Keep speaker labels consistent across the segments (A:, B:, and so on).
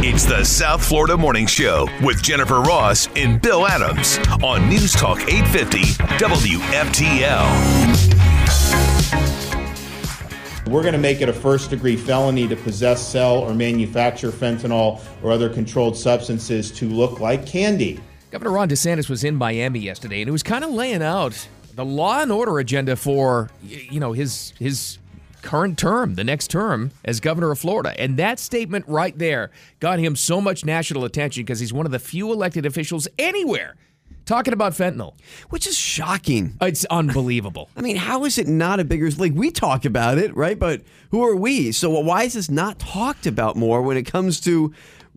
A: It's the South Florida Morning Show with Jennifer Ross and Bill Adams on News Talk 850 WFTL.
B: We're going to make it a first degree felony to possess, sell, or manufacture fentanyl or other controlled substances to look like candy.
C: Governor Ron DeSantis was in Miami yesterday, and he was kind of laying out the law and order agenda for y- you know his his current term, the next term as governor of Florida. And that statement right there got him so much national attention because he's one of the few elected officials anywhere talking about fentanyl.
D: which is shocking.
C: It's unbelievable.
D: I mean, how is it not a bigger like we talk about it, right? But who are we? So why is this not talked about more when it comes to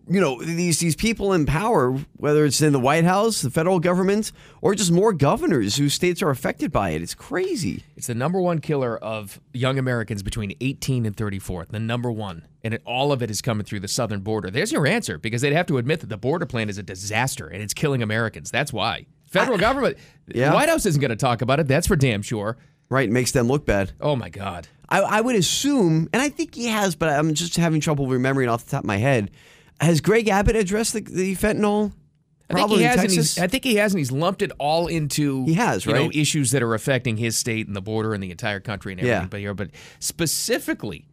D: you know these these people in power, whether it's in the White House, the federal government, or just more governors whose states are affected by it? It's crazy.
C: It's the number one killer of young Americans between 18 and 34. The number one. And it, all of it is coming through the southern border. There's your answer because they'd have to admit that the border plan is a disaster and it's killing Americans. That's why. Federal government,
D: Yeah.
C: the White House isn't going to talk about it. That's for damn sure.
D: Right, it makes them look bad.
C: Oh my God.
D: I, I would assume, and I think he has, but I'm just having trouble remembering off the top of my head. Has Greg Abbott addressed the, the fentanyl
C: I think,
D: problem
C: he
D: in
C: has and
D: Texas?
C: he's, I think he has, and he's lumped it all into
D: He has,
C: you know,
D: right?
C: issues that are affecting his state and the border and the entire country and
D: Yeah.
C: everything. But here, but specifically,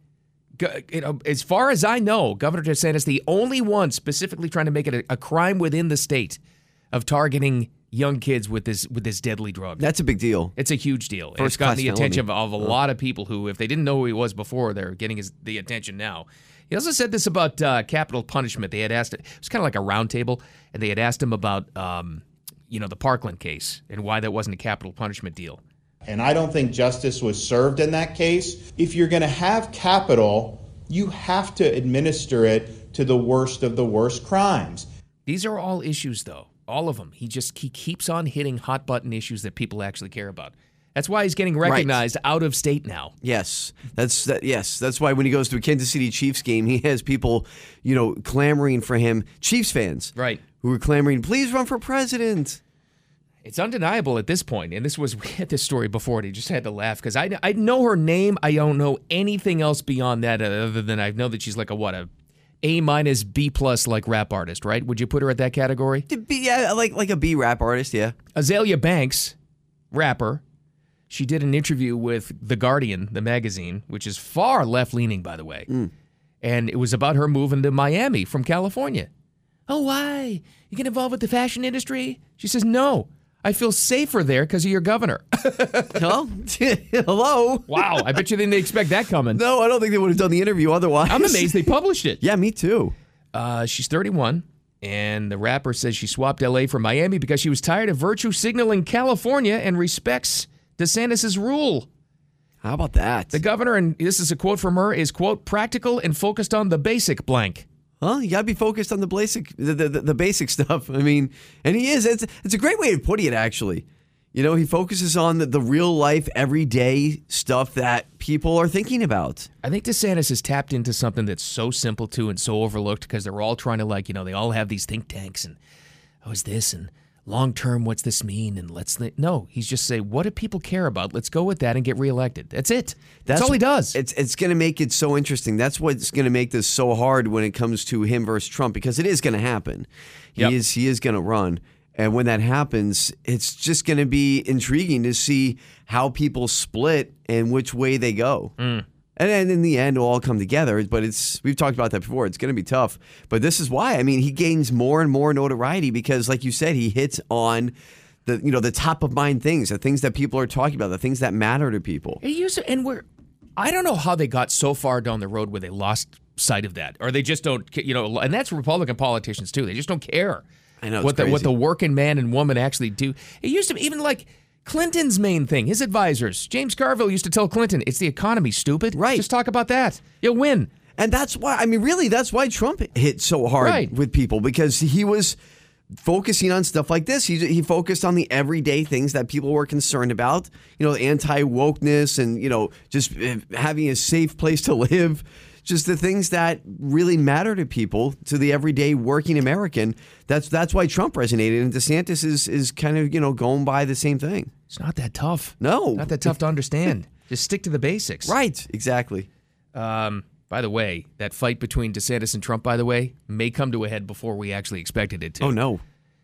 C: go- you know, as far as I know, Governor DeSantis the only one specifically trying to make it a, a crime within the state of targeting young kids with this with this deadly drug.
D: That's a big deal.
C: it's a huge deal. and It's
D: First
C: gotten
D: class
C: the
D: felony. Oh.
C: attention of, of a lot of people who, if they didn't know who he was before, they're getting his, the attention now. He also said this about uh, capital punishment. They had asked it was kind of like a roundtable, and they had asked him about um, you know the Parkland case and why that wasn't a capital punishment deal.
B: And I don't think justice was served in that case. If you're going to have capital, you have to administer it to the worst of the worst crimes.
C: These are all issues, though. All of them. He just he keeps on hitting hot button issues that people actually care about. That's why he's getting recognized out of state now.
D: Yes, that's that. Yes, that's why when he goes to a Kansas City Chiefs game, he has people, you know, clamoring for him. Chiefs fans,
C: Right.
D: Who are clamoring, please run for president.
C: It's undeniable at this point, and this was we had this story before, and he just had to laugh because I I know her name. I don't know anything else beyond that, uh, other than I know that she's like a what a A minus B plus like rap artist, right? Would you put her at that category?
D: To be yeah, like like a B rap artist, yeah.
C: Azalea Banks, rapper. She did an interview with The Guardian, the magazine, which is far left leaning, by the way. And it was about her moving to Miami from California. Oh, why? You get involved with the fashion industry? She says, no. I feel safer there because of your governor.
D: Hello, hello.
C: wow. I bet you didn't expect that coming.
D: No, I don't think they would have done the interview otherwise.
C: I'm amazed they published it.
D: Yeah, me too.
C: Uh, she's 31, and the rapper says she swapped LA for Miami because she was tired of virtue signaling California and respects DeSantis' rule.
D: How about that?
C: The governor, and this is a quote from her, is quote practical and focused on the basic blank.
D: Well, you gotta be focused on the basic, the, the, the basic stuff. I mean, and he is. It's it's a great way of putting it, actually. You know, he focuses on the, the real life, everyday stuff that people are thinking about.
C: I think DeSantis has tapped into something that's so simple too and so overlooked because they're all trying to like you know they all have these think tanks and oh is this and long term what's this mean and let's thi-" no he's just say what do people care about let's go with that and get reelected that's it that's, all he does
D: It's it's going to make it so interesting. That's what's going to make this so hard when it comes to him versus Trump because it is going to happen. He
C: Yep.
D: is he is going to run. And when that happens, it's just going to be intriguing to see how people split and which way they go.
C: Mm.
D: And then in the end, it'll all come together. But it's we've talked about that before. It's going to be tough. But this is why. I mean, he gains more and more notoriety because, like you said, he hits on the you know the top of mind things, the things that people are talking about, the things that matter to people.
C: It used to- and we're, I don't know how they got so far down the road where they lost sight of that, or they just don't, ca- you know. And that's Republican politicians too; they just don't care.
D: I know, it's
C: what the what
D: crazy.
C: the working man and woman actually do. It used to be even like Clinton's main thing, his advisors, James Carville used to tell Clinton, "It's the economy, stupid.
D: Right.
C: Just talk about that. You'll win."
D: And that's why, I mean, really, that's why Trump hit so hard
C: Right.
D: with people because he was focusing on stuff like this. He, he focused on the everyday things that people were concerned about, you know, anti wokeness and, you know, just eh, having a safe place to live. Just the things that really matter to people, to the everyday working American. That's that's why Trump resonated, and DeSantis is is kind of you know going by the same thing.
C: It's not that tough.
D: No.
C: not that tough to understand. just stick to the basics.
D: Right. Exactly.
C: Um, By the way, that fight between DeSantis and Trump, by the way, may come to a head before we actually expected it to.
D: Oh no.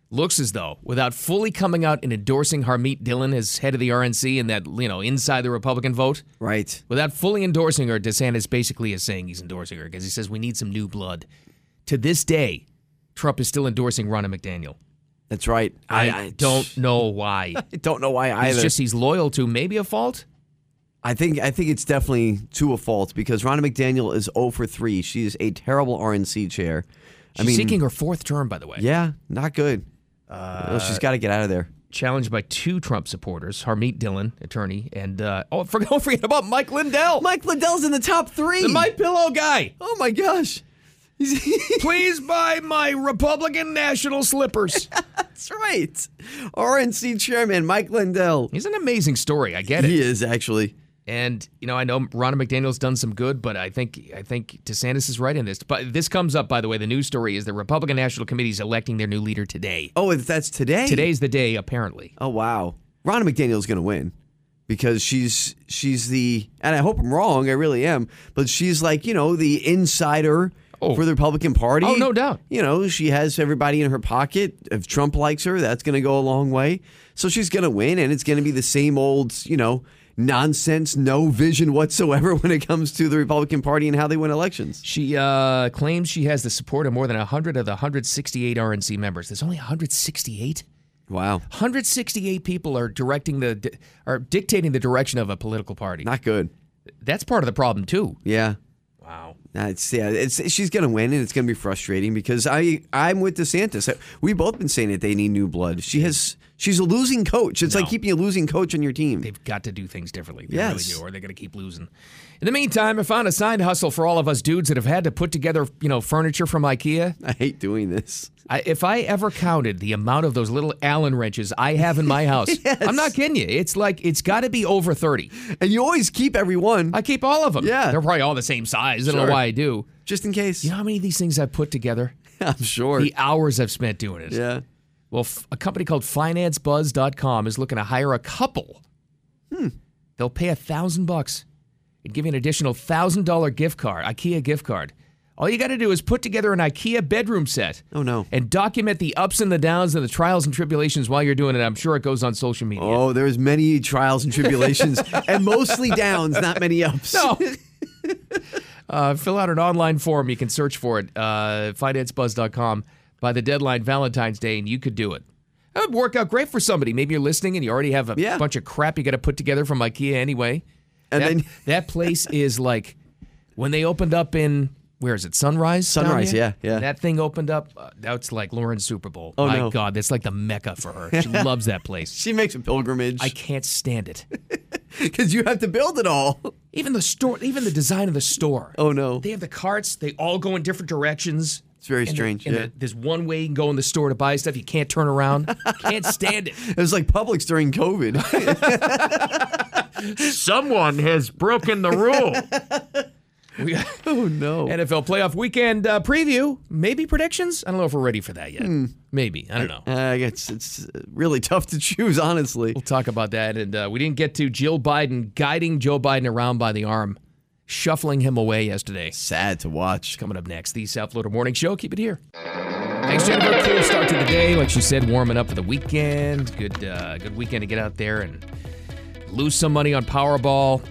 C: Looks as though, without fully coming out and endorsing Harmeet Dillon as head of the RNC and that, you know, inside the Republican vote,
D: Right.
C: without fully endorsing her, DeSantis basically is saying he's endorsing her because he says we need some new blood. To this day, Trump is still endorsing Ronna McDaniel.
D: That's right.
C: I, don't know why.
D: I don't know why either.
C: It's just he's loyal to maybe a fault.
D: I think I think it's definitely to a fault because Ronna McDaniel is 0 for 3. She is a terrible RNC chair.
C: She's seeking her fourth term, by the way.
D: yeah, not good.
C: Uh,
D: Well, she's got to get out of there.
C: Challenged by two Trump supporters, Harmeet Dillon, attorney, and uh, oh, for, don't forget about Mike Lindell,
D: Mike Liddell's in the top three.
C: the My Pillow guy.
D: oh my gosh,
C: Please buy my Republican national slippers.
D: that's right. RNC chairman Mike Lindell.
C: He's an amazing story. I get it.
D: He is actually.
C: And you know, I know Ronna McDaniel's done some good, but I think I think DeSantis is right in this. But this comes up, by the way. The news story is the Republican National Committee is electing their new leader today.
D: Oh, if that's today.
C: Today's the day, apparently.
D: Oh wow, Ronna McDaniel's going to win because she's she's the and I hope I'm wrong. I really am, but she's like you know the insider
C: Oh.
D: for the Republican Party.
C: Oh, no doubt.
D: You know she has everybody in her pocket. If Trump likes her, that's going to go a long way. So she's going to win, and it's going to be the same old you know nonsense, no vision whatsoever when it comes to the Republican Party and how they win elections.
C: She uh, claims she has the support of more than 100 of the 168 RNC members. There's only 168?
D: Wow,
C: 168 people are directing the are dictating the direction of a political party.
D: not good.
C: That's part of the problem too.
D: Yeah.
C: Wow.
D: Uh, It's yeah, it's she's gonna win, and it's gonna be frustrating because I I'm with DeSantis. We've both been saying that they need new blood. She has she's a losing coach. It's like keeping a losing coach on your team.
C: They've got to do things differently. They
D: Yes.
C: really do, or they're going to keep losing. In the meantime, I found a side hustle for all of us dudes that have had to put together, you know, furniture from IKEA.
D: I hate doing this.
C: I, if I ever counted the amount of those little Allen wrenches I have in my house, I'm not kidding you. It's like it's got to be over 30.
D: And you always keep every one
C: I keep all of them.
D: Yeah.
C: They're probably all the same size. I don't know
D: Sure.
C: why I do.
D: just in case.
C: You know how many of these things I've put together?
D: I'm sure.
C: The hours I've spent doing it.
D: Yeah.
C: Well, f- a company called financebuzz.com is looking to hire a couple. Hmm. They'll pay a thousand bucks and give you an additional thousand dollar gift card, IKEA gift card. All you got to do is put together an IKEA bedroom set.
D: Oh, no.
C: And document the ups and the downs and the trials and tribulations while you're doing it. I'm sure it goes on social media.
D: Oh, there's many trials and tribulations, and mostly downs, not many ups.
C: No. uh, fill out an online form. You can search for it, uh, financebuzz.com, by the deadline Valentine's Day, and you could do it. That would work out great for somebody. Maybe you're listening and you already have a
D: Yeah.
C: bunch of crap you got to put together from IKEA anyway.
D: And
C: that,
D: then-
C: that place is like when they opened up in. Where is it? Sunrise. down
D: Sunrise,
C: here?
D: yeah, yeah.
C: That thing opened up. Uh, that's like Lauren's Super Bowl.
D: Oh,
C: My
D: no.
C: God, that's like the mecca for her. She loves that place.
D: She makes a pilgrimage
C: I can't stand it.
D: because you have to build it all.
C: Even the store, even the design of the store.
D: Oh no,
C: They have the carts. They all go in different directions.
D: it's very
C: And the-
D: strange.
C: and
D: yeah.
C: the- there's one way you can go in the store to buy stuff. You can't turn around. can't stand it.
D: it was like Publix during COVID.
C: Someone has broken the rule. we got
D: oh no.
C: NFL playoff weekend uh, preview. Maybe predictions. I don't know if we're ready for that yet.
D: Hmm.
C: Maybe. I don't know.
D: Uh, it's it's really tough to choose, honestly.
C: We'll talk about that. And uh, we didn't get to Jill Biden guiding Joe Biden around by the arm, shuffling him away yesterday.
D: Sad to watch.
C: Coming up next, the South Florida Morning Show. Keep it here. Thanks, Jennifer. Cool start to the day, like she said, warming up for the weekend. Good, uh, good weekend to get out there and lose some money on Powerball.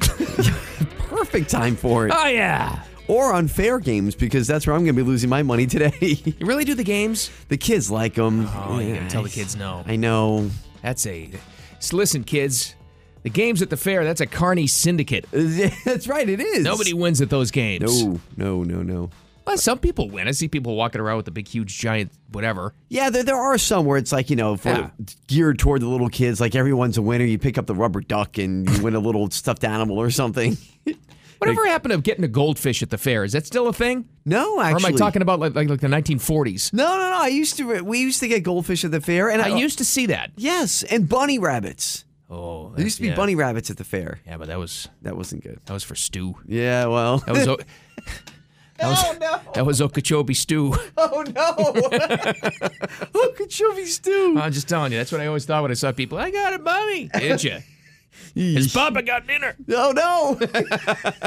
D: Perfect time for it.
C: oh yeah,
D: Or on fair games because that's where I'm going to be losing my money today.
C: you really do the games?
D: the kids like them.
C: Oh, you gotta tell the kids no.
D: I know.
C: That's a. So listen, kids, the games at the fair. That's a carny syndicate.
D: that's right. It is.
C: Nobody wins at those games.
D: No, no, no, no.
C: Well, some people win. I see people walking around with a big, huge, giant whatever.
D: Yeah, there, there are some where it's like, you know, for,
C: Yeah.
D: geared toward the little kids, like everyone's a winner. You pick up the rubber duck and you win a little stuffed animal or something.
C: Whatever happened to getting a goldfish at the fair? Is that still a thing?
D: No,
C: Or
D: actually.
C: am I talking about like like, like the 1940s?
D: No, no, no. I used to, we used to get goldfish at the fair. And
C: I used to see that.
D: Yes, and bunny rabbits.
C: Oh,
D: There used to be bunny rabbits at the fair.
C: Yeah, but that was
D: That wasn't good.
C: that was for stew.
D: Yeah, well.
C: That was. O- That was, that was Okeechobee stew.
D: Oh no! Look at Chubby Stew.
C: I'm just telling you, that's what I always thought when I saw people. I got a bunny. Did you? His papa got dinner.
D: Oh no!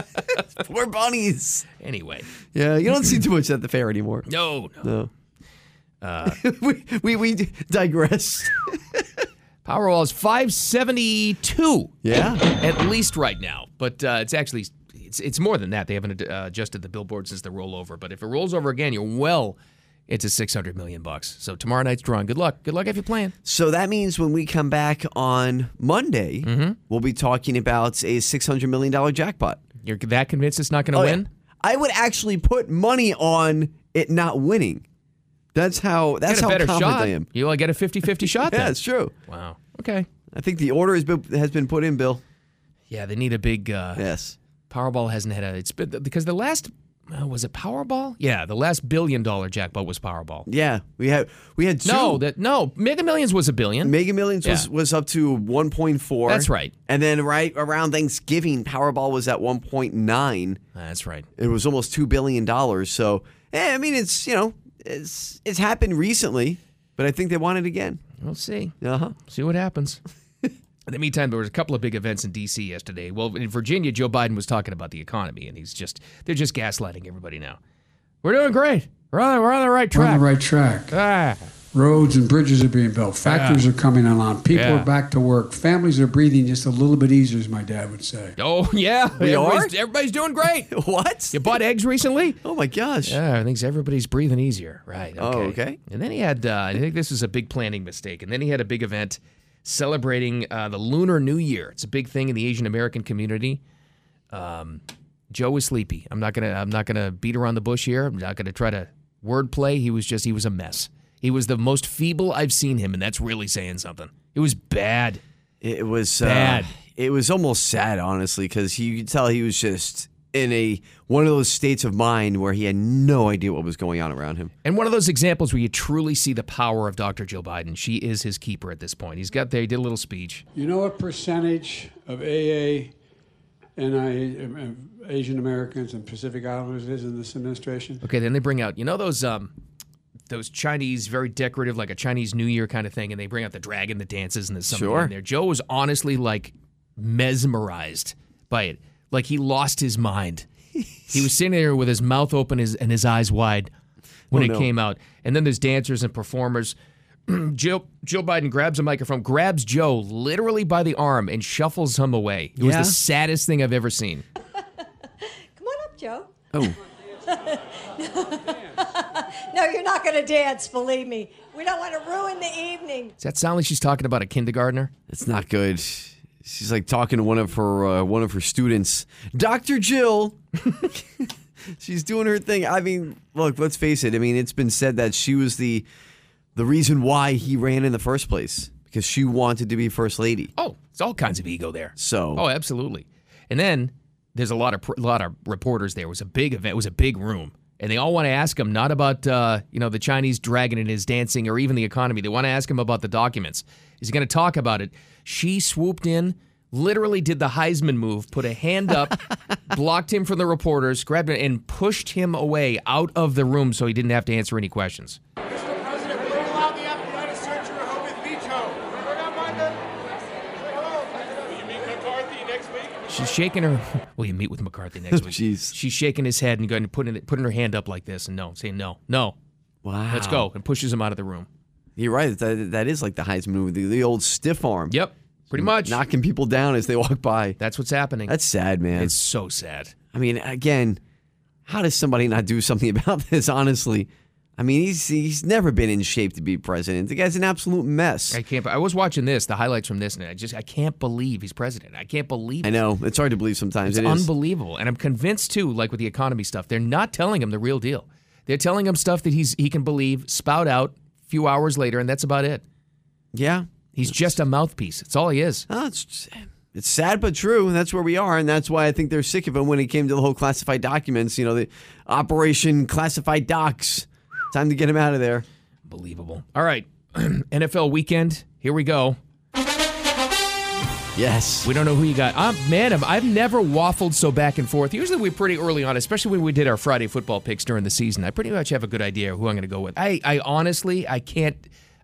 D: Poor bunnies.
C: Anyway,
D: Yeah, you don't see too much at the fair anymore.
C: no, no.
D: No. Uh. we, we we digress.
C: Powerball is 572.
D: Yeah.
C: at least right now. But uh, it's actually it's it's more than that. They haven't uh, adjusted the billboard since the rollover. But if it rolls over again, you're well into 600 million bucks. So tomorrow night's drawing. Good luck. Good luck if you're playing.
D: So that means when we come back on Monday, we'll be talking about a six hundred million dollar jackpot. Oh,
C: You're that convinced it's not going to win?
D: I would actually put money on it not winning. That's how.
C: Get
D: That's
C: a
D: how
C: better
D: confident
C: shot.
D: I am.
C: You only get a 50-50 shot.
D: Yeah,
C: Then.
D: it's true.
C: Wow. Okay.
D: I think the order has been has been put in, Bill.
C: Yeah, they need a big. Uh,
D: Yes.
C: Powerball hasn't had a. It's been because the last uh, was it Powerball? Yeah, the last billion dollar jackpot was Powerball.
D: Yeah. We had we had two.
C: No, that no. Mega Millions was a billion.
D: Mega Millions was,
C: Yeah.
D: was up to 1.4.
C: That's right.
D: And then right around Thanksgiving, Powerball was at 1.9.
C: Ah, That's right.
D: It was almost two billion dollars. So, eh, I mean, it's you know, it's it's happened recently, but I think they want it again.
C: We'll see.
D: Uh huh.
C: See what happens. In the meantime, there was a couple of big events in D.C. yesterday. Well, in Virginia, Joe Biden was talking about the economy, and he's just—they're just gaslighting everybody now. We're doing great. We're on, we're on the right
E: We're
C: track.
E: on the right track.
C: Ah.
E: Roads and bridges are being built. Factories are coming online. People
C: Yeah.
E: are back to work. Families are breathing just a little bit easier, as my dad would say.
C: Oh yeah,
D: We are?
C: everybody's, everybody's doing great.
D: What?
C: You bought eggs recently?
D: Oh my gosh.
C: Yeah, I think everybody's breathing easier. Right. Okay.
D: Oh, okay.
C: And then he had, uh, I think this was a big planning mistake. And then he had a big event celebrating uh, the Lunar New Year. It's a big thing in the Asian American community. Um, Joe was sleepy. I'm not gonna. I'm not gonna beat around the bush here. I'm not gonna try to wordplay. He was just. He was a mess. He was the most feeble I've seen him, and that's really saying something. It was bad.
D: It was uh,
C: Bad.
D: It was almost sad, honestly, because you could tell he was just in a one of those states of mind where he had no idea what was going on around him.
C: And one of those examples where you truly see the power of Dr. Joe Biden. She is his keeper at this point. He's got there. He did a little speech.
E: You know what percentage of AA and I, uh, Asian Americans and Pacific Islanders is in this administration?
C: Okay, then they bring out you know those um those Chinese very decorative like a Chinese New Year kind of thing, and they bring out the dragon that dances and there's something
D: Sure.
C: in there. Joe was honestly like mesmerized by it, like he lost his mind. he was sitting there with his mouth open his, and his eyes wide when
D: Oh,
C: it
D: no.
C: came out, and then there's dancers and performers. Joe Joe Biden grabs a microphone, grabs Joe literally by the arm, and shuffles him away. It was
D: Yeah.
C: the saddest thing I've ever seen.
F: Come on up, Joe.
D: Oh,
F: No, you're not going to dance, believe me. We don't want to ruin the evening.
C: Does that sound like she's talking about a kindergartner?
D: that's not good. She's like talking to one of her uh, one of her students, Doctor Jill. She's doing her thing. I mean, look, let's face it. I mean, it's been said that she was the the reason why he ran in the first place because she wanted to be first lady.
C: Oh, it's all kinds of ego there.
D: So-
C: oh, absolutely. And then there's a lot of a lot of reporters there. It was a big event. It was a big room, and they all want to ask him not about uh, you know the Chinese dragon and his dancing or even the economy. They want to ask him about the documents. Is he going to talk about it? She swooped in. Literally did the Heisman move, put a hand up, blocked him from the reporters, grabbed him, and pushed him away out of the room so he didn't have to answer any questions.
G: Mr. President, we don't allow the FBI to search your home with veto. We're not minded. Will you meet McCarthy next week?
C: She's shaking her. Will you meet with McCarthy next week?
D: Jeez.
C: She's shaking his head and going and putting putting her hand up like this and no, saying no, no,
D: Wow,
C: let's go, and pushes him out of the room.
D: You're right. That, that is like the Heisman movie, the, the old stiff arm.
C: Yep, pretty much.
D: knocking people down as they walk by.
C: That's what's happening.
D: That's sad, man.
C: it's so sad.
D: I mean, again, how does somebody not do something about this? Honestly, I mean, he's he's never been in shape to be president. The guy's an absolute mess.
C: I
D: I,
C: can't. I was watching this, the highlights from this, and I just I can't believe he's president. I can't believe. it.
D: know it's hard to believe sometimes.
C: It's
D: It is.
C: unbelievable, and I'm convinced too. Like with the economy stuff, they're not telling him the real deal. They're telling him stuff that he's he can believe, spout out a few hours later, and that's about it.
D: yeah,
C: He's just a mouthpiece. That's all he is.
D: Oh, it's it's sad but true. That's where we are, and that's why I think they're sick of him when it came to the whole classified documents. You know, the Operation Classified Docs. Time to get him out of there.
C: Believable. All right, NFL weekend. Here we go.
D: Yes.
C: We don't know who you got. I'm, man, I'm, I've never waffled so back and forth. Usually we're pretty early on, especially when we did our Friday football picks during the season. I pretty much have a good idea who I'm going to go with. I, I honestly, I can't,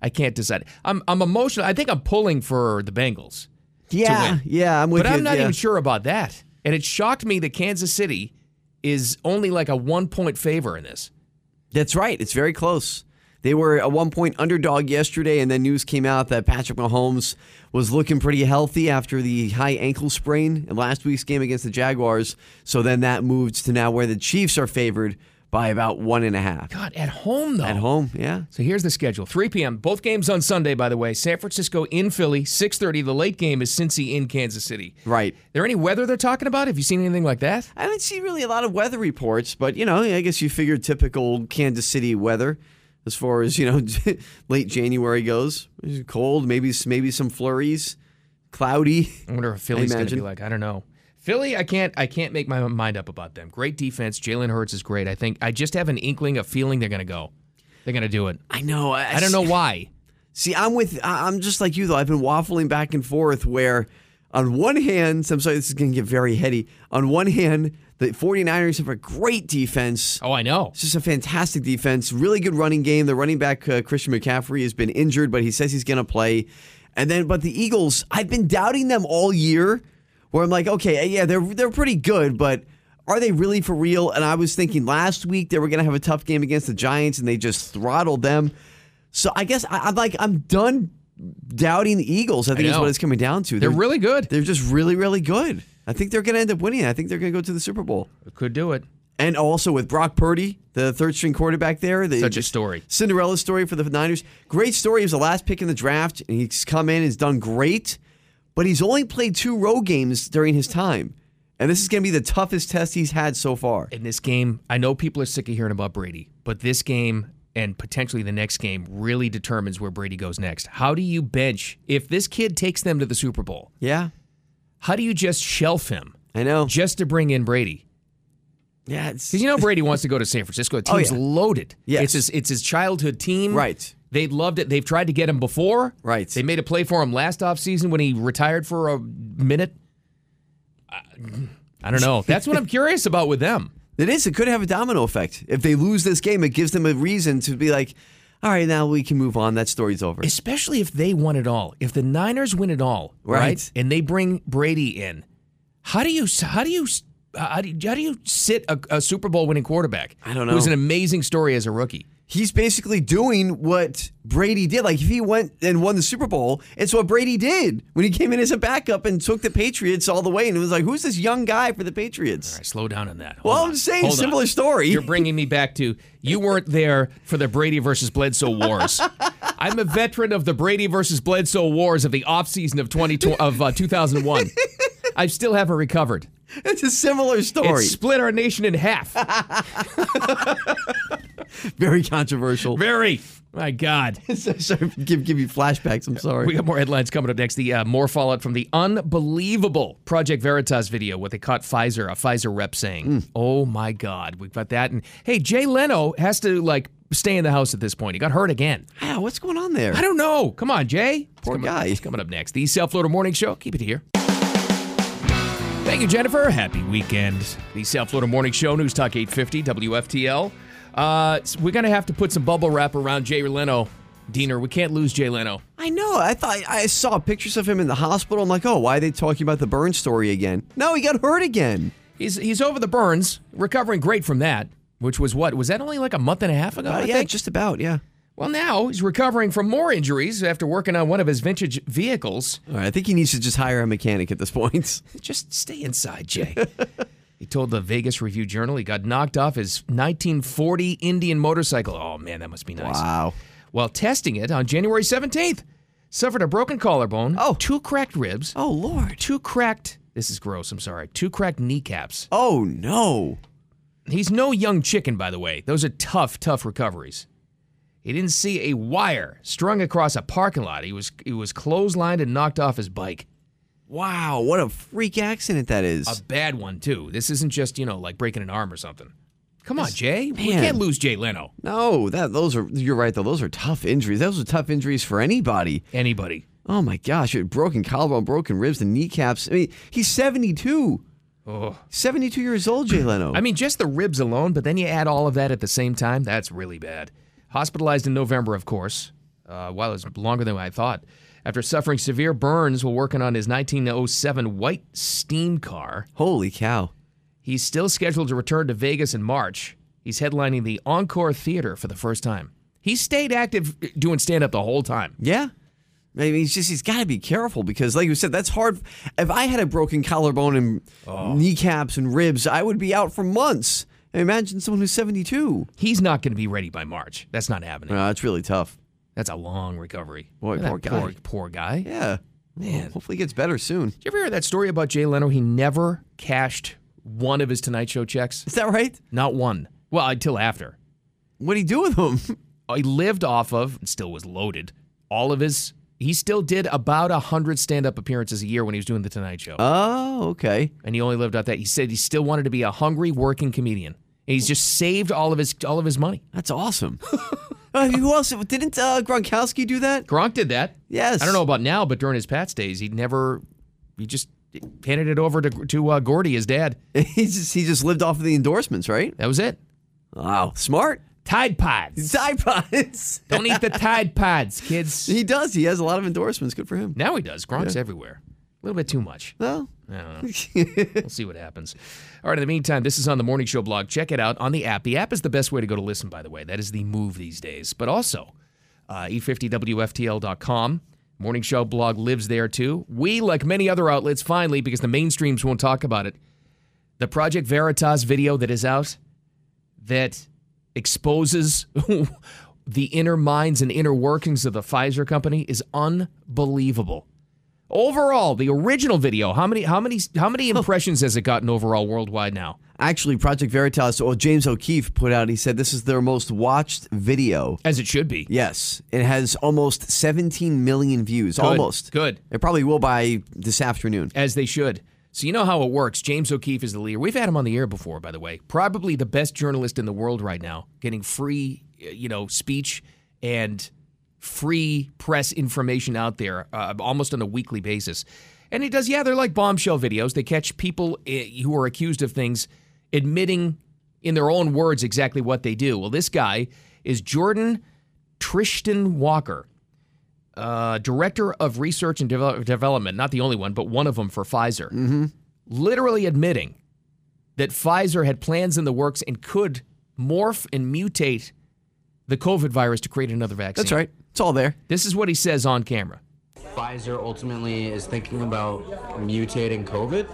C: I can't decide. I'm, I'm emotional. I think I'm pulling for the Bengals.
D: Yeah,
C: to win.
D: yeah, I'm with
C: but
D: you,
C: I'm not
D: yeah.
C: even sure about that. And it shocked me that Kansas City is only like a one point favor in this.
D: That's right. It's very close. They were a one point underdog yesterday, and then news came out that Patrick Mahomes was looking pretty healthy after the high ankle sprain in last week's game against the Jaguars. So then that moves to now where the Chiefs are favored by about one and a half.
C: God, at home though.
D: At home, yeah.
C: So here's the schedule: 3 p.m. Both games on Sunday, by the way. San Francisco in Philly, 6:30. The late game is Cincy in Kansas City.
D: Right.
C: There any weather they're talking about? Have you seen anything like that?
D: I didn't see really a lot of weather reports, but you know, I guess you figure typical Kansas City weather as far as you know late January goes. It's cold, maybe maybe some flurries, cloudy.
C: I wonder if Philly's going to be
D: imagine.
C: like. I don't know. Philly, I can't. I can't make my mind up about them. Great defense. Jalen Hurts is great. I think. I just have an inkling, a feeling they're going to go. They're going to do it.
D: I know.
C: I don't know why.
D: See, I'm with. I- I'm just like you though. I've been waffling back and forth. Where, on one hand, so I'm sorry, this is going to get very heady. On one hand, the 49ers have a great defense.
C: Oh, I know.
D: It's just a fantastic defense. Really good running game. The running back uh, Christian McCaffrey has been injured, but he says he's going to play. And then, but the Eagles, I've been doubting them all year. Where I'm like, okay, uh, yeah, they're they're pretty good, but are they really for real? And I was thinking last week they were going to have a tough game against the Giants, and they just throttled them. So I guess I, I'm like, I'm done doubting the Eagles. I think is
C: know.
D: what it's coming down to.
C: They're really good.
D: They're just really, really good. I think they're going to end up winning. I think they're going to go to the Super Bowl.
C: Could do it.
D: And also with Brock Purdy, the third string quarterback there. The
C: Such a story.
D: Cinderella story for the Niners. Great story. He was the last pick in the draft, and he's come in and has done great, but he's only played two road games during his time. And this is going to be the toughest test he's had so far.
C: in this game, I know people are sick of hearing about Brady, but this game and potentially the next game really determines where Brady goes next. How do you bench if this kid takes them to the Super Bowl?
D: Yeah,
C: How do you just shelf him
D: I know.
C: just to bring in Brady?
D: Yeah, it's,
C: Because you know Brady wants to go to San Francisco. The
D: Oh,
C: team's
D: yeah.
C: loaded.
D: Yes.
C: It's his it's his childhood team.
D: Right.
C: They loved it. They've tried to get him before.
D: Right.
C: They made a play for him last offseason when he retired for a minute. I, I don't know. That's what I'm curious about with them.
D: It is. It could have a domino effect. If they lose this game, it gives them a reason to be like, all right, now we can move on. That story's over.
C: especially if they won it all. If the Niners win it all, right,
D: Right.
C: and they bring Brady in, how do you how do you how do you, how do you sit a, a Super Bowl winning quarterback?
D: I don't
C: It was
D: know.
C: an amazing story as a rookie.
D: he's basically doing what Brady did. Like if he went and won the Super Bowl, it's what Brady did when he came in as a backup and took the Patriots all the way. And it was like, who's this young guy for the Patriots?
C: All right, slow down on that. Hold
D: Well,
C: on.
D: I'm saying
C: Hold on.
D: similar story.
C: You're bringing me back to you weren't there for the Brady versus Bledsoe wars. I'm a veteran of the Brady versus Bledsoe wars of the offseason of 20 of uh, 2001. I still haven't recovered.
D: it's a similar
C: It
D: story.
C: split our nation in half.
D: Very controversial.
C: Very. My God.
D: sorry, give give you flashbacks. I'm sorry.
C: We got more headlines coming up next. The uh, more fallout from the unbelievable Project Veritas video, what they caught Pfizer, a Pfizer rep saying, "Oh my God, we've got that." And hey, Jay Leno has to like stay in the house at this point. He got hurt again.
D: yeah, what's going on there?
C: I don't know. Come on, Jay. It's
D: Poor
C: coming Up,
D: guy.
C: it's coming up next. The South Florida Morning Show. Keep it here. Thank you, Jennifer. Happy weekend. The South Florida Morning Show, News Talk 850, WFTL. Uh, s- we're gonna have to put some bubble wrap around Jay Leno, Diener. We can't lose Jay Leno.
D: I know. I thought I saw pictures of him in the hospital. I'm like, oh, why are they talking about the burn story again? No, he got hurt again.
C: He's he's over the burns, recovering great from that, which was what was that only like a month and a half ago?
D: Uh,
C: I
D: yeah,
C: think?
D: just about. Yeah.
C: well now he's recovering from more injuries after working on one of his vintage vehicles.
D: All right. I think he needs to just hire a mechanic at this point.
C: Just stay inside, Jay. he told the Vegas Review Journal he got knocked off his 1940 Indian motorcycle. Oh man, that must be nice.
D: Wow.
C: While testing it on January 17th, suffered a broken collarbone,
D: Oh.
C: two cracked ribs,
D: Oh Lord.
C: two cracked. This is gross. I'm sorry. Two cracked kneecaps.
D: Oh no.
C: He's no young chicken, by the way. Those are tough, tough recoveries. He didn't see a wire strung across a parking lot. He was he was clotheslined and knocked off his bike.
D: Wow, what a freak accident that is.
C: A bad one too. This isn't just you know like breaking an arm or something. Come on, Jay. We
D: man.
C: can't lose Jay Leno.
D: no, that those are you're right though. Those are tough injuries. Those are tough injuries for anybody.
C: Anybody.
D: Oh my gosh, it broken collarbone, broken ribs, and kneecaps. I mean, he's 72.
C: Oh.
D: 72 years old, Jay Leno.
C: I mean, just the ribs alone, but then you add all of that at the same time. That's really bad. Hospitalized in November, of course. Uh, wow, it was longer than I thought. after suffering severe burns while working on his 1907 white steam car.
D: Holy cow.
C: He's still scheduled to return to Vegas in March. He's headlining the Encore Theater for the first time. He stayed active uh, doing stand up the whole time.
D: Yeah. I mean, he's just, he's got to be careful because, like you said, that's hard. If I had a broken collarbone and kneecaps and ribs, I would be out for months. And imagine someone who's 72.
C: He's not going to be ready by March. That's not happening.
D: Uh, it's really tough.
C: That's a long recovery.
D: Boy,
C: Look at
D: poor
C: that
D: guy.
C: Poor, poor guy.
D: Yeah. Man. Hopefully it gets better soon.
C: Did you ever hear that story about Jay Leno? He never cashed one of his Tonight Show checks.
D: Is that right?
C: Not one. Well, until after. Uh,
D: What do you do with them?
C: He lived off of, and still was loaded, all of his. He still did about 100 stand up appearances a year when he was doing The Tonight Show.
D: Oh, okay.
C: and he only lived off that. He said he still wanted to be a hungry working comedian. And he's just saved all of his all of his money.
D: That's awesome. Uh, who else? Didn't uh, Gronkowski do that?
C: Gronk did that.
D: Yes.
C: I don't know about now, but during his Pats days, he never he just handed it over to to uh, Gordy, his dad.
D: he just he just lived off of the endorsements, right?
C: That was it.
D: Wow, smart.
C: Tide Pods.
D: Tide Pods.
C: Don't eat the Tide Pods, kids.
D: he does. He has a lot of endorsements. Good for him.
C: Now he does. Gronk's everywhere. A little bit too much.
D: Well,
C: We'll see what happens. All right, in the meantime, this is on the Morning Show blog. Check it out on the app. The app is the best way to go to listen, by the way. That is the move these days. But also, uh, e50wftl.com. Morning Show blog lives there too. We, like many other outlets, finally, because the mainstreams won't talk about it, the Project Veritas video that is out that exposes the inner minds and inner workings of the Pfizer company is unbelievable. Overall, the original video, how many how many how many impressions has it gotten overall worldwide now?
D: actually, Project Veritas or James O'Keefe put out. He said this is their most watched video.
C: As it should be.
D: Yes, it has almost 17 million views.
C: Good,
D: Almost
C: good.
D: It probably will by this afternoon.
C: As they should. So you know how it works. James O'Keefe is the leader. We've had him on the air before, by the way. Probably the best journalist in the world right now, getting free, uh, you know, speech and free press information out there uh, almost on a weekly basis. And he does, yeah, they're like bombshell videos. They catch people eh, who are accused of things admitting in their own words exactly what they do. Well, this guy is Jordan Tristan Walker uh, director of research and Devel- development, not the only one, but one of them for Pfizer,
D: Mm-hmm.
C: literally admitting that Pfizer had plans in the works and could morph and mutate the COVID virus to create another vaccine.
D: That's right. It's all there.
C: This is what he says on camera.
H: Pfizer ultimately is thinking about mutating COVID?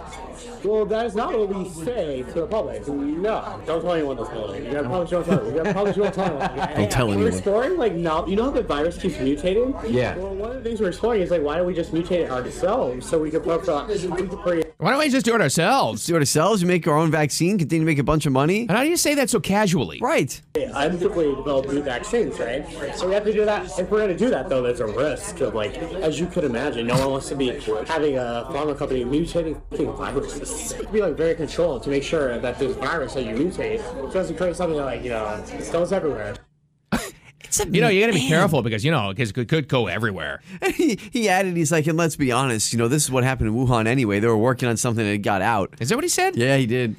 I: Well, that is not what we say to the public. No, don't tell anyone this building. You gotta probably don't tell anyone. You gotta probably don't tell anyone.
D: Don't tell anyone.
I: We're exploring like no, you know how the virus keeps mutating.
H: Yeah.
I: Well, one of the things we're exploring is like why don't we just mutate it ourselves so we can put up a
C: Why don't we just do it ourselves?
D: Do it ourselves. We make our own vaccine. Continue to make a bunch of money.
C: And how do you say that so casually?
D: Right.
I: unethically develop new vaccines, right? So we have to do that. If we're gonna do that, though, there's a risk of like, as you could imagine, no one wants to be having a pharma company mutating fucking viruses. Be like very controlled to make sure that this virus that you mutate doesn't create something that like you know goes everywhere.
C: You know, you got to be careful because, you know, because it could go everywhere.
D: he, he added, he's like, and let's be honest, you know, this is what happened in Wuhan anyway. They were working on something and it got out.
C: Is that what he said?
D: Yeah, he did.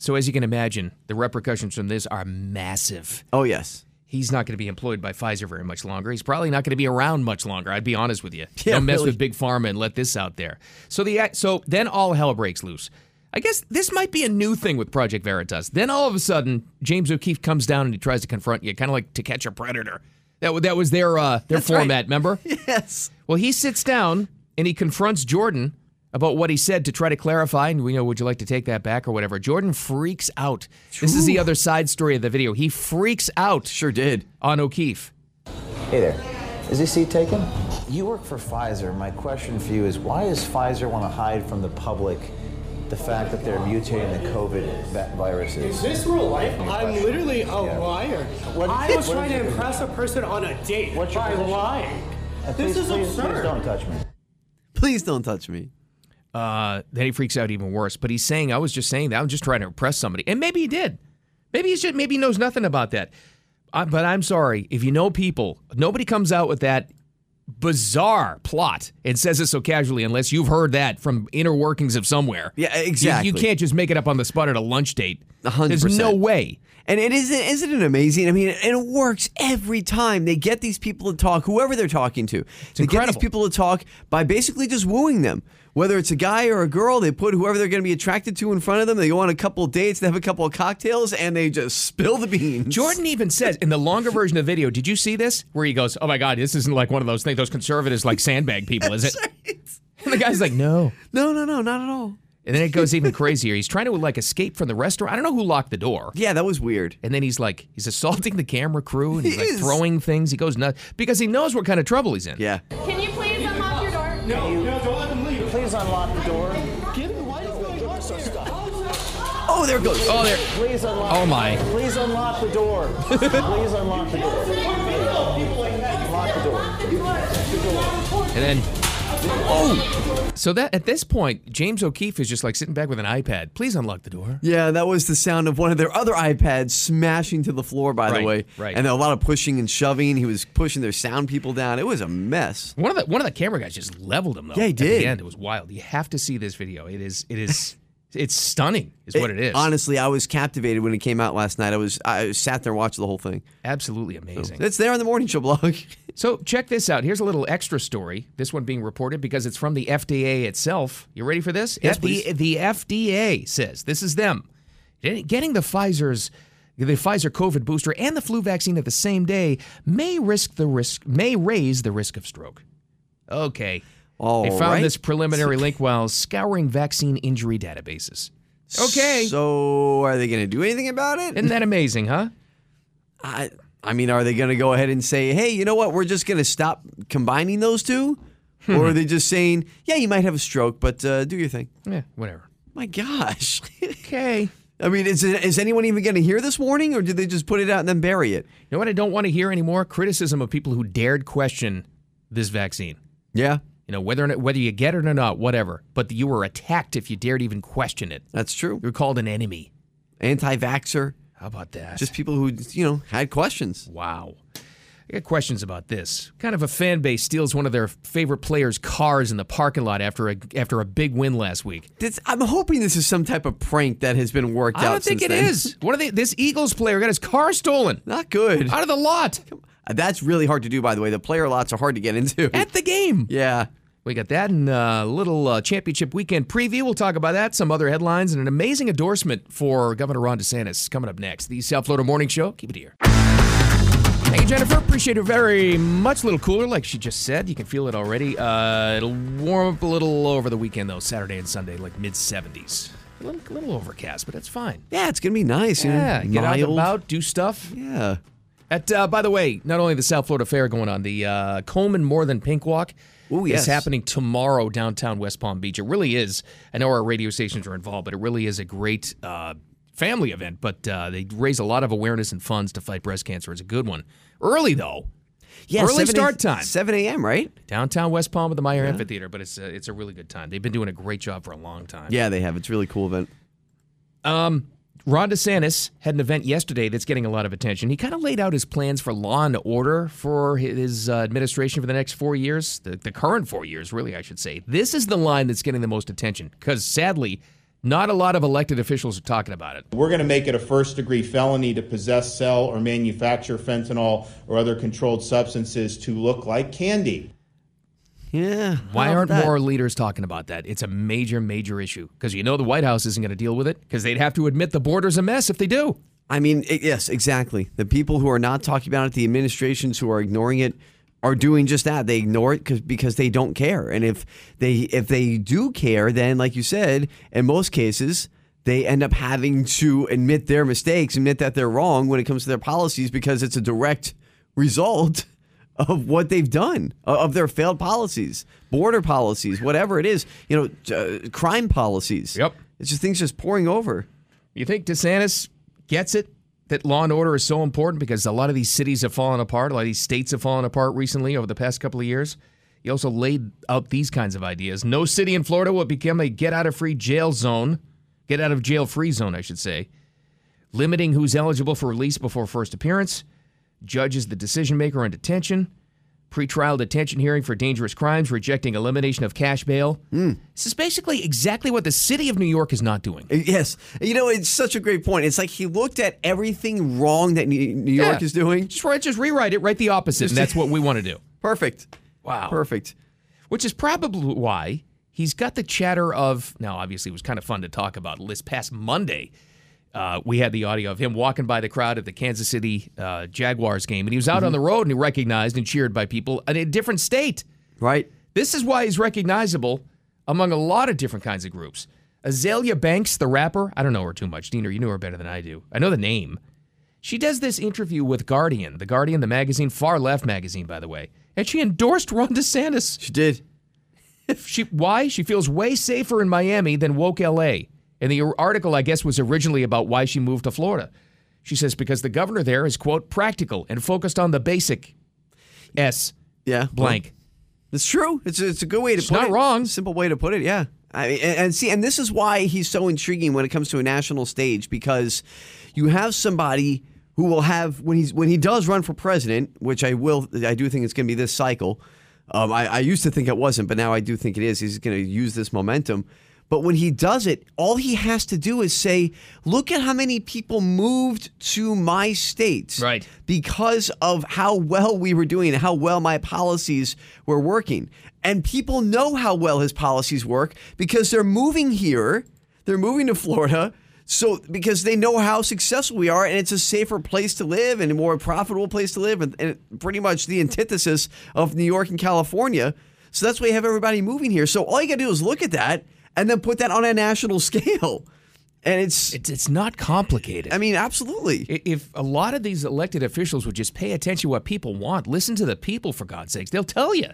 C: So, as you can imagine, the repercussions from this are massive.
D: Oh, yes.
C: he's not going to be employed by Pfizer very much longer. He's probably not going to be around much longer. I'd be honest with you.
D: Yeah,
C: Don't mess
D: really.
C: with big pharma and let this out there. So the so then all hell breaks loose. I guess this might be a new thing with Project Veritas. Then all of a sudden, James O'Keefe comes down and he tries to confront you, kind of like to catch a predator. That wa- that was their uh, their
D: right.
C: format. Remember?
D: Yes.
C: Well, he sits down and he confronts Jordan about what he said to try to clarify. And we know, would you like to take that back or whatever? Jordan freaks out. This is the other side story of the video. He freaks out
D: Sure did.
C: on O'Keefe.
J: Hey there. Is this seat taken? You work for Pfizer. My question for you is why does Pfizer want to hide from the public the fact that they're mutating the COVID va- viruses?
I: this real life? I'm literally a liar. I was trying to impress a person on a date
J: What's your
I: by
J: question?
I: lying.
J: Uh,
I: This
J: please,
I: is
J: please, Please
I: absurd.
J: don't touch me.
D: Please don't touch me.
C: Uh, then he freaks out even worse. But he's saying, I was just saying that. I'm just trying to impress somebody. And maybe he did. Maybe he's just, maybe he knows nothing about that. I, but I'm sorry. If you know people, nobody comes out with that bizarre plot and says it so casually unless you've heard that from inner workings of somewhere.
D: Yeah,
C: You- You,
D: exactly.
C: can't just make it up on the spot at a lunch date.
D: A hundred
C: There's no
D: percent.
C: way.
D: And it isn't isn't it amazing? I mean, and it works every time. They get these people to talk, whoever they're talking to. they get
C: incredible.
D: these people to talk by basically just wooing them. Whether it's a guy or a girl, they put whoever they're going to be attracted to in front of them. They go on a couple of dates, they have a couple of cocktails, and they just spill the beans.
C: Jordan even says in the longer version of the video, did you see this? Where he goes, Oh my God, this isn't like one of those things, those conservatives like sandbag people, is it? And the guy's like, No.
D: No, no, no, not at all.
C: And then it goes even crazier. He's trying to like escape from the restaurant. I don't know who locked the door.
D: Yeah, that was weird.
C: And then he's like, he's assaulting the camera crew and he's
D: He
C: like
D: is.
C: throwing things. He goes nuts because he knows what kind of trouble he's in.
D: Yeah.
K: Can you please unlock your door?
G: No, no, don't let them leave.
J: Please unlock the door.
G: Get him. What is going on?
D: Oh, there it goes.
C: Oh, there.
J: Please unlock.
C: Oh, my.
J: Please unlock the door. Please unlock the door. Lock the door.
C: And then, oh! So that at this point, James O'Keefe is just like sitting back with an iPad. Please unlock the door.
D: Yeah, that was the sound of one of their other iPads smashing to the floor, by
C: Right,
D: the way.
C: right.
D: And a lot of pushing and shoving. He was pushing their sound people down. It was a mess.
C: One of the one of the camera guys just leveled him though.
D: Yeah, he
C: at
D: did.
C: the end, it was wild. You have to see this video. It is it is it's stunning. Is what it is.
D: Honestly, I was captivated when it came out last night. I was I sat there and watched the whole thing.
C: Absolutely amazing.
D: It's there on the morning show blog.
C: So check this out. Here's a little extra story. This one being reported because it's from the FDA itself. You ready for this?
D: Yes,
C: the,
D: please.
C: the FDA says this is them getting the Pfizer's the Pfizer COVID booster and the flu vaccine at the same day may risk the risk may raise the risk of stroke. Okay.
D: All
C: they found
D: right.
C: this preliminary link while scouring vaccine injury databases. Okay.
D: So are they going to do anything about it?
C: Isn't that amazing, huh?
D: I I mean, are they going to go ahead and say, "Hey, you know what? We're just going to stop combining those two?
C: Hmm.
D: Or are they just saying, "Yeah, you might have a stroke, but uh, do your thing."
C: Yeah, whatever.
D: My gosh.
C: Okay.
D: I mean, is, it, is anyone even going to hear this warning, or did they just put it out and then bury it?
C: You know what I don't want to hear anymore? Criticism of people who dared question this vaccine.
D: Yeah,
C: You know, whether or not, whether you get it or not, whatever. But you were attacked if you dared even question it.
D: that's true.
C: You were called an enemy.
D: Anti-vaxer,
C: How about that?
D: just people who you know had questions.
C: wow. I got questions about this. Kind of a fan base steals one of their favorite players' cars in the parking lot after a after a big win last week.
D: This, I'm hoping this is some type of prank that has been worked
C: I
D: out.
C: don't think
D: since
C: it
D: then.
C: is. What are they? This Eagles player got his car stolen
D: Not good.
C: out of the lot
D: That's really hard to do, by the way. The player lots are hard to get into.
C: at the game.
D: yeah,
C: We got that and a little uh, championship weekend preview. We'll talk about that, some other headlines, and an amazing endorsement for Governor Ron DeSantis coming up next. The South Florida Morning Show. Keep it here. Hey, Jennifer. Appreciate her very much. A little cooler, like she just said. You can feel it already. Uh, it'll warm up a little over the weekend, though, Saturday and Sunday, like mid 70s. A little, a little overcast, but that's fine.
D: yeah, it's gonna be nice. you know,
C: Yeah, get out and
D: mild.
C: about, do stuff.
D: Yeah,
C: At uh, by the way, not only the South Florida Fair going on, the uh, Coleman More Than Pink Walk
D: Ooh,
C: is
D: yes.
C: happening tomorrow downtown West Palm Beach. It really is. I know our radio stations are involved, but it really is a great uh, family event. But uh, they raise a lot of awareness and funds to fight breast cancer. It's a good one. Early though,
D: yeah.
C: Early
D: 7
C: start time.
D: seven a.m. Right?
C: downtown West Palm at the Meyer Amphitheater. But it's a, it's a really good time. They've been doing a great job for a long time.
D: Yeah, they have. It's a really cool event.
C: Ron DeSantis had an event yesterday that's getting a lot of attention. He kind of laid out his plans for law and order for his uh, administration for the next four years, the, the current four years, really, I should say. This is the line that's getting the most attention because sadly, not a lot of elected officials are talking about it.
B: We're going to make it a first degree felony to possess, sell, or manufacture fentanyl or other controlled substances to look like candy.
D: Yeah.
C: Why
D: how
C: aren't
D: about that?
C: more leaders talking about that? It's a major, major issue because you know the White House isn't going to deal with it because they'd have to admit the border's a mess if they do.
D: I mean, i yes, exactly. The people who are not talking about it, the administrations who are ignoring it, are doing just that. They ignore it 'cause- because they don't care. And if they if they do care, then like you said, in most cases, they end up having to admit their mistakes, admit that they're wrong when it comes to their policies because it's a direct result of what they've done, o- of their failed policies, border policies, whatever it is, you know, uh, crime policies.
C: Yep.
D: It's just things just pouring over.
C: You think DeSantis gets it that law and order is so important because a lot of these cities have fallen apart, a lot of these states have fallen apart recently over the past couple of years? He also laid out these kinds of ideas. No city in Florida will become a get out of free jail zone, get out of jail free zone, I should say. Limiting who's eligible for release before first appearance, judges the decision maker on detention, pretrial detention hearing for dangerous crimes, rejecting elimination of cash bail. This is basically exactly what the city of New York is not doing.
D: Yes. You know, it's such a great point. It's like he looked at everything wrong that New New York
C: Yeah.
D: is doing.
C: Just write, just rewrite it, write the opposite, and that's what we want to do.
D: Perfect.
C: Wow.
D: Perfect.
C: Which is probably why he's got the chatter of. Now, obviously, it was kind of fun to talk about. This past Monday, uh, we had the audio of him walking by the crowd at the Kansas City uh, Jaguars game, and he was out
D: Mm-hmm.
C: on the road and he recognized and cheered by people in a different state.
D: Right.
C: This is why he's recognizable among a lot of different kinds of groups. Azalea Banks, the rapper, I don't know her too much. Diener, you know her better than I do. I know the name. She does this interview with Guardian, the Guardian, the magazine, far left magazine, by the way, and she endorsed Ron DeSantis.
D: She did.
C: She why? She feels way safer in Miami than woke LA. And the article, I guess, was originally about why she moved to Florida. She says because the governor there is quote practical and focused on the basic. S
D: Yeah.
C: blank.
D: It's true. It's a, it's a good way to
C: She's
D: put
C: not
D: it.
C: wrong.
D: Simple way to put it. Yeah. I mean, and, and see, and this is why he's so intriguing when it comes to a national stage because you have somebody who will have when he's when he does run for president, which I will, I do think it's going to be this cycle. Um, I, I used to think it wasn't, but now I do think it is. He's going to use this momentum. But when he does it, all he has to do is say, "Look at how many people moved to my states."
C: Right.
D: because of how well we were doing and how well my policies were working. And people know how well his policies work because they're moving here, they're moving to Florida. So, because they know how successful we are, and it's a safer place to live and a more profitable place to live, and, and pretty much the antithesis of New York and California. So, that's why you have everybody moving here. So, all you gotta do is look at that and then put that on a national scale. And it's,
C: It's it's not complicated.
D: I mean, absolutely.
C: I- If a lot of these elected officials would just pay attention to what people want, listen to the people for God's sakes, they'll tell you.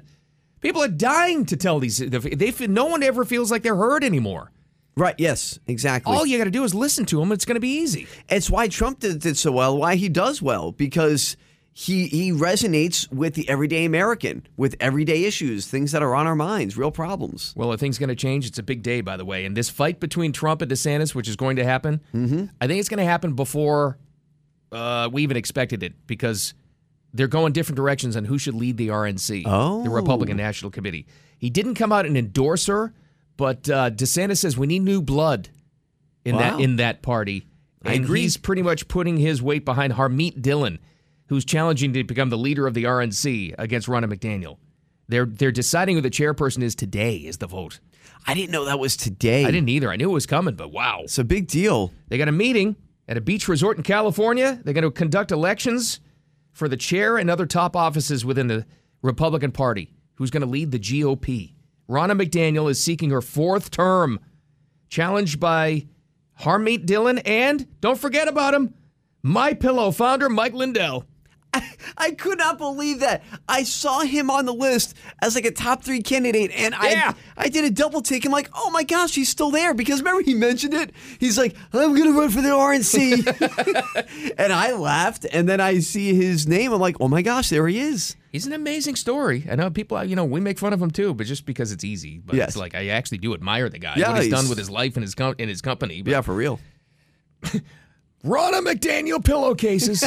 C: People are dying to tell these. They, feel- no one ever feels like they're heard anymore.
D: Right, yes, exactly.
C: All you got to do is listen to them. It's going to be easy.
D: It's why Trump did, did so well, why he does well, because he he resonates with the everyday American, with everyday issues, things that are on our minds, real problems.
C: Well, are things going to change? It's a big day, by the way. And this fight between Trump and DeSantis, which is going to happen, I think it's going to happen before uh, we even expected it because they're going different directions on who should lead the RNC, the Republican National Committee. He didn't come out and endorse her, but uh, DeSantis says we need new blood in
D: Wow.
C: that in that party.
D: I
C: And
D: agree.
C: he's pretty much putting his weight behind Harmeet Dillon, who's challenging to become the leader of the RNC against Ronna McDaniel. They're they're deciding who the chairperson is today is the vote.
D: I didn't know that was today.
C: I didn't either. I knew it was coming, but wow.
D: It's a big deal.
C: They got a meeting at a beach resort in California. They're going to conduct elections for the chair and other top offices within the Republican Party. Who's going to lead the GOP? Ronna McDaniel is seeking her fourth term, challenged by Harmeet Dillon and don't forget about him, My Pillow founder Mike Lindell.
D: I could not believe that. I saw him on the list as like a top three candidate, and
C: Yeah.
D: I I did a double take. I'm like, oh my gosh, he's still there because remember he mentioned it. He's like, I'm gonna run for the RNC, and I laughed. And then I see his name. I'm like, oh my gosh, there he is.
C: He's an amazing story. I know people, you know, we make fun of him too, but just because it's easy. But
D: Yes.
C: it's like I actually do admire the guy.
D: Yeah,
C: what he's,
D: he's-
C: done with his life and his com- and his company. But
D: Yeah, for real.
C: Ronna McDaniel pillowcases.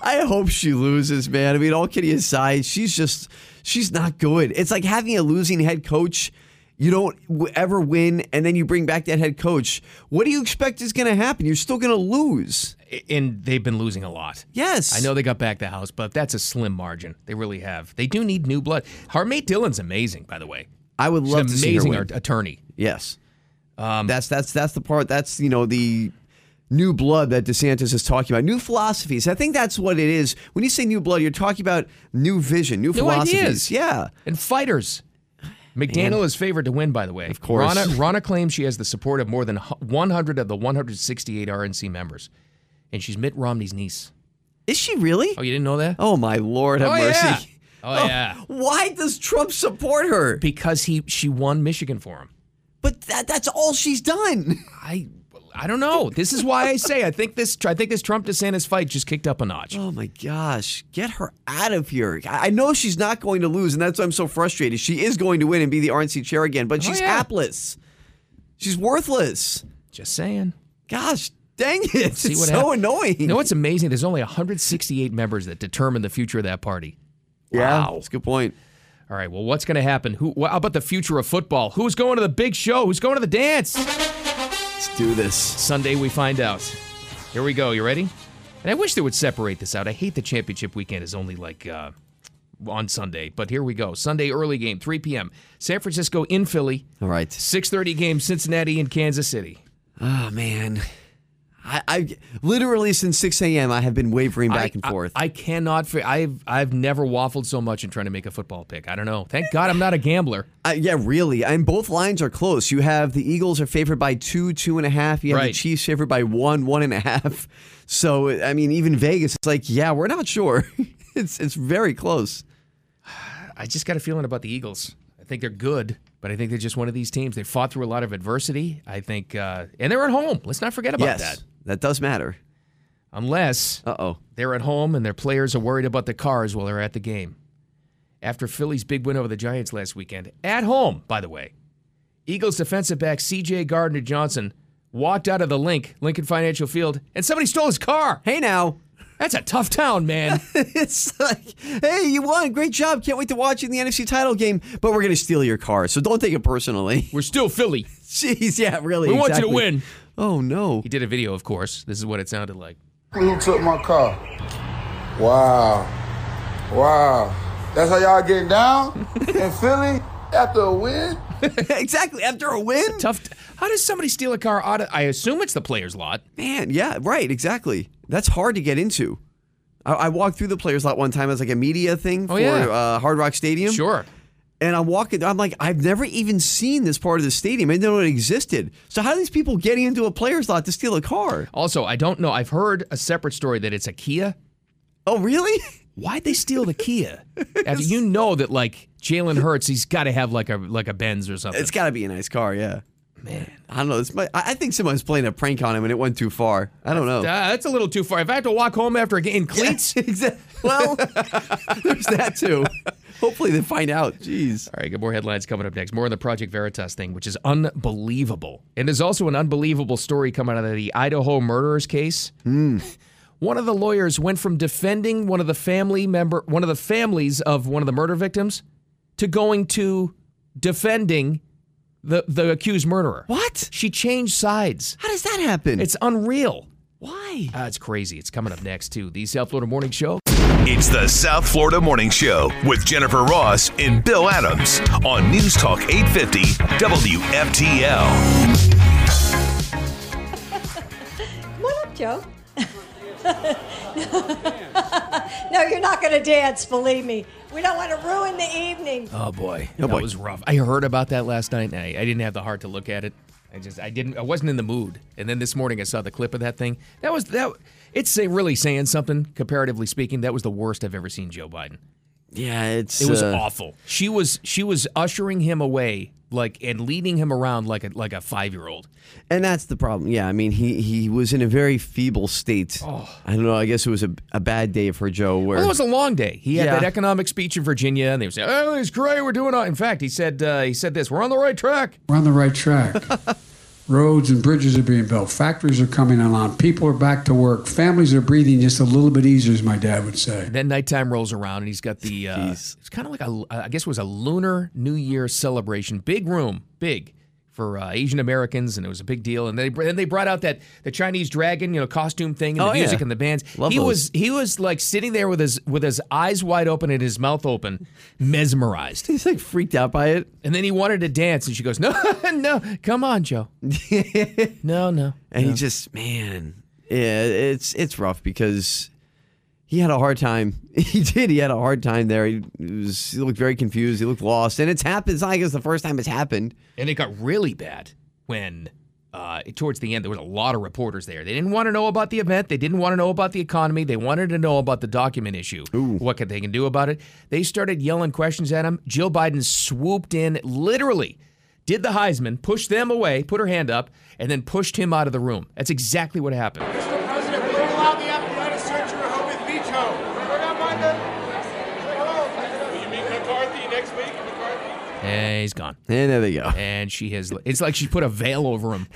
D: I hope she loses, man. I mean, all kidding aside, she's just she's not good. It's like having a losing head coach. You don't w- ever win, and then you bring back that head coach. What do you expect is going to happen? You're still going to lose.
C: and they've been losing a lot.
D: Yes,
C: I know they got back the house, but that's a slim margin. They really have. They do need new blood. Harmate Dillon's amazing, by the way.
D: I would
C: She's
D: love
C: an
D: to
C: amazing Um,
D: see her win.
C: art- attorney.
D: yes, that's that's that's the part. That's you know the new blood that DeSantis is talking about. New philosophies. I think that's what it is. When you say new blood, you're talking about new vision, new,
C: New
D: philosophies.
C: ideas.
D: Yeah,
C: And fighters. McDaniel is favored to win, by the way. Of
D: course.
C: Rana, Rana claims she has the support of more than hu- 100 of the 168 RNC members. And she's Mitt Romney's niece.
D: is she really?
C: Oh, you didn't know that?
D: Oh my lord, have
C: Oh,
D: mercy.
C: yeah. Oh, yeah.
D: Why does Trump support her?
C: Because he she won Michigan for him.
D: But that, that's all she's done.
C: I I don't know. This is why I say I think this I think this Trump DeSantis fight just kicked up a notch.
D: Oh my gosh, get her out of here. I I know she's not going to lose, and that's why I'm so frustrated. She is going to win and be the RNC chair again, but she's
C: yeah.
D: hapless. She's worthless.
C: Just saying.
D: Gosh Dang it! It's
C: See what
D: so
C: happens.
D: annoying.
C: You know what's amazing? There's only 168 members that determine the future of that party.
D: Yeah,
C: wow.
D: that's a good point.
C: All right, well, what's going to happen? Who? wh- How about the future of football? Who's going to the big show? Who's going to the dance? Let's
D: do this.
C: Sunday we find out. Here we go. You ready? And I wish they would separate this out. I hate the championship weekend is only like uh, on Sunday, but here we go. Sunday early game, 3 p.m. San Francisco in Philly.
D: All right.
C: 6:30 game, Cincinnati in Kansas City.
D: Oh man, I, I literally since 6 a.m. I have been wavering back
C: I-
D: and
C: I-
D: forth.
C: I, cannot. fi- I've I've never waffled so much in trying to make a football pick. I don't know. Thank God I'm not a gambler.
D: Uh, yeah, really. And both lines are close. You have the Eagles are favored by two, two and a half. You have the
C: Right.
D: Chiefs favored by one, one and a half. So I mean, even Vegas, it's like, yeah, we're not sure. it's it's very close.
C: I just got a feeling about the Eagles. I think they're good, but I think they're just one of these teams. They fought through a lot of adversity. I think, uh, and they're at home. Let's not forget about
D: yes,
C: that.
D: does matter.
C: Unless
D: uh-oh,
C: they're at home and their players are worried about the cars while they're at the game. After Philly's big win over the Giants last weekend, at home, by the way, Eagles defensive back C.J. Gardner Johnson walked out of the link, Lincoln Financial Field, and somebody stole his car.
D: Hey, now.
C: That's a tough town, man.
D: it's like, hey, you won, great job. Can't wait to watch you in the NFC title game. But we're gonna steal your car, so don't take it personally.
C: We're still Philly.
D: Jeez, yeah, really.
C: We want you to
D: exactly.
C: win.
D: Oh no.
C: He did a video, of course. This is what it sounded like.
L: Who took my car? Wow. Wow. That's how y'all getting down in Philly after a win?
D: exactly. After a win?
C: tough. How does somebody steal a car out of. I assume it's the player's lot.
D: Man, yeah, right, exactly. That's hard to get into. I, I walked through the players lot one time as like a media thing
C: Oh,
D: for
C: yeah.
D: uh, Hard Rock Stadium.
C: Sure.
D: And I'm walking. I'm like, I've never even seen this part of the stadium. I didn't know it existed. So how are these people getting into a players lot to steal a car?
C: Also, I don't know. I've heard a separate story that it's a Kia.
D: Oh, really?
C: Why'd they steal the Kia? After you know that, like Jalen Hurts, he's got to have like a like a Benz or something.
D: It's got to be a nice car, yeah. Man, I don't know. This might, I I think someone's playing a prank on him and it went too far. I don't know.
C: Ah, that's a little too far. If I have to walk home after a game in cleats,
D: well, there's that too. Hopefully they find out. Jeez.
C: All right, good more headlines coming up next. More on the Project Veritas thing, which is unbelievable. And there's also an unbelievable story coming out of the Idaho murderers case. One of the lawyers went from defending one of the family member, one of the families of one of the murder victims, to going to defending the the accused murderer.
D: What?
C: She changed sides.
D: How does that happen?
C: It's unreal.
D: Why?
C: Ah, it's crazy. It's coming up next too. The South Florida Morning Show.
A: It's the South Florida Morning Show with Jennifer Ross and Bill Adams on News Talk 850 WFTL.
F: What up, Joe? no, you're not going to dance, believe me. We don't want to ruin the evening.
C: Oh boy,
D: Oh,
C: that
D: boy.
C: was rough. I heard about that last night, and I, I didn't have the heart to look at it. I just, I didn't, I wasn't in the mood. And then this morning, I saw the clip of that thing. That was that. It's say, really saying something, comparatively speaking. That was the worst I've ever seen Joe Biden.
D: Yeah, it's
C: It was
D: uh,
C: awful. She was, she was ushering him away, like, and leading him around like a like a five year old.
D: And that's the problem. Yeah, I mean, he he was in a very feeble state. I don't know. I guess it was a, a bad day for Joe. Where
C: Well, it was a long day. He had
D: Yeah.
C: that economic speech in Virginia, and they were saying, "Oh, it's great. We're doing." All. In fact, he said, uh, he said this: "We're on the right track."
E: We're on the right track. Roads and bridges are being built. Factories are coming online. People are back to work. Families are breathing just a little bit easier, as my dad would say.
C: Then nighttime rolls around, and he's got the. Uh, it's kind of like a, uh, I guess it was a lunar New Year celebration. Big room, big for uh, Asian Americans, and it was a big deal. And they then they brought out that the Chinese dragon, you know, costume thing, and
D: Oh,
C: the music
D: yeah.
C: and the bands.
D: Love
C: he
D: those.
C: was he was like sitting there with his with his eyes wide open and his mouth open, mesmerized.
D: He's like freaked out by it.
C: And then he wanted to dance, and she goes, "No, no, come on, Joe. no, no."
D: And he just, man, yeah, it's it's rough because he had a hard time. He did. He had a hard time there. He, was, he looked very confused. He looked lost. And it's happened. It's not like it's the first time it's happened.
C: And it got really bad when uh, towards the end there was a lot of reporters there. They didn't want to know about the event. They didn't want to know about the economy. They wanted to know about the document issue. What could they can do about it? They started yelling questions at him. Jill Biden swooped in, literally did the Heisman, pushed them away, put her hand up, and then pushed him out of the room. That's exactly what happened.
G: Mr. President, we don't allow the FBI to search your home with veto. We're not minded. Say hello. Will you meet McCarthy next week? McCarthy?
C: And he's gone.
D: And there they go.
C: And she has. It's like she put a veil over him.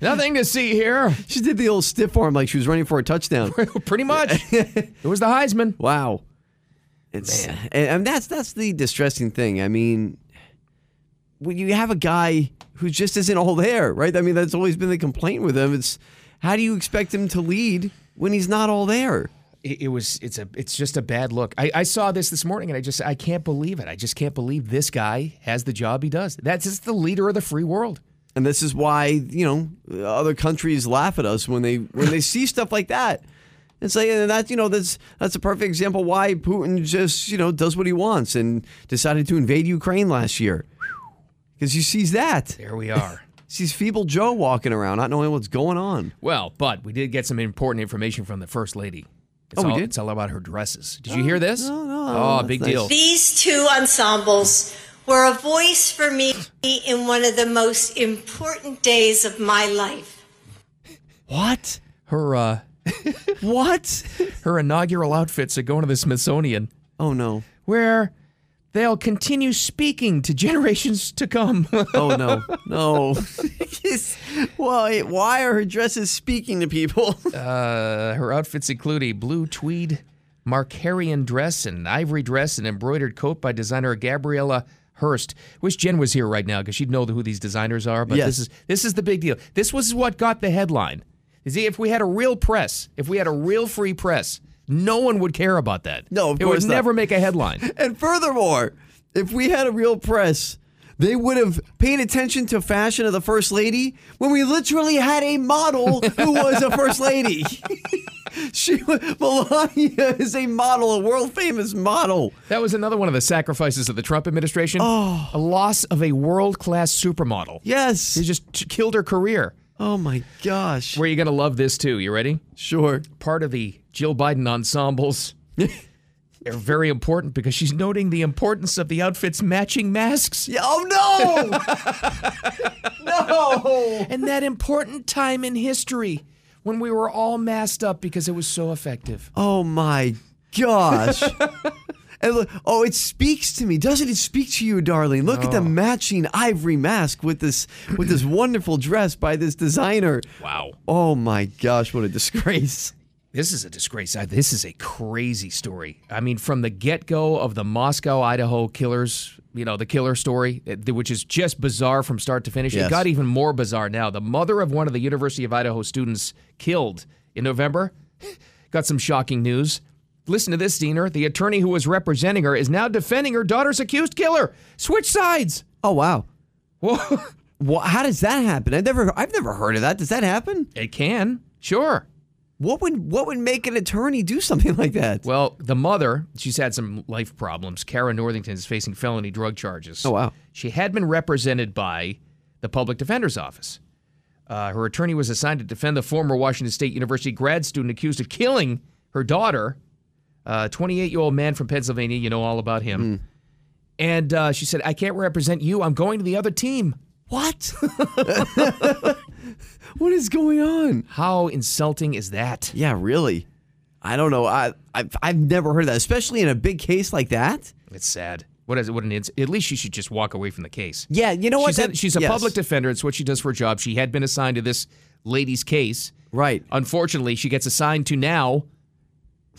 C: Nothing to see here.
D: She did the old stiff arm like she was running for a touchdown.
C: Pretty much. it was the Heisman.
D: Wow. It's and, and that's that's the distressing thing. I mean, when you have a guy who just isn't all there, right? I mean, that's always been the complaint with him. It's how do you expect him to lead when he's not all there?
C: It, it was. It's a. It's just a bad look. I, I saw this this morning, and I just. I can't believe it. I just can't believe this guy has the job he does. That's just the leader of the free world.
D: And this is why you know other countries laugh at us when they when they see stuff like that. And say and that's you know that's that's a perfect example why Putin just you know does what he wants and decided to invade Ukraine last year because he sees that.
C: There we are.
D: sees feeble Joe walking around, not knowing what's going on.
C: Well, but we did get some important information from the first lady. It's
D: Oh, we
C: all,
D: did?
C: It's all about her dresses. Did you hear this? No, no. Oh, big deal.
M: These two ensembles were a voice for me in one of the most important days of my life.
D: What?
C: Her uh
D: What?
C: Her inaugural outfits are going to the Smithsonian.
D: Oh no.
C: Where they'll continue speaking to generations to come.
D: Oh no, no. why? Why are her dresses speaking to people?
C: uh, her outfits include a blue tweed Markarian dress and ivory dress and embroidered coat by designer Gabriella Hurst. Wish Jen was here right now because she'd know who these designers are. But
D: Yes.
C: this is this is the big deal. This was what got the headline. You see, if we had a real press, if we had a real free press, no one would care about that. No,
D: of
C: it
D: course
C: would
D: not.
C: never make a headline.
D: And furthermore, if we had a real press, they would have paid attention to fashion of the first lady when we literally had a model who was a first lady. she wa- Melania is a model, a world famous model.
C: That was another one of the sacrifices of the Trump administration. Oh. A loss of a world class supermodel.
D: Yes.
C: He just t- killed her career.
D: Oh my gosh.
C: Where you going to love this too. You ready?
D: Sure.
C: Part of the Jill Biden ensembles. They're very important because she's noting the importance of the outfits matching masks.
D: Yeah, oh no! no!
C: And that important time in history when we were all masked up because it was so effective.
D: Oh my gosh. and look, oh, it speaks to me. Doesn't it speak to you, darling? Look at the matching ivory mask with this with this wonderful dress by this designer.
C: Wow.
D: Oh my gosh, what a disgrace.
C: This is a disgrace. I- This is a crazy story. I mean, from the get go of the Moscow, Idaho killers, you know, the killer story, eh, which is just bizarre from start to finish.
D: Yes.
C: It got even more bizarre now. The mother of one of the University of Idaho students killed in November got some shocking news. Listen to this, Diener. The attorney who was representing her is now defending her daughter's accused killer. Switch sides.
D: Oh wow.
C: Whoa.
D: Well, how does that happen? I've never I've never heard of that. Does that happen?
C: It can. Sure.
D: What would what would make an attorney do something like that?
C: Well, the mother, she's had some life problems. Kara Northington is facing felony drug charges.
D: Oh, wow.
C: She had been represented by the public defender's office. Uh, her attorney was assigned to defend the former Washington State University grad student accused of killing her daughter, a 28 year old man from Pennsylvania. You know all about
D: Mm.
C: him. And uh, she said, I can't represent you. I'm going to the other team.
D: What? what is going on?
C: How insulting is that?
D: Yeah, really. I don't know. I I've, I've never heard of that, especially in a big case like that.
C: It's sad. What is it? What an ins- At least she should just walk away from the case.
D: Yeah, you know what?
C: She's, a-
D: That-
C: she's a
D: yes.
C: public defender. It's what she does for a job. She had been assigned to this lady's case.
D: Right.
C: Unfortunately, she gets assigned to now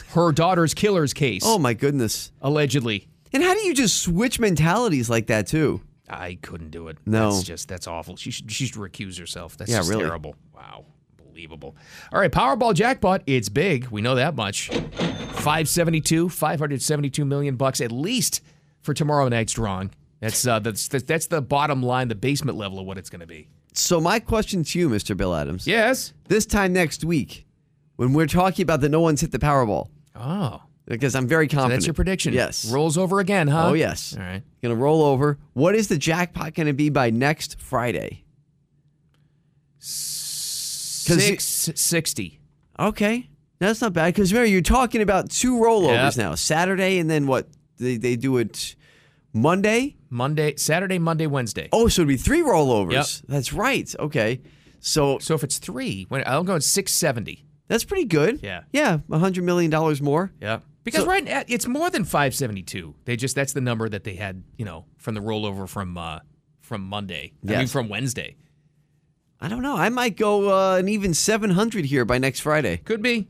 C: her daughter's killer's case.
D: Oh my goodness.
C: allegedly.
D: And how do you just switch mentalities like that too?
C: I couldn't do it.
D: No.
C: that's just that's awful. She should she should recuse herself. That's
D: Yeah,
C: just
D: really.
C: terrible. Wow, believable. All right, Powerball jackpot. It's big. We know that much. 572, 572 million bucks at least for tomorrow night's drawing. That's uh, that's that's the bottom line, the basement level of what it's going to be.
D: So my question to you, Mr. Bill Adams.
C: Yes.
D: This time next week, when we're talking about that no one's hit the Powerball,
C: Oh,
D: because I'm very
C: so
D: confident.
C: that's your prediction.
D: Yes.
C: rolls over again, huh?
D: Oh yes.
C: All right.
D: Gonna roll over. What is the jackpot gonna be by next Friday?
C: Six sixty.
D: Okay. That's not bad because remember you're talking about two
C: Yep.
D: rollovers now. Saturday and then what? They they do it Monday.
C: Monday, Saturday, Monday, Wednesday.
D: Oh, so it'd be three rollovers.
C: Yep.
D: That's right. Okay. So
C: So if it's three, when, I'm going six seventy.
D: that's pretty good.
C: Yeah.
D: Yeah. a $100 million more.
C: Yeah. Because
D: So-
C: right now it's more than 572. They just that's the number that they had, you know, from the rollover from uh from Monday. I mean
D: Yes.
C: from Wednesday.
D: I don't know. I might go uh, an even 700 here by next Friday.
C: Could be.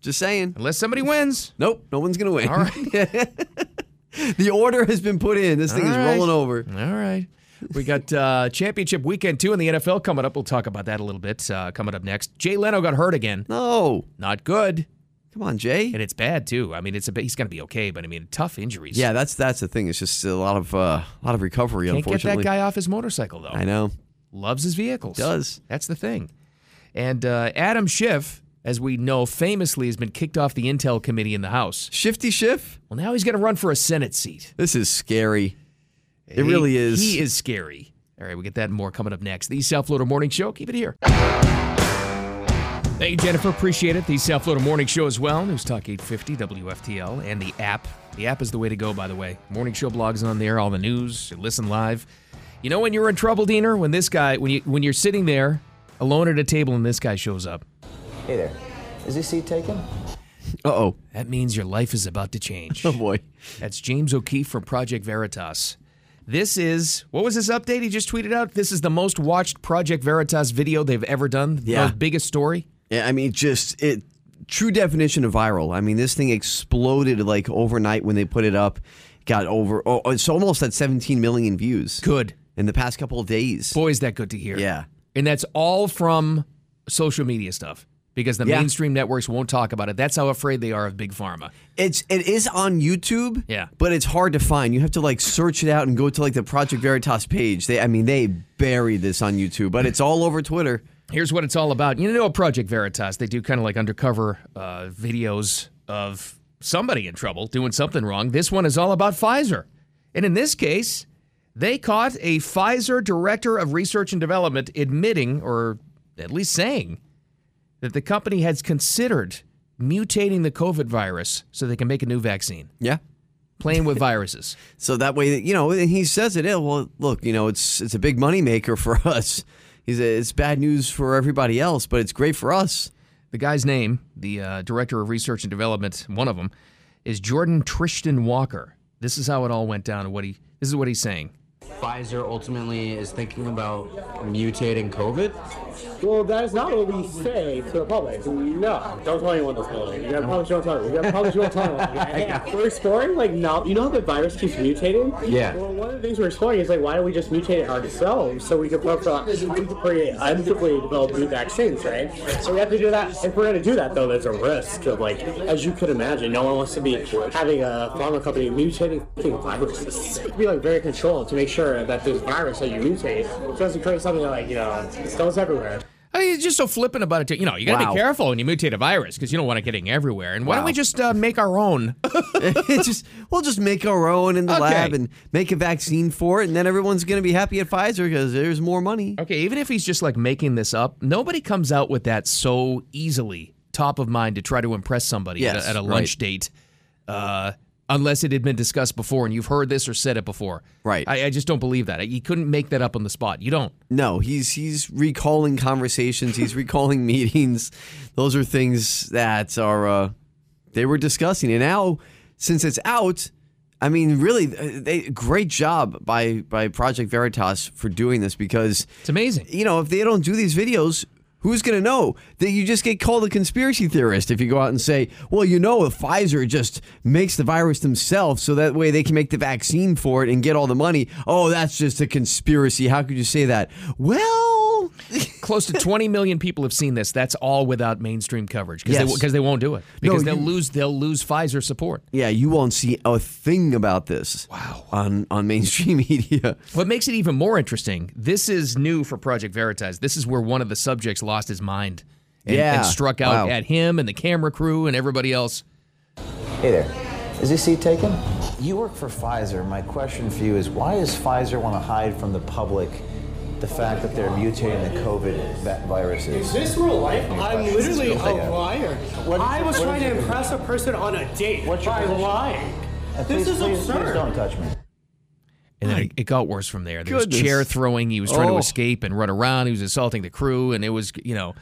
D: Just saying.
C: Unless somebody wins.
D: Nope, no one's going to win.
C: All
D: right. the order has been put in. This thing
C: All
D: is
C: right.
D: rolling over.
C: All right. We got uh, championship weekend two in the NFL coming up. We'll talk about that a little bit uh, coming up next. Jay Leno got hurt again.
D: No,
C: not good.
D: Come on, Jay.
C: And it's bad too. I mean, it's a bit, he's going to be okay, but I mean, tough injuries.
D: Yeah, that's that's the thing. It's just a lot of uh, a lot of recovery,
C: can't get that
D: unfortunately.
C: guy off his motorcycle though.
D: I know.
C: Loves his vehicles.
D: Does.
C: That's the thing. And uh, Adam Schiff, as we know, famously has been kicked off the Intel committee in the House.
D: Shifty Schiff.
C: Well, now he's going to run for a Senate seat.
D: This is scary. It
C: He-
D: really is.
C: He is scary. All right, we get that and more coming up next. The South Florida Morning Show. Keep it here. Hey, Jennifer. Appreciate it. The South Florida Morning Show as well. News Talk 850, WFTL, and the app. The app is the way to go, by the way. Morning Show blogs on there, all the news, you listen live. You know when you're in trouble, Diener? When this guy, when, you, when you're sitting there alone at a table and this guy shows up.
J: Hey there. Is this seat taken?
D: Uh oh.
C: That means your life is about to change.
D: Oh, boy.
C: That's James O'Keefe from Project Veritas. This is, what was this update he just tweeted out? This is the most watched Project Veritas video they've ever done. The
D: Yeah.
C: most biggest story.
D: Yeah, I mean, just it. True definition of viral. I mean, this thing exploded like overnight when they put it up. Got over. Oh, it's almost at 17 million views.
C: Good
D: in the past couple of days.
C: Boy, is that good to hear.
D: Yeah.
C: And that's all from social media stuff because the
D: Yeah.
C: mainstream networks won't talk about it. That's how afraid they are of big pharma.
D: It's it is on YouTube.
C: Yeah.
D: But it's hard to find. You have to like search it out and go to like the Project Veritas page. They I mean they buried this on YouTube, but it's all over Twitter.
C: Here's what it's all about. You know, Project Veritas, they do kind of like undercover uh, videos of somebody in trouble doing something wrong. This one is all about Pfizer. And in this case, they caught a Pfizer director of research and development admitting, or at least saying, that the company has considered mutating the COVID virus so they can make a new vaccine,
D: Yeah.
C: playing with viruses.
D: So that way, you know, and he says it. "Yeah, Well, look, you know, it's it's a big moneymaker for us. He's it's bad news for everybody else, but it's great for us.
C: The guy's name, the uh, director of research and development, one of them, is Jordan Trishton Walker. This is how it all went down. and What he this is what he's saying.
H: Pfizer ultimately is thinking about mutating COVID.
I: Well, that is not what we say to the public. No, don't tell anyone this morning. You gotta publish your own timeline. You gotta publish your own timeline. Yeah. We're exploring like now. You know how the virus keeps mutating.
H: Yeah.
I: Well, one of the things we're exploring is like, why don't we just mutate it ourselves so we can pro- pro- create unproperly develop new vaccines, right? So we have to do that. If we're gonna do that, though, there's a risk of like, as you could imagine, no one wants to be having a pharma company mutating fucking viruses. It'd be like very controlled to make sure that this virus that you mutate doesn't create something that like you know it goes everywhere.
C: I mean, he's just so flippant about it. Too. You know, you gotta
D: Wow.
C: be careful when you mutate a virus because you don't want it getting everywhere. And why don't
D: Wow.
C: we just uh, make our own?
D: it's just we'll just make our own in the
C: Okay.
D: lab and make a vaccine for it, and then everyone's gonna be happy at Pfizer because there's more money.
C: okay, even if he's just like making this up, nobody comes out with that so easily, top of mind to try to impress somebody
D: Yes,
C: at, a, at a
D: right.
C: lunch date, uh, unless it had been discussed before and you've heard this or said it before.
D: Right.
C: I, I just don't believe that. You couldn't make that up on the spot. You don't.
D: No, he's he's recalling conversations. He's recalling meetings. Those are things that are uh, they were discussing, and now since it's out, I mean, really, uh, they great job by by Project Veritas for doing this because
C: It's amazing.
D: you know if they don't do these videos. Who's going to know that you just get called a conspiracy theorist if you go out and say, well, you know, if Pfizer just makes the virus themselves so that way they can make the vaccine for it and get all the money. Oh, that's just a conspiracy. How could you say that? Well,
C: Close to 20 million people have seen this. That's all without mainstream coverage because
D: Yes.
C: they, 'cause they won't do it
D: No,
C: because they'll
D: you-
C: lose they'll lose Pfizer support.
D: yeah, you won't see a thing about this. Wow. On on mainstream media.
C: What makes it even more interesting, this is new for Project Veritas. This is where one of the subjects lost his mind and,
D: Yeah.
C: and struck out
D: Wow.
C: at him and the camera crew and everybody else.
J: Hey there. Is this seat taken? You work for Pfizer. My question for you is why does Pfizer want to hide from the public the fact that they're mutating the COVID va- viruses?
G: Is this real life?
I: I'm
J: It's
I: literally a
J: real life.
I: liar. I was
J: what
I: trying to
J: is your-
I: impress a person on a date by
J: position?
I: lying.
J: Uh,
I: This
J: please-
I: is
J: please- Please
I: absurd.
J: don't touch me.
C: And then it, it got worse from there. There
D: Goodness.
C: was chair throwing. He was trying to
D: Oh.
C: escape and run around. He was assaulting the crew. And it was, you know,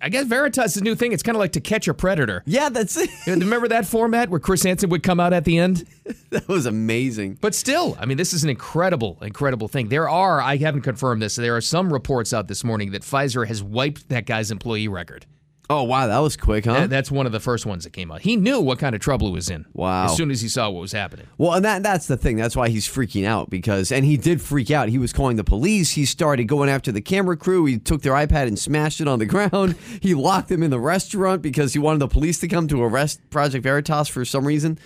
C: I guess Veritas is a new thing. It's kind of like to catch a predator.
D: Yeah, that's it.
C: Remember that format where Chris Hansen would come out at the end?
D: that was amazing.
C: But still, I mean, this is an incredible, incredible thing. There are, I haven't confirmed this, there are some reports out this morning that Pfizer has wiped that guy's employee record.
D: Oh, wow. That was quick, huh?
C: That- that's one of the first ones that came out. He knew what kind of trouble he was in.
D: Wow.
C: As soon as he saw what was happening.
D: Well, and that that's the thing. That's why he's freaking out because and he did freak out. He was calling the police. He started going after the camera crew. He took their iPad and smashed it on the ground. He locked them in the restaurant because he wanted the police to come to arrest Project Veritas for some reason.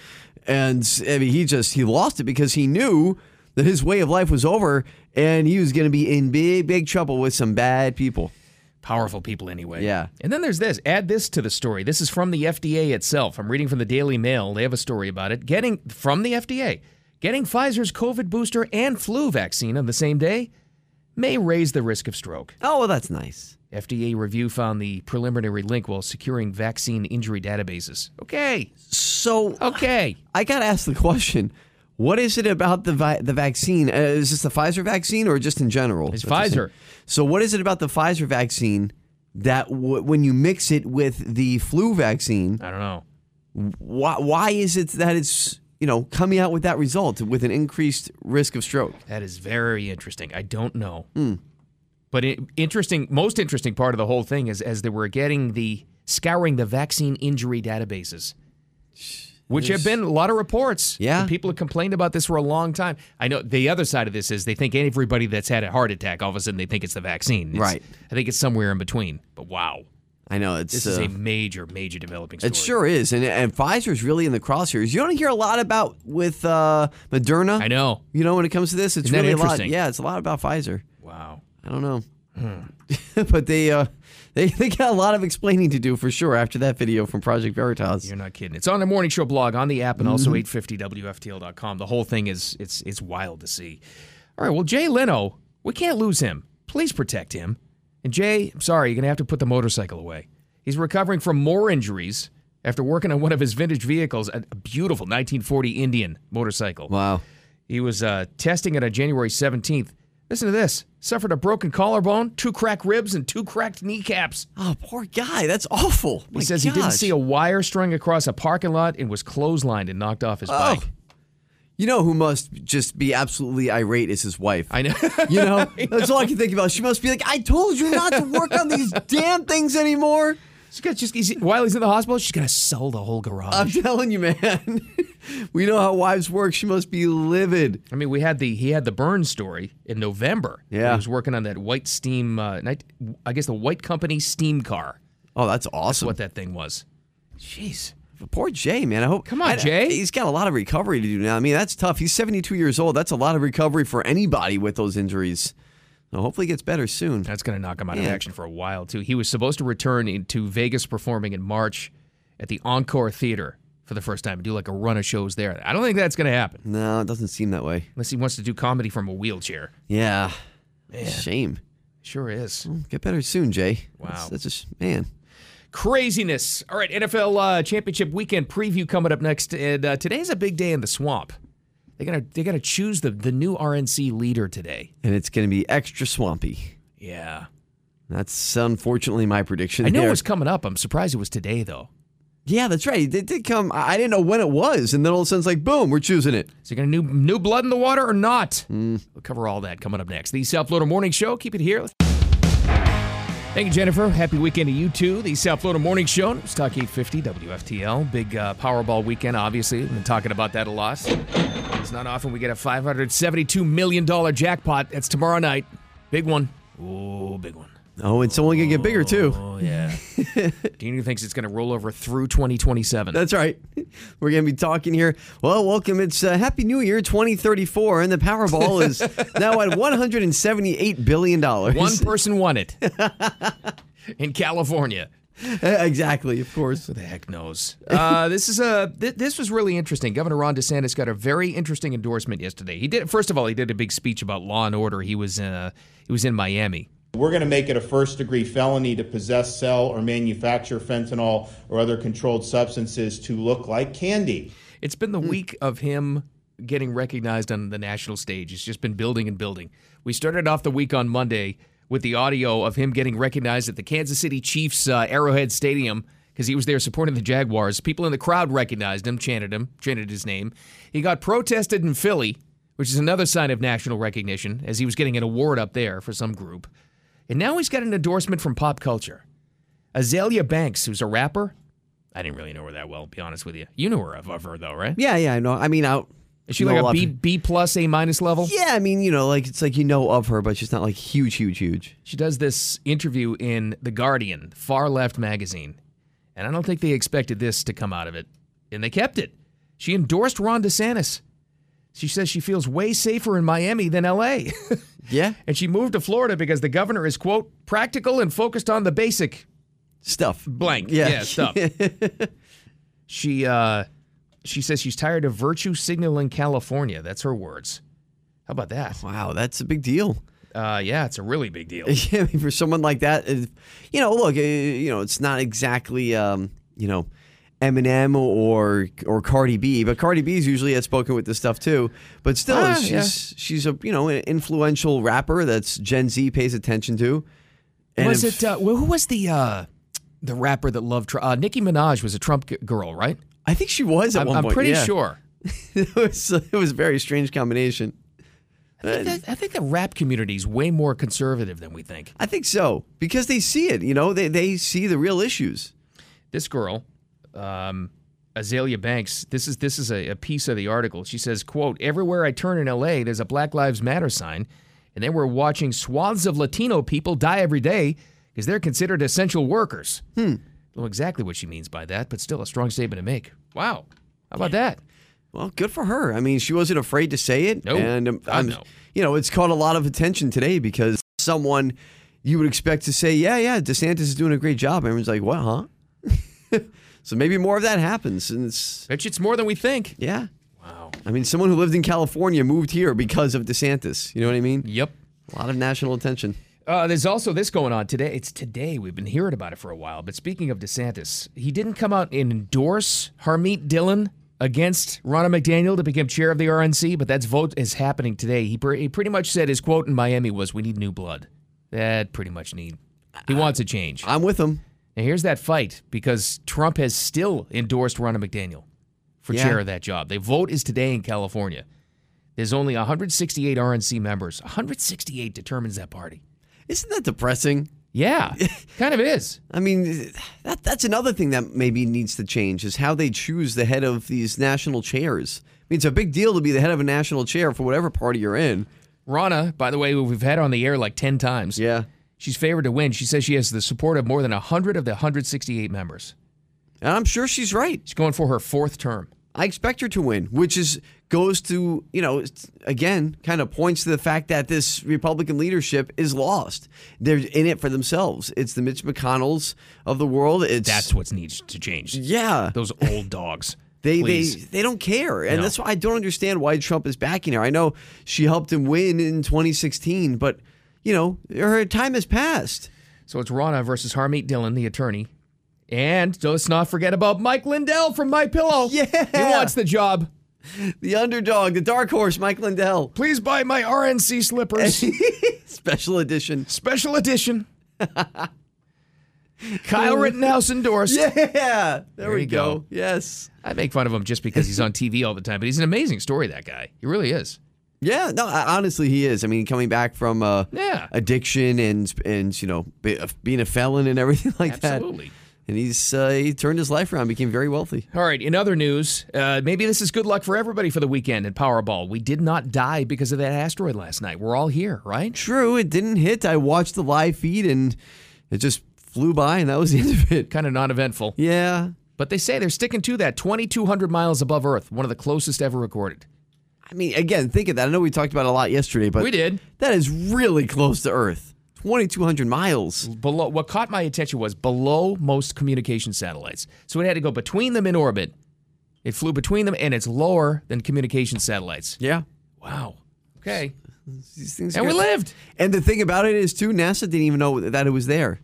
D: And I mean, he just he lost it because he knew that his way of life was over and he was going to be in big big trouble with some bad people.
C: Powerful people, anyway.
D: Yeah.
C: And then there's this. Add this to the story. This is from the FDA itself. I'm reading from the Daily Mail. They have a story about it. Getting from the FDA, getting Pfizer's COVID booster and flu vaccine on the same day may raise the risk of stroke.
D: Oh, well, that's nice.
C: FDA review found the preliminary link while securing vaccine injury databases. Okay.
D: So
C: okay,
D: I got to ask the question: What is it about the vi- the vaccine? Uh, is this the Pfizer vaccine or just in general?
C: It's
D: What's the
C: Pfizer.
D: thing? So what is it about the Pfizer vaccine that w- when you mix it with the flu vaccine,
C: I don't know.
D: Why why is it that it's you know coming out with that result with an increased risk of stroke?
C: That is very interesting. I don't know.
D: Hmm.
C: But it, interesting, most interesting part of the whole thing is as they were getting the scouring the vaccine injury databases, which have been a lot of reports.
D: Yeah.
C: And people have complained about this for a long time. I know the other side of this is they think everybody that's had a heart attack, all of a sudden they think it's the vaccine. It's-
D: Right.
C: I think it's somewhere in between. But wow.
D: I know it's
C: This is
D: uh,
C: a major, major developing story.
D: It sure is, and and Pfizer's really in the crosshairs. You don't hear a lot about with uh, Moderna.
C: I know.
D: You know when it comes to this, it's
C: Isn't that
D: really a lot.
C: interesting?
D: Yeah, it's a lot about Pfizer.
C: Wow.
D: I don't know, but they uh, they they got a lot of explaining to do for sure after that video from Project Veritas.
C: You're not kidding. It's on the morning show blog, on the app, and also
D: Mm-hmm.
C: 850wftl.com. The whole thing is it's it's wild to see. All right, well, Jay Leno, we can't lose him. Please protect him. And Jay, I'm sorry, you're gonna have to put the motorcycle away. He's recovering from more injuries after working on one of his vintage vehicles, a a beautiful 1940 Indian motorcycle.
D: Wow.
C: He was uh, testing it on January 17th. Listen to this. Suffered a broken collarbone, two cracked ribs, and two cracked kneecaps.
D: Oh, poor guy. That's awful.
C: He says he didn't see a wire strung across a parking lot and was clotheslined and knocked off his
D: Oh.
C: bike.
D: You know who must just be absolutely irate is his wife.
C: I know.
D: You know, that's all I can think about. She must be like, I told you not to work on these damn things anymore.
C: She's got just he's, while he's in the hospital, she's gonna sell the whole
D: I'm
C: garage.
D: telling you, man. we know how wives work. She must be livid.
C: I mean, we had the he had the burn story in November. when
D: Yeah.
C: he was working on that white steam. Uh, night- I guess the white company steam car.
D: Oh, that's
C: That's
D: awesome.
C: what that thing was. Jeez.
D: Poor Jay, man. I hope.
C: Come on,
D: I-
C: Jay.
D: He's got a lot of recovery to do now. I mean, that's tough. He's 72 years old. That's a lot of recovery for anybody with those injuries. So hopefully, he gets better soon.
C: That's going to knock him out of
D: Yeah.
C: action for a while, too. He was supposed to return in- to Vegas performing in March at the Encore Theater for the first time and do like a run of shows there. I don't think that's going to happen
D: No, it doesn't seem that way.
C: unless he wants to do comedy from a wheelchair.
D: Yeah. Shame.
C: Sure is.
D: Get better soon, Jay.
C: Wow.
D: That's, that's just, man.
C: Craziness. All right, NFL uh, championship weekend preview coming up next. And uh, today's a big day in the swamp. They're gonna they gotta choose the the new RNC leader today.
D: And it's going to be extra swampy.
C: Yeah,
D: That's unfortunately my prediction.
C: I know
D: there.
C: it was coming up. I'm surprised it was today though.
D: Yeah, that's right. It did come. I I didn't know when it was, and then all of a sudden it's like, boom, we're choosing it.
C: Is there gonna new new blood in the water or not? We'll cover all that coming up next. The South Florida Morning Show. Keep it here. Thank you, Jennifer. Happy weekend to you too. The South Florida Morning Show. It's Talk 850 WFTL. Big uh, Powerball weekend, obviously. We've been talking about that a lot. It's not often we get a $572 million jackpot. That's tomorrow night. Big one. Oh, big one.
D: Oh, and someone can get bigger too.
C: Oh, yeah. Dean thinks it's going to roll over through 2027.
D: That's right. We're going to be talking here. Well, welcome. It's uh, Happy New Year 2034, and the Powerball is now at $178 billion.
C: one person won it in California.
D: Uh, exactly, of course.
C: Who the heck knows? Uh, this is a th- this was really interesting. Governor Ron DeSantis got a very interesting endorsement yesterday. He did first of all he did a big speech about law and order. He was uh, he was in Miami.
B: We're going to make it a first degree felony to possess, sell, or manufacture fentanyl or other controlled substances to look like candy.
C: It's been the week of him getting recognized on the national stage. It's just been building and building. We started off the week on Monday with the audio of him getting recognized at the Kansas City Chiefs uh, Arrowhead Stadium because he was there supporting the Jaguars. People in the crowd recognized him, chanted him, chanted his name. He got protested in Philly, which is another sign of national recognition, as he was getting an award up there for some group. And now he's got an endorsement from pop culture. Azalea Banks, who's a rapper. I didn't really know her that well, to be honest with you. You knew her of, of her though, right?
D: Yeah, yeah, I know. I mean, out.
C: Is she like a B B plus A minus level?
D: Yeah, I mean, you know, like it's like you know of her, but she's not like huge, huge, huge.
C: She does this interview in The Guardian, far left magazine. And I don't think they expected this to come out of it. And they kept it. She endorsed Ron DeSantis. She says she feels way safer in Miami than LA.
D: yeah.
C: And she moved to Florida because the governor is, quote, practical and focused on the basic
D: stuff.
C: Blank.
D: Yeah.
C: Yeah, stuff. she uh she says she's tired of virtue signaling California. That's her words. How about that?
D: Wow, that's a big deal.
C: Uh, yeah, it's a really big deal.
D: Yeah, I mean, for someone like that, it- you know, look, eh, you know, it's not exactly, um, you know, Eminem or or Cardi B, but Cardi B is usually outspoken with this stuff too. But still,
C: Ah,
D: she's
C: yeah.
D: she's a you know an influential rapper that's Gen Z pays attention to. And
C: was
D: if-
C: it? Uh, well, who was the uh, the rapper that loved Trump? Uh, Nicki Minaj was a Trump g- girl, right?
D: I think she was at
C: I'm,
D: one
C: I'm
D: point,
C: pretty
D: yeah.
C: sure.
D: it was it was a very strange combination.
C: I
D: Uh,
C: think, that, I think the rap community is way more conservative than we think.
D: I think so because they see it. You know, they they see the real issues.
C: This girl, um, Azalea Banks. This is this is a, a piece of the article. She says, "quote Everywhere I turn in L.A., there's a Black Lives Matter sign, and then we're watching swaths of Latino people die every day because they're considered essential workers." Hmm. Don't know exactly what she means by that, but still a strong statement to make. Wow, how about that?
D: Well, good for her. I mean, she wasn't afraid to say it.
C: No.
D: and um,
C: God,
D: I'm-
C: no.
D: you know, it's caught a lot of attention today because someone you would expect to say, "Yeah, yeah, DeSantis is doing a great job." Everyone's like, "What, huh?" so maybe more of that happens, and it's
C: Bet you it's more than we think.
D: yeah. Wow. I mean, someone who lived in California moved here because of DeSantis. You know what I mean?
C: Yep.
D: A lot of national attention.
C: Uh, there's also this going on today. It's today. We've been hearing about it for a while. But speaking of DeSantis, he didn't come out and endorse Harmeet Dillon against Ronna McDaniel to become chair of the RNC, but that vote is happening today. He, pre- he pretty much said his quote in Miami was, "We need new blood." That pretty much need. He wants a change.
D: I'm with him.
C: Now here's that fight because Trump has still endorsed Ronna McDaniel for
D: Yeah.
C: chair of that job. The vote is today in California. There's only 168 RNC members. 168 determines that party.
D: Isn't that depressing?
C: Yeah, kind of is.
D: I mean, that that's another thing that maybe needs to change is how they choose the head of these national chairs. I mean, it's a big deal to be the head of a national chair for whatever party you're in.
C: Rana, by the way, who we've had on the air like 10 times.
D: Yeah.
C: She's favored to win. She says she has the support of more than 100 of the 168 members.
D: And I'm sure she's right.
C: She's going for her fourth term.
D: I expect her to win, which is goes to, you know, it's- again, kind of points to the fact that this Republican leadership is lost. They're in it for themselves. It's the Mitch McConnells of the world. It's
C: That's what needs to change.
D: Yeah.
C: Those old dogs.
D: They, they
C: please.
D: they don't care, and
C: No.
D: that's why I don't understand why Trump is backing her. I know she helped him win in 2016, but you know her time has passed.
C: So it's Rana versus Harmeet Dillon, the attorney. And let's not forget about Mike Lindell from My Pillow. Yeah. He wants the job.
D: The underdog, the dark horse, Mike Lindell,
C: Please buy my RNC slippers.
D: special edition.
C: Special edition. Kyle Rittenhouse endorsed.
D: Yeah, there,
C: There
D: we
C: you
D: go.
C: go.
D: Yes,
C: I make fun of him just because he's on TV all the time, but he's an amazing story, that guy. He really is.
D: yeah. No, I, honestly, he is. I mean, coming back from uh,
C: Yeah.
D: addiction and and you know be, being a felon and everything like that.
C: Absolutely.
D: And he's uh, he turned his life around, became very wealthy.
C: All right, in other news, uh, maybe this is good luck for everybody for the weekend in Powerball. We did not die because of that asteroid last night. We're all here, right?
D: True, it didn't hit. I watched the live feed and it just flew by, and that was the end of it.
C: Kind of non eventful.
D: Yeah.
C: But they say they're sticking to that 2,200 miles above Earth, one of the closest ever recorded.
D: I mean, again, think of that. I know we talked about it a lot yesterday, but
C: We did.
D: That is really close to Earth 2,200 miles.
C: Below, what caught my attention was below most communication satellites. So it had to go between them in orbit. It flew between them, and it's lower than communication satellites.
D: Yeah.
C: Wow. Okay.
D: These things
C: And we
D: are-
C: lived.
D: And the thing about it is, too, NASA didn't even know that it was there.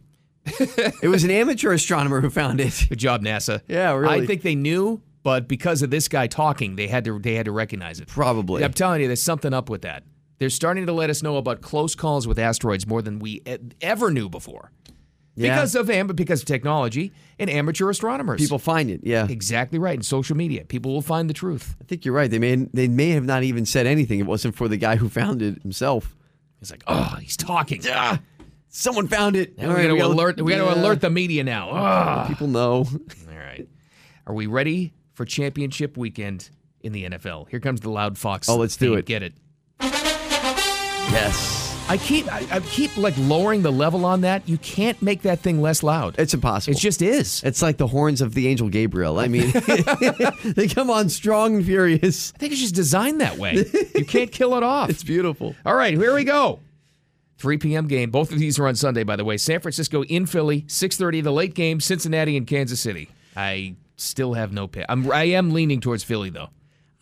D: it was an amateur astronomer who found it.
C: Good job, NASA.
D: Yeah, really.
C: I think they knew, but because of this guy talking, they had to they had to recognize it.
D: Probably.
C: I'm telling you, there's something up with that. They're starting to let us know about close calls with asteroids more than we e- ever knew before.
D: Yeah.
C: Because of am- because of technology and amateur astronomers.
D: People find it, yeah.
C: Exactly right. And social media, people will find the truth.
D: I think you're right. They may they may have not even said anything. It wasn't for the guy who found it himself.
C: He's like, oh, he's talking.
D: Yeah, someone found it.
C: Now we gotta alert- we gotta alert the media now. Ah.
D: People know.
C: All right. Are we ready for championship weekend in the NFL? Here comes the loud fox.
D: Oh, let's do
C: theme.
D: it.
C: Get it.
D: Yes.
C: I keep I, I keep like lowering the level on that. You can't make that thing less loud.
D: It's impossible.
C: It just is.
D: It's like the horns of the angel Gabriel. I mean, they come on strong and furious.
C: I think it's just designed that way. you can't kill it off.
D: It's beautiful.
C: All right, here we go. 3 p.m. game. Both of these are on Sunday, by the way. San Francisco in Philly, 6:30. The late game, Cincinnati and Kansas City. I still have no pick. I'm I am leaning towards Philly though.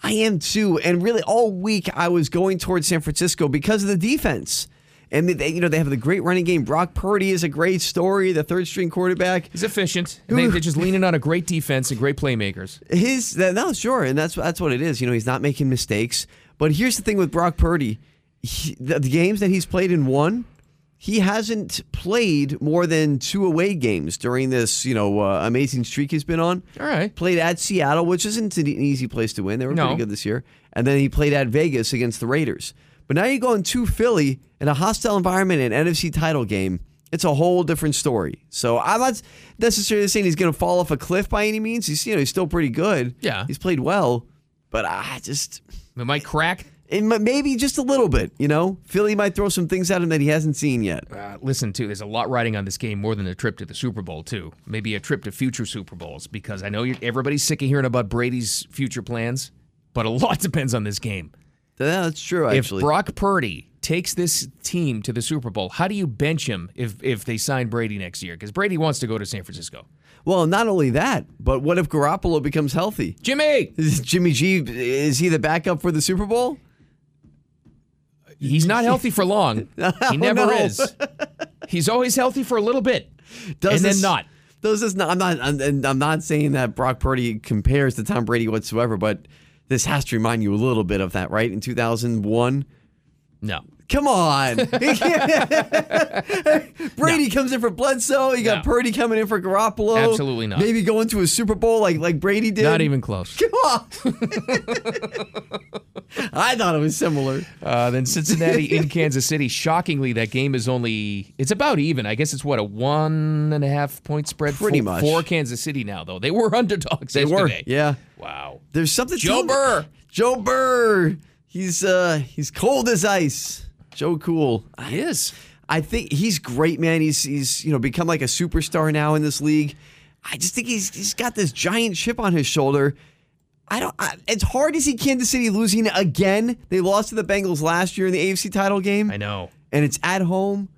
D: I am too. And really, all week I was going towards San Francisco because of the defense. And they, you know, they have the great running game. Brock Purdy is a great story. The third string quarterback.
C: He's efficient. And they, they're just leaning on a great defense and great playmakers.
D: His no, sure, and that's that's what it is. You know, he's not making mistakes. But here's the thing with Brock Purdy: he, the, the games that he's played in one, he hasn't played more than two away games during this you know uh, amazing streak he's been on.
C: All right.
D: played at Seattle, which isn't an easy place to win. They were
C: No.
D: pretty good this year, and then he played at Vegas against the Raiders. But now you're going to Philly in a hostile environment, an NFC title game. It's a whole different story. So I'm not necessarily saying he's going to fall off a cliff by any means. He's you know he's still pretty good.
C: Yeah.
D: he's played well, but I just
C: It might crack.
D: it mi- maybe just a little bit. You know, Philly might throw some things at him that he hasn't seen yet.
C: Uh, listen, too, there's a lot riding on this game more than a trip to the Super Bowl, too. Maybe a trip to future Super Bowls because I know you're, everybody's sick of hearing about Brady's future plans, but a lot depends on this game.
D: Yeah, that's true. Actually,
C: If Brock Purdy takes this team to the Super Bowl, how do you bench him if if they sign Brady next year? Because Brady wants to go to San Francisco.
D: well, not only that, but what if Garoppolo becomes healthy?
C: Jimmy,
D: Is Jimmy G is he the backup for the Super Bowl?
C: he's not healthy for long. He never
D: no.
C: is. He's always healthy for a little bit,
D: Does
C: and
D: this-
C: then not.
D: Does this not? I'm not. I'm, and I'm not saying that Brock Purdy compares to Tom Brady whatsoever, but this has to remind you a little bit of that, right? In 2001.
C: No.
D: Come on. Brady comes in for Bledsoe. You got
C: No.
D: Purdy coming in for Garoppolo.
C: Absolutely not.
D: Maybe going to a Super Bowl like like Brady did.
C: Not even close.
D: Come on. I thought it was similar.
C: Uh, then Cincinnati in Kansas City. Shockingly, that game is only it's about even. I guess it's what a one and a half point spread.
D: Pretty
C: for,
D: much.
C: for Kansas City now, though they were underdogs.
D: They were.
C: yesterday.
D: Yeah.
C: Wow.
D: There's something.
C: Joe
D: to-
C: Burr.
D: Joe Burr. He's uh he's cold as ice. Joe Cool.
C: He is.
D: I think he's great, man. He's he's you know become like a superstar now in this league. I just think he's he's got this giant chip on his shoulder. I don't. I, it's hard to see Kansas City losing again. They lost to the Bengals last year in the AFC title game,
C: I know.
D: and it's at home.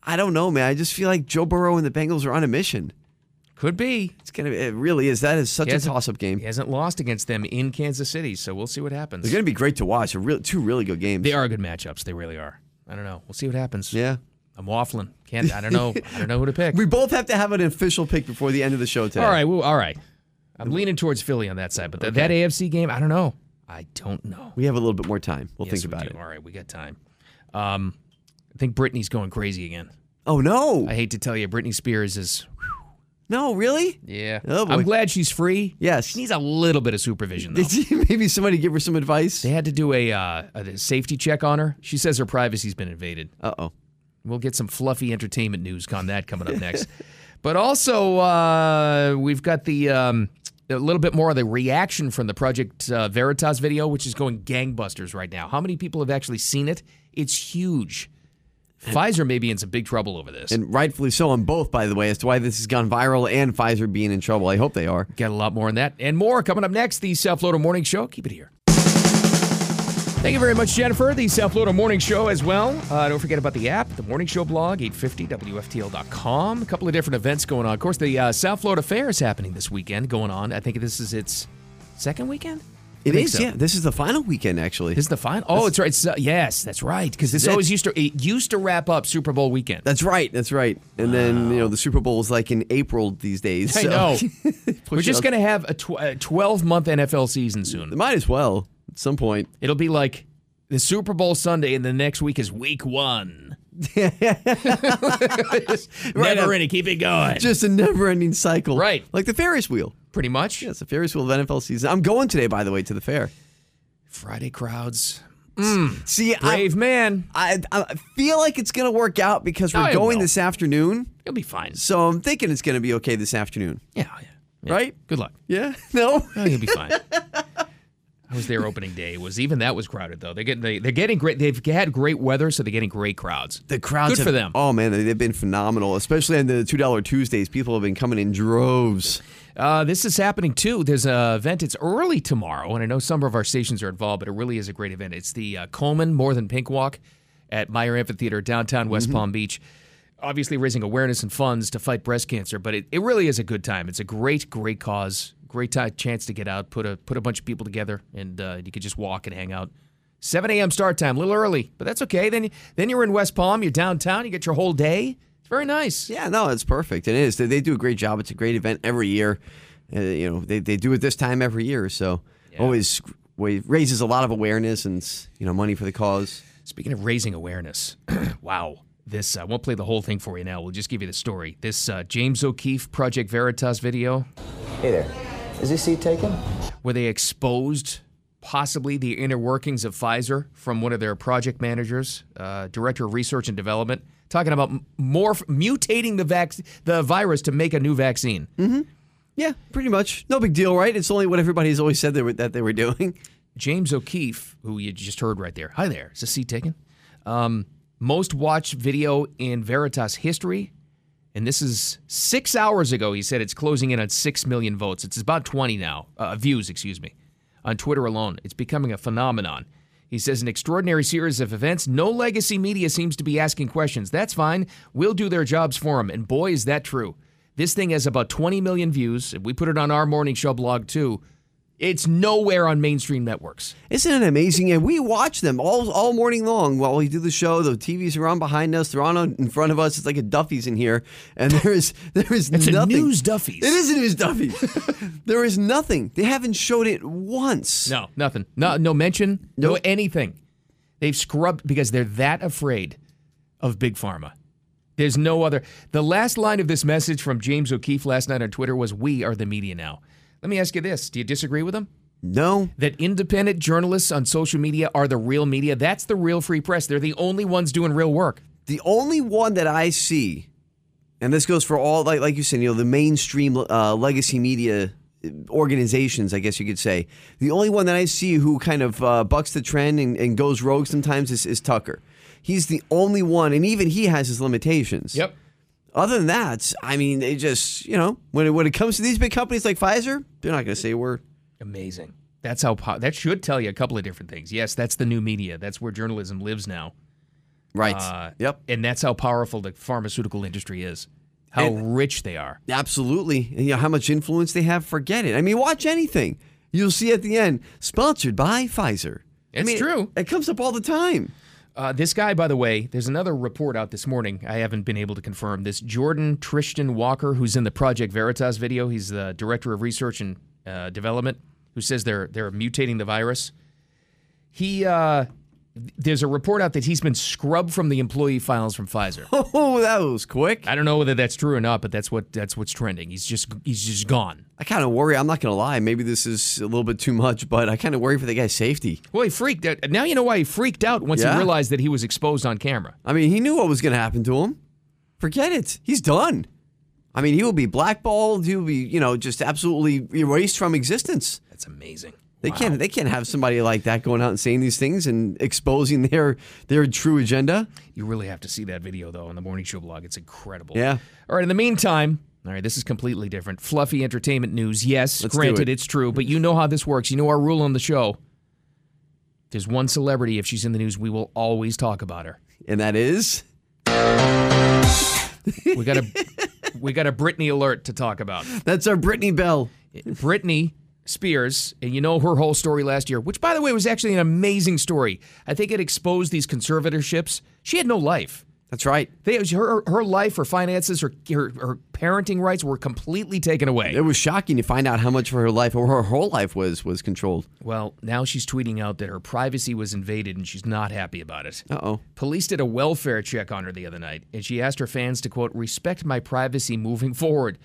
D: I don't know, man. I just feel like Joe Burrow and the Bengals are on a mission.
C: Could be.
D: It's gonna. be- It really is. That is such a
C: Yes.
D: toss-up game.
C: He hasn't lost against them in Kansas City, so we'll see what happens.
D: They're gonna be great to watch. A real, two really good games.
C: They are good matchups. They really are. I don't know. We'll see what happens.
D: Yeah.
C: I'm waffling. Can't. I don't know. I don't know who to pick.
D: We both have to have an official pick before the end of the show today.
C: All right. Well, all right. I'm leaning towards Philly on that side, but th- that AFC game, I don't know. I don't know.
D: We have a little bit more time. We'll
C: Yes,
D: think
C: we
D: about
C: do.
D: it.
C: All right, we got time. Um, I think Britney's going crazy again.
D: Oh no.
C: I hate to tell you, Britney Spears is.
D: no, really?
C: Yeah.
D: Oh, boy.
C: I'm glad she's free.
D: Yes.
C: She needs a little bit of supervision, though.
D: Maybe somebody give her some advice.
C: They had to do a, uh, a safety check on her. She says her privacy's been invaded.
D: Uh oh.
C: We'll get some fluffy entertainment news on that coming up next. but also, uh, we've got the um, a little bit more of the reaction from the Project uh, Veritas video, which is going gangbusters right now. How many people have actually seen it? It's huge. Pfizer may be in some big trouble over this.
D: And rightfully so on both, by the way, as to why this has gone viral and Pfizer being in trouble. I hope they are.
C: Got a lot more on that and more coming up next. The South Florida Morning Show. Keep it here. Thank you very much, Jennifer. The South Florida Morning Show as well. Uh, don't forget about the app, the Morning Show blog, 850WFTL.com. A couple of different events going on. Of course, the uh, South Florida Fair is happening this weekend, going on. I think this is its second weekend? I
D: It
C: think
D: is,
C: so.
D: yeah. This is the final weekend, actually.
C: This is the final. Oh, it's right. It's, uh, yes, that's right. Because this
D: is it.
C: always used to it used to wrap up Super Bowl weekend.
D: that's right. That's right. And then, you know, the Super Bowl is like in April these days.
C: I
D: so-
C: know.
D: Push
C: We're
D: it
C: just
D: up.
C: going to have a twelve month NFL season soon.
D: Might as well at some point.
C: It'll be like the Super Bowl Sunday, and the next week is Week One. never ending. Keep it going.
D: Just a never ending cycle.
C: Right.
D: Like the Ferris wheel.
C: Pretty much.
D: Yeah, it's the Ferris wheel of NFL season. I'm going today, by the way, to the fair.
C: Friday crowds.
D: See,
C: Brave
D: I,
C: man.
D: I, I feel like it's going to work out because
C: Oh,
D: we're
C: it
D: going
C: will.
D: this afternoon.
C: You'll be fine.
D: So I'm thinking it's going to be okay this afternoon.
C: Yeah, yeah. yeah.
D: Right?
C: Good luck.
D: Yeah? No?
C: Oh, you'll be fine. I was there opening day. It was even that was crowded though. They're getting they, they're getting great. They've had great weather, so they're getting great crowds.
D: The crowds
C: Good
D: have-
C: for them.
D: Oh man, they- they've been phenomenal, especially on the two dollar Tuesdays. People have been coming in droves.
C: Uh, this is happening too. There's an event. It's early tomorrow, and I know some of our stations are involved, but it really is a great event. It's the uh, Coleman More Than Pink Walk at Meyer Amphitheater, downtown West Palm Beach. Obviously, raising awareness and funds to fight breast cancer, but it, it really is a good time. It's a great, great cause. Great ti- chance to get out, put a put a bunch of people together, and uh, you could just walk and hang out. 7 a.m. start time, a little early, but that's okay. Then then you're in West Palm, you're downtown, you get your whole day. It's very nice.
D: Yeah, no, it's perfect. It is. They, they do a great job. It's a great event every year. Uh, you know, they, they do it this time every year, so always wa- raises a lot of awareness and you know money for the cause.
C: Speaking of raising awareness, wow. This, uh, I won't play the whole thing for you now. We'll just give you the story. This uh, James O'Keefe Project Veritas video
J: Hey there. Is this seat taken?
C: where they exposed possibly the inner workings of Pfizer from one of their project managers, uh, director of research and development, talking about m- morph- mutating the, vac- the virus to make a new vaccine.
D: Yeah, pretty much. No big deal, right? It's only what everybody's always said they were, that they were doing.
C: James O'Keefe, who you just heard right there. Hi there. Is the seat taken? Um, most watched video in Veritas history. And this is six hours ago. He said it's closing in on 6 million votes. It's about 20 now, uh, views, excuse me, on Twitter alone. It's becoming a phenomenon. He says an extraordinary series of events. No legacy media seems to be asking questions. That's fine. We'll do their jobs for them. And boy, is that true. This thing has about 20 million views. And we put it on our morning show blog too. It's nowhere on mainstream networks.
D: Isn't it amazing? And we watch them all all morning long while we do the show. The TVs are on behind us. They're on uh, in front of us. It's like a Duffy's in here, and there is there is
C: It's
D: nothing.
C: a news Duffy's.
D: It is a news Duffy's. there is nothing. They haven't showed it once.
C: No, nothing. No, no mention. No anything. They've scrubbed because they're that afraid of big pharma. There's no other. The last line of this message from James O'Keefe last night on Twitter was, "We are the media now." Let me ask you this: Do you disagree with him?
D: No.
C: That independent journalists on social media are the real media. That's the real free press. They're the only ones doing real work.
D: The only one that I see, and this goes for all like like you said, you know, the mainstream uh, legacy media uh, organizations, I guess you could say. The only one that I see who kind of uh, bucks the trend and, and goes rogue sometimes is, is Tucker. He's the only one, and even he has his limitations.
C: Yep.
D: Other than that, I mean, they just you know when it, when it comes to these big companies like Pfizer, they're not going to say a word.
C: Amazing. That's how po- that should tell you a couple of different things. Yes, that's the new media. That's where journalism lives now.
D: Right.
C: Uh,
D: yep.
C: And that's how powerful the pharmaceutical industry is. How rich they are.
D: Absolutely. And you know how much influence they have, forget it. I mean, watch anything. You'll see at the end, sponsored by Pfizer. I
C: It's
D: mean,
C: true.
D: It comes up all the time.
C: Uh, this guy, by the way, there's another report out this morning. I haven't been able to confirm this. Jordan Tristan Walker, who's in the Project Veritas video, he's the director of research and uh, development, who says they're they're mutating the virus. He uh, there's a report out that he's been scrubbed from the employee files from Pfizer.
D: Oh, that was quick.
C: I don't know whether that's true or not, but that's what that's what's trending. He's just he's just gone.
D: I kind of worry. I'm not going to lie. Maybe this is a little bit too much, but I kind of worry for the guy's safety.
C: Well, he freaked out. Now you know why he freaked out once
D: Yeah.
C: he realized that he was exposed on camera.
D: I mean, he knew what was going to happen to him. Forget it. He's done. I mean, he will be blackballed. He will be, you know, just absolutely erased from existence.
C: That's amazing.
D: They can't. They can't have somebody like that going out and saying these things and exposing their their true agenda.
C: You really have to see that video though on the morning show blog. It's incredible.
D: Yeah.
C: All right. In the meantime, all right. This is completely different. Fluffy entertainment news. Yes,
D: Let's do
C: granted,
D: it.
C: it's true, but you know how this works. You know our rule on the show. There's one celebrity. If she's in the news, we will always talk about her.
D: and that is
C: We got a we got a Britney alert to talk about.
D: that's our Brittany Bell.
C: Britney Spears, and you know her whole story last year, which, by the way, was actually an amazing story. I think it exposed these conservatorships. She had no life.
D: That's right.
C: They, her, her life, her finances, her, her her parenting rights were completely taken away.
D: It was shocking to find out how much of her life or her whole life was was controlled.
C: Well, now she's tweeting out that her privacy was invaded and she's not happy about it.
D: Uh oh.
C: Police did a welfare check on her the other night, and she asked her fans to, quote, respect my privacy moving forward.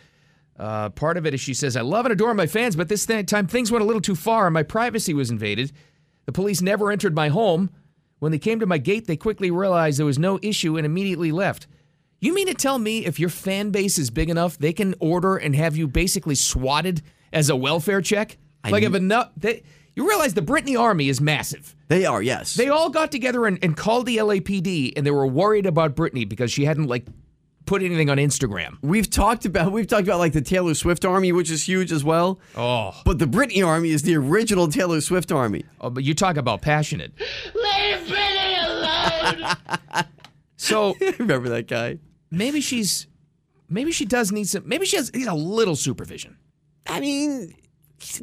C: Uh, part of it is she says, I love and adore my fans, but this th- time things went a little too far and my privacy was invaded. The police never entered my home. When they came to my gate, they quickly realized there was no issue and immediately left. You mean to tell me if your fan base is big enough, they can order and have you basically swatted as a welfare check? like, if enough. They, you realize the Brittany army is massive.
D: They are, yes.
C: They all got together and, and called the LAPD, and they were worried about Britney because she hadn't like put anything on Instagram.
D: We've talked about we've talked about like the Taylor Swift army, which is huge as well.
C: Oh,
D: but the Britney army is the original Taylor Swift army.
C: Oh, but you talk about passionate.
K: Leave Benny alone.
C: So
D: remember that guy?
C: Maybe she's, maybe she does need some. Maybe she has needs a little supervision.
D: I mean,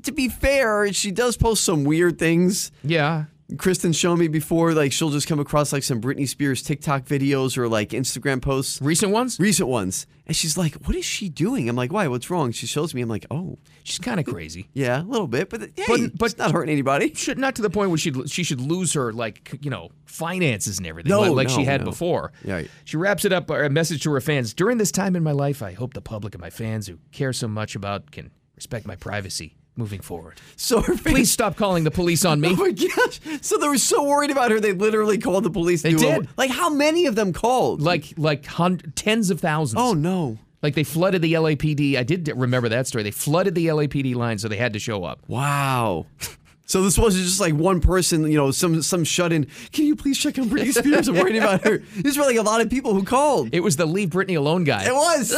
D: to be fair, she does post some weird things.
C: Yeah.
D: Kristen showed me before, like she'll just come across like some Britney Spears TikTok videos or like Instagram posts.
C: Recent ones?
D: Recent ones. And she's like, What is she doing? I'm like, Why? What's wrong? She shows me. I'm like, Oh.
C: She's kind of crazy.
D: Yeah, a little bit, but hey, but, but not hurting anybody.
C: Should, not to the point where she she should lose her like you know finances and everything, like, like she had
D: no.
C: before.
D: Yeah.
C: She wraps it up. uh, A message to her fans: During this time in my life, I hope the public and my fans who care so much about can respect my privacy moving forward.
D: So her fans-
C: Please stop calling the police on me.
D: Oh my gosh! So they were so worried about her, they literally called the police.
C: They
D: to do a-
C: did.
D: like how many of them called?
C: like like hun- tens of thousands.
D: oh no!
C: Like they flooded the LAPD. I did remember that story. They flooded the LAPD line, so they had to show up.
D: Wow. So this wasn't just like one person, you know, some some shut in. Can you please check on Britney Spears? I'm worried about her. These were like a lot of people who called.
C: It was the leave Britney alone guy.
D: It was.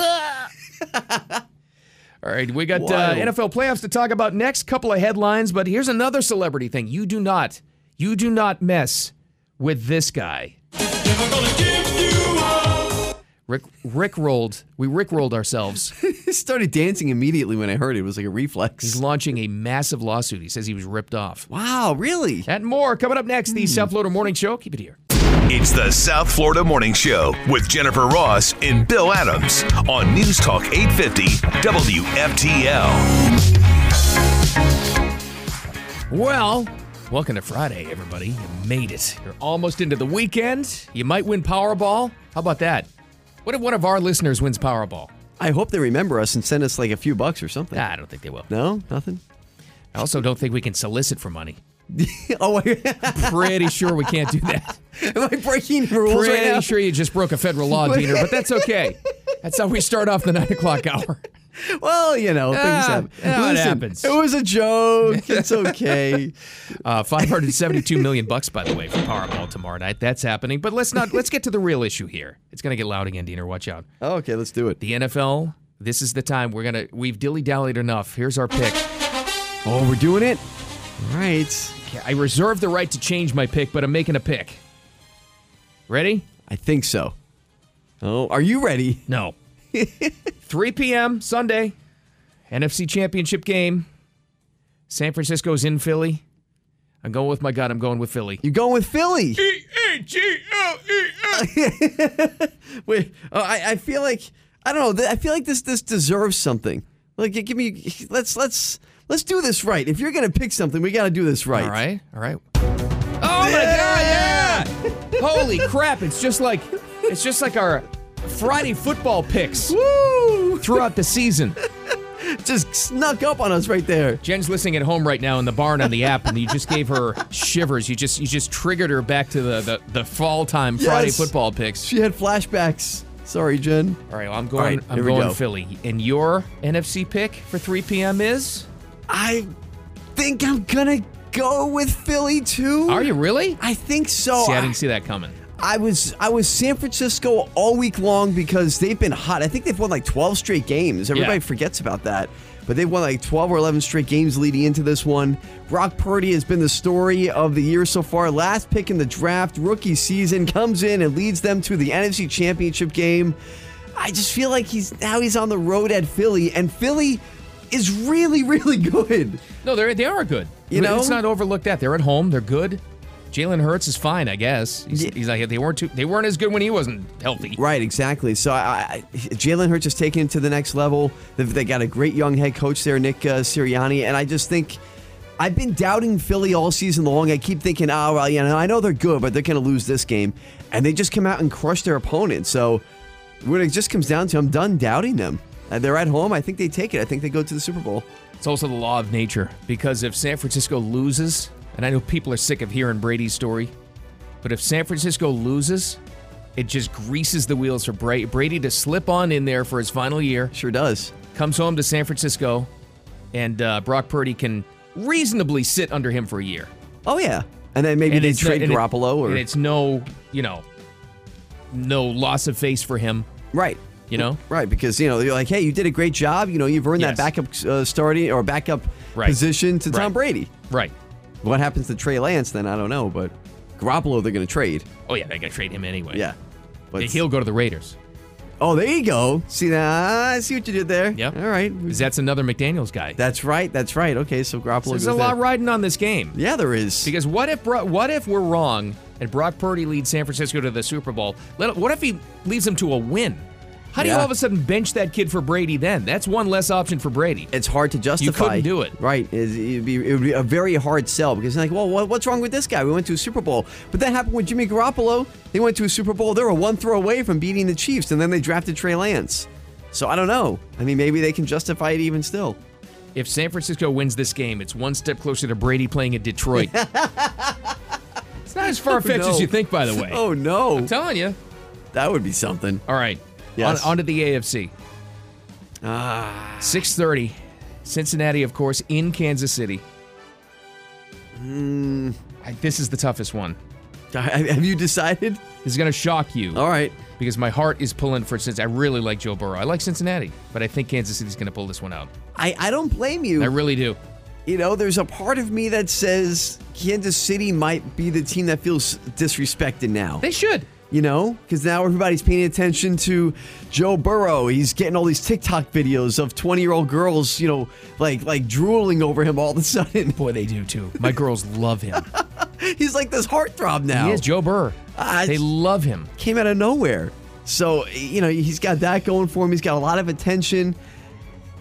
C: All right, we got uh,
D: Wild.
C: NFL playoffs to talk about next. Couple of headlines, but here's another celebrity thing. You do not, you do not mess with this guy. Rick, Rick rolled. We Rick rolled ourselves.
D: I started dancing immediately when I heard it. It was like a
C: He's
D: reflex.
C: launching a massive lawsuit. He says he was ripped off.
D: Wow, really?
C: And more coming up next.
D: Hmm.
C: The South Florida Morning Show. Keep it here.
A: It's the South Florida Morning Show with Jennifer Ross and Bill Adams on News Talk 850 WFTL.
C: Well, welcome to Friday, everybody. You made it. You're almost into the weekend. You might win Powerball. How about that? What if one of our listeners wins Powerball?
D: I hope they remember us and send us like a few bucks or something.
C: Nah, I don't think they will.
D: No, nothing.
C: I also don't think we can solicit for money.
D: oh, am
C: Pretty sure we can't do that.
D: I breaking rules right
C: Pretty
D: now?
C: sure you just broke a federal law, Diener, but that's okay. That's how we start off the nine o'clock hour.
D: Well, you know, things
C: Ah,
D: happen.
C: yeah, it
D: Listen,
C: happens.
D: It was a joke. It's okay.
C: Uh, Five hundred seventy-two million bucks, by the way, for Powerball tomorrow night. That's happening. But let's not. Let's get to the real issue here. It's going to get loud again, Diener. Watch out.
D: Oh, okay, let's do it.
C: The NFL. This is the time we're gonna. We've dilly dallied enough. Here's our pick.
D: Oh, we're doing it? All right.
C: I reserve the right to change my pick, but I'm making a pick. Ready?
D: I think so. Oh, are you ready?
C: No. 3 p.m. Sunday, NFC Championship game. San Francisco's in Philly. I'm going with my gut. I'm going with Philly.
D: You're going with Philly. Wait, oh, I, I feel like I don't know. th- I feel like this this deserves something. Like, give me. Let's let's let's do this right. If you're gonna pick something, we gotta do this right.
C: All right. All right. Oh my God! Yeah! Holy crap! It's just like it's just like our Friday football picks
D: Woo!
C: throughout the season.
D: Just snuck up on us right there.
C: Jen's listening at home right now in the barn on the app, and you just gave her shivers. You just you just triggered her back to the the, the fall time Friday
D: Yes.
C: football picks.
D: She had flashbacks. Sorry, Jen.
C: All right, well, I'm going.
D: right,
C: I'm
D: here we
C: going
D: go.
C: Philly. And your NFC pick for 3 p.m. is?
D: I think I'm gonna go with Philly too.
C: Are you really?
D: I think so.
C: see, I
D: Oh, I-
C: didn't see that coming.
D: I was I was San Francisco all week long because they've been hot. I think they've won like 12 straight games. Everybody
C: Yeah.
D: forgets about that. But they've won like 12 or 11 straight games leading into this one. Brock Purdy has been the story of the year so far. Last pick in the draft, rookie season, comes in and leads them to the NFC Championship game. I just feel like he's now he's on the road at Philly, and Philly is really, really good.
C: No, they they are good.
D: You know?
C: it's not overlooked. That they're at home. They're good. Jalen Hurts is fine, I guess. He's, he's like they weren't too, they weren't as good when he wasn't healthy.
D: Right, exactly. So I, I, Jalen Hurts is taking him to the next level. They've, they got a great young head coach there, Nick uh, Sirianni, and I just think I've been doubting Philly all season long. I keep thinking, oh well, you know, I know they're good, but they're going to lose this game, and they just come out and crush their opponent. So when it just comes down to, I'm done doubting them. Uh, they're at home. I think they take it. I think they go to the Super Bowl.
C: It's also the law of nature because if San Francisco loses, and I know people are sick of hearing Brady's story, but if San Francisco loses, it just greases the wheels for Bra- Brady to slip on in there for his final year.
D: Sure does.
C: Comes home to San Francisco, and uh, Brock Purdy can reasonably sit under him for a year.
D: Oh yeah, and then maybe
C: And
D: they
C: it's no-
D: trade
C: and it-
D: Garoppolo or
C: and it's no, you know, no loss of face for him.
D: Right.
C: You know?
D: Right, because you know you're like, hey, you did a great job. You know, you've earned that backup uh, starting or backup position to Tom Brady.
C: Right.
D: What happens to Trey Lance then? I don't know, but Garoppolo they're going to trade.
C: Oh yeah, they got to trade him anyway.
D: Yeah, but
C: he'll go to the Raiders.
D: Oh, there you go. See that? I see what you did there. Yeah. All right.
C: That's another McDaniel's guy.
D: That's right. That's right. Okay, so Garoppolo.
C: So there's
D: goes
C: a lot
D: there.
C: riding on this game.
D: Yeah, there is.
C: Because what if Bro- what if we're wrong and Brock Purdy leads San Francisco to the Super Bowl? Let- What if he leads them to a win? How do you
D: Yeah.
C: all of a sudden bench that kid for Brady? Then that's one less option for Brady.
D: It's hard to justify.
C: You couldn't do it.
D: Right. It's- It'd be, it would be a very hard sell because they're like, well, what, what's wrong with this guy? We went to a Super Bowl. But that happened with Jimmy Garoppolo. They went to a Super Bowl. They were one throw away from beating the Chiefs, and then they drafted Trey Lance. So I don't know. I mean, maybe they can justify it even still.
C: If San Francisco wins this game, it's one step closer to Brady playing at Detroit. it's not as far fetched
D: Oh,
C: as
D: no.
C: you think, by the way.
D: Oh, no.
C: I'm telling you.
D: That would be something.
C: All right.
D: Yes.
C: On, on to the AFC.
D: Ah.
C: 6:30. Cincinnati, of course, in Kansas City. I- this is the toughest one.
D: Have you decided?
C: This is going to shock you.
D: All right.
C: Because my heart is pulling for Cincinnati. I really like Joe Burrow. I like Cincinnati, but I think Kansas City's going to pull this one out.
D: I, I don't blame you.
C: I really do.
D: You know, there's a part of me that says Kansas City might be the team that feels disrespected now.
C: They should.
D: You know, because now everybody's paying attention to Joe Burrow. He's getting all these TikTok videos of 20 year old girls, you know, like like drooling over him all of a sudden.
C: Boy, they do too. My girls love him.
D: He's like this heartthrob now.
C: He is Joe Burrow.
D: I-
C: they love him.
D: came out of nowhere. So you know he's got that going for him. He's got a lot of attention.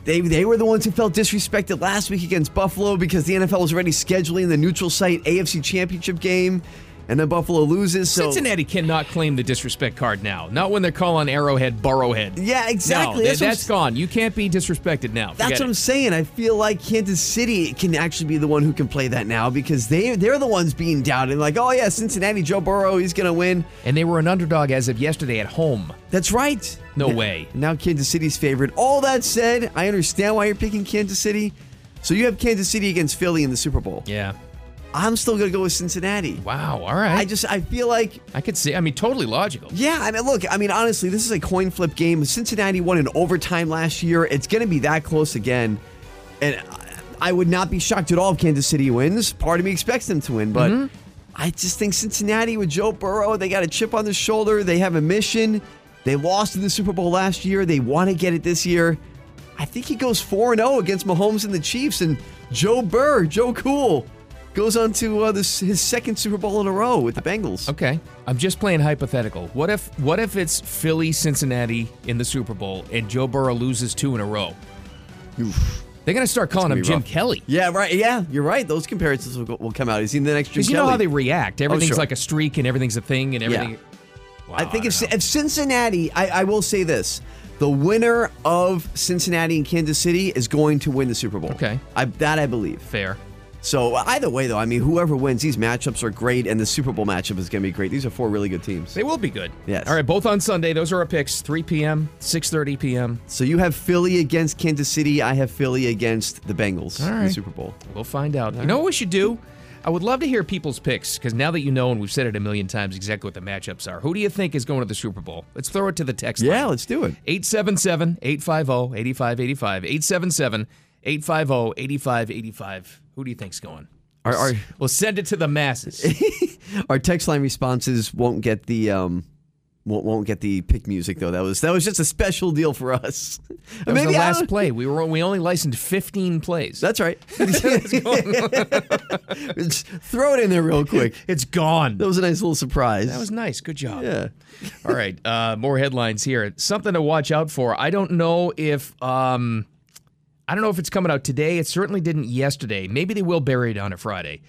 D: They they were the ones who felt disrespected last week against Buffalo because the NFL was already scheduling the neutral site AFC Championship game, and then Buffalo loses. So
C: Cincinnati cannot claim the disrespect card now. Not when they're calling Arrowhead Burrowhead.
D: Yeah, exactly.
C: No,
D: That's
C: that's,
D: what I'm
C: that's gone. You can't be disrespected now.
D: that's
C: Forget
D: what
C: it.
D: I'm saying. I feel like Kansas City can actually be the one who can play that now because they they're the ones being doubted. Like oh yeah, Cincinnati Joe Burrow he's gonna win.
C: And they were an underdog as of yesterday at home.
D: That's right.
C: No way.
D: Now Kansas City's favorite. All that said, I understand why you're picking Kansas City. So you have Kansas City against Philly in the Super Bowl.
C: Yeah.
D: I'm still going to go with Cincinnati.
C: Wow. All right.
D: I just I feel like
C: I could see. I mean, totally logical.
D: yeah, I mean look, I mean honestly, this is a coin flip game. Cincinnati won in overtime last year. It's going to be that close again. And I- I would not be shocked at all if Kansas City wins. Part of me expects them to win, but I just think Cincinnati with Joe Burrow, they got a chip on their shoulder. They have a mission. They lost in the Super Bowl last year. They want to get it this year. I think he goes 4 0 against Mahomes and the Chiefs. And Joe Burr, Joe Cool, goes on to uh, this, his second Super Bowl in a row with the Bengals.
C: Okay. I'm just playing hypothetical. What if what if it's Philly Cincinnati in the Super Bowl and Joe Burrow loses two in a row? They're going to start calling
D: gonna
C: him
D: be
C: Jim
D: rough.
C: Kelly.
D: Yeah, right. Yeah, you're right. Those comparisons will, go- will come out. He's in the next Jim
C: Because you know
D: Kelly.
C: how they react.
D: Oh,
C: Everything's
D: sure.
C: like a streak and everything's a thing and everything.
D: I think if, if Cincinnati, I, I will say this: the winner of Cincinnati and Kansas City is going to win the Super Bowl. Okay, I, that I believe.
C: Fair.
D: So either way, though, I mean, whoever wins, these matchups are great, and the Super Bowl matchup is going to be great. These are four really good teams.
C: They will be good.
D: Yes.
C: All right, both on Sunday. Those are our picks 3 p.m., 6.30 p.m.
D: So you have Philly against Kansas City. I have Philly against the Bengals
C: All
D: in the
C: right.
D: Super Bowl.
C: We'll find out. you know what we should do? I would love to hear people's picks because now that you know, and we've said it a million times exactly what the matchups are, who do you think is going to the Super Bowl? Let's throw it to the text line.
D: Yeah, let's do it.
C: 877 850 8585. 877 850 8585. Who do you think's going?
D: Our, our
C: We'll send it to the masses.
D: our text line responses won't get the um, won't, won't get the pick music though. That was that was just a special deal for us.
C: That was the last play. We were we only licensed 15 plays.
D: That's right. throw it in there real quick.
C: It's gone.
D: That was a nice little surprise.
C: That was nice. Good job.
D: Yeah.
C: All right. Uh, more headlines here. Something to watch out for. I don't know if um, I don't know if it's coming out today. It certainly didn't yesterday. Maybe they will bury it on a Friday.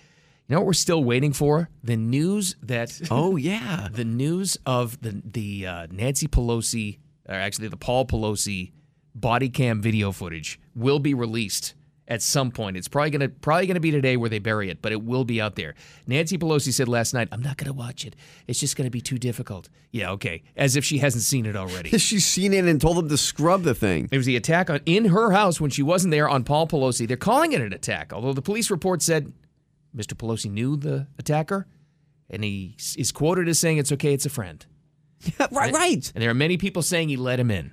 C: You know what we're still waiting for? The news that
D: Oh, yeah.
C: the news of the the uh, Nancy Pelosi or actually the Paul Pelosi body cam video footage will be released at some point. It's probably gonna probably gonna be today where they bury it, but it will be out there. Nancy Pelosi said last night, "I'm not gonna watch it. It's just gonna be too difficult." Yeah, okay. As if she hasn't seen it already.
D: She's seen it and told them to scrub the thing.
C: It was the attack on in her house when she wasn't there on Paul Pelosi. They're calling it an attack, although the police report said Mr. Pelosi knew the attacker, and he s- is quoted as saying, "It's okay, it's a friend."
D: right, right.
C: And there are many people saying he let him in.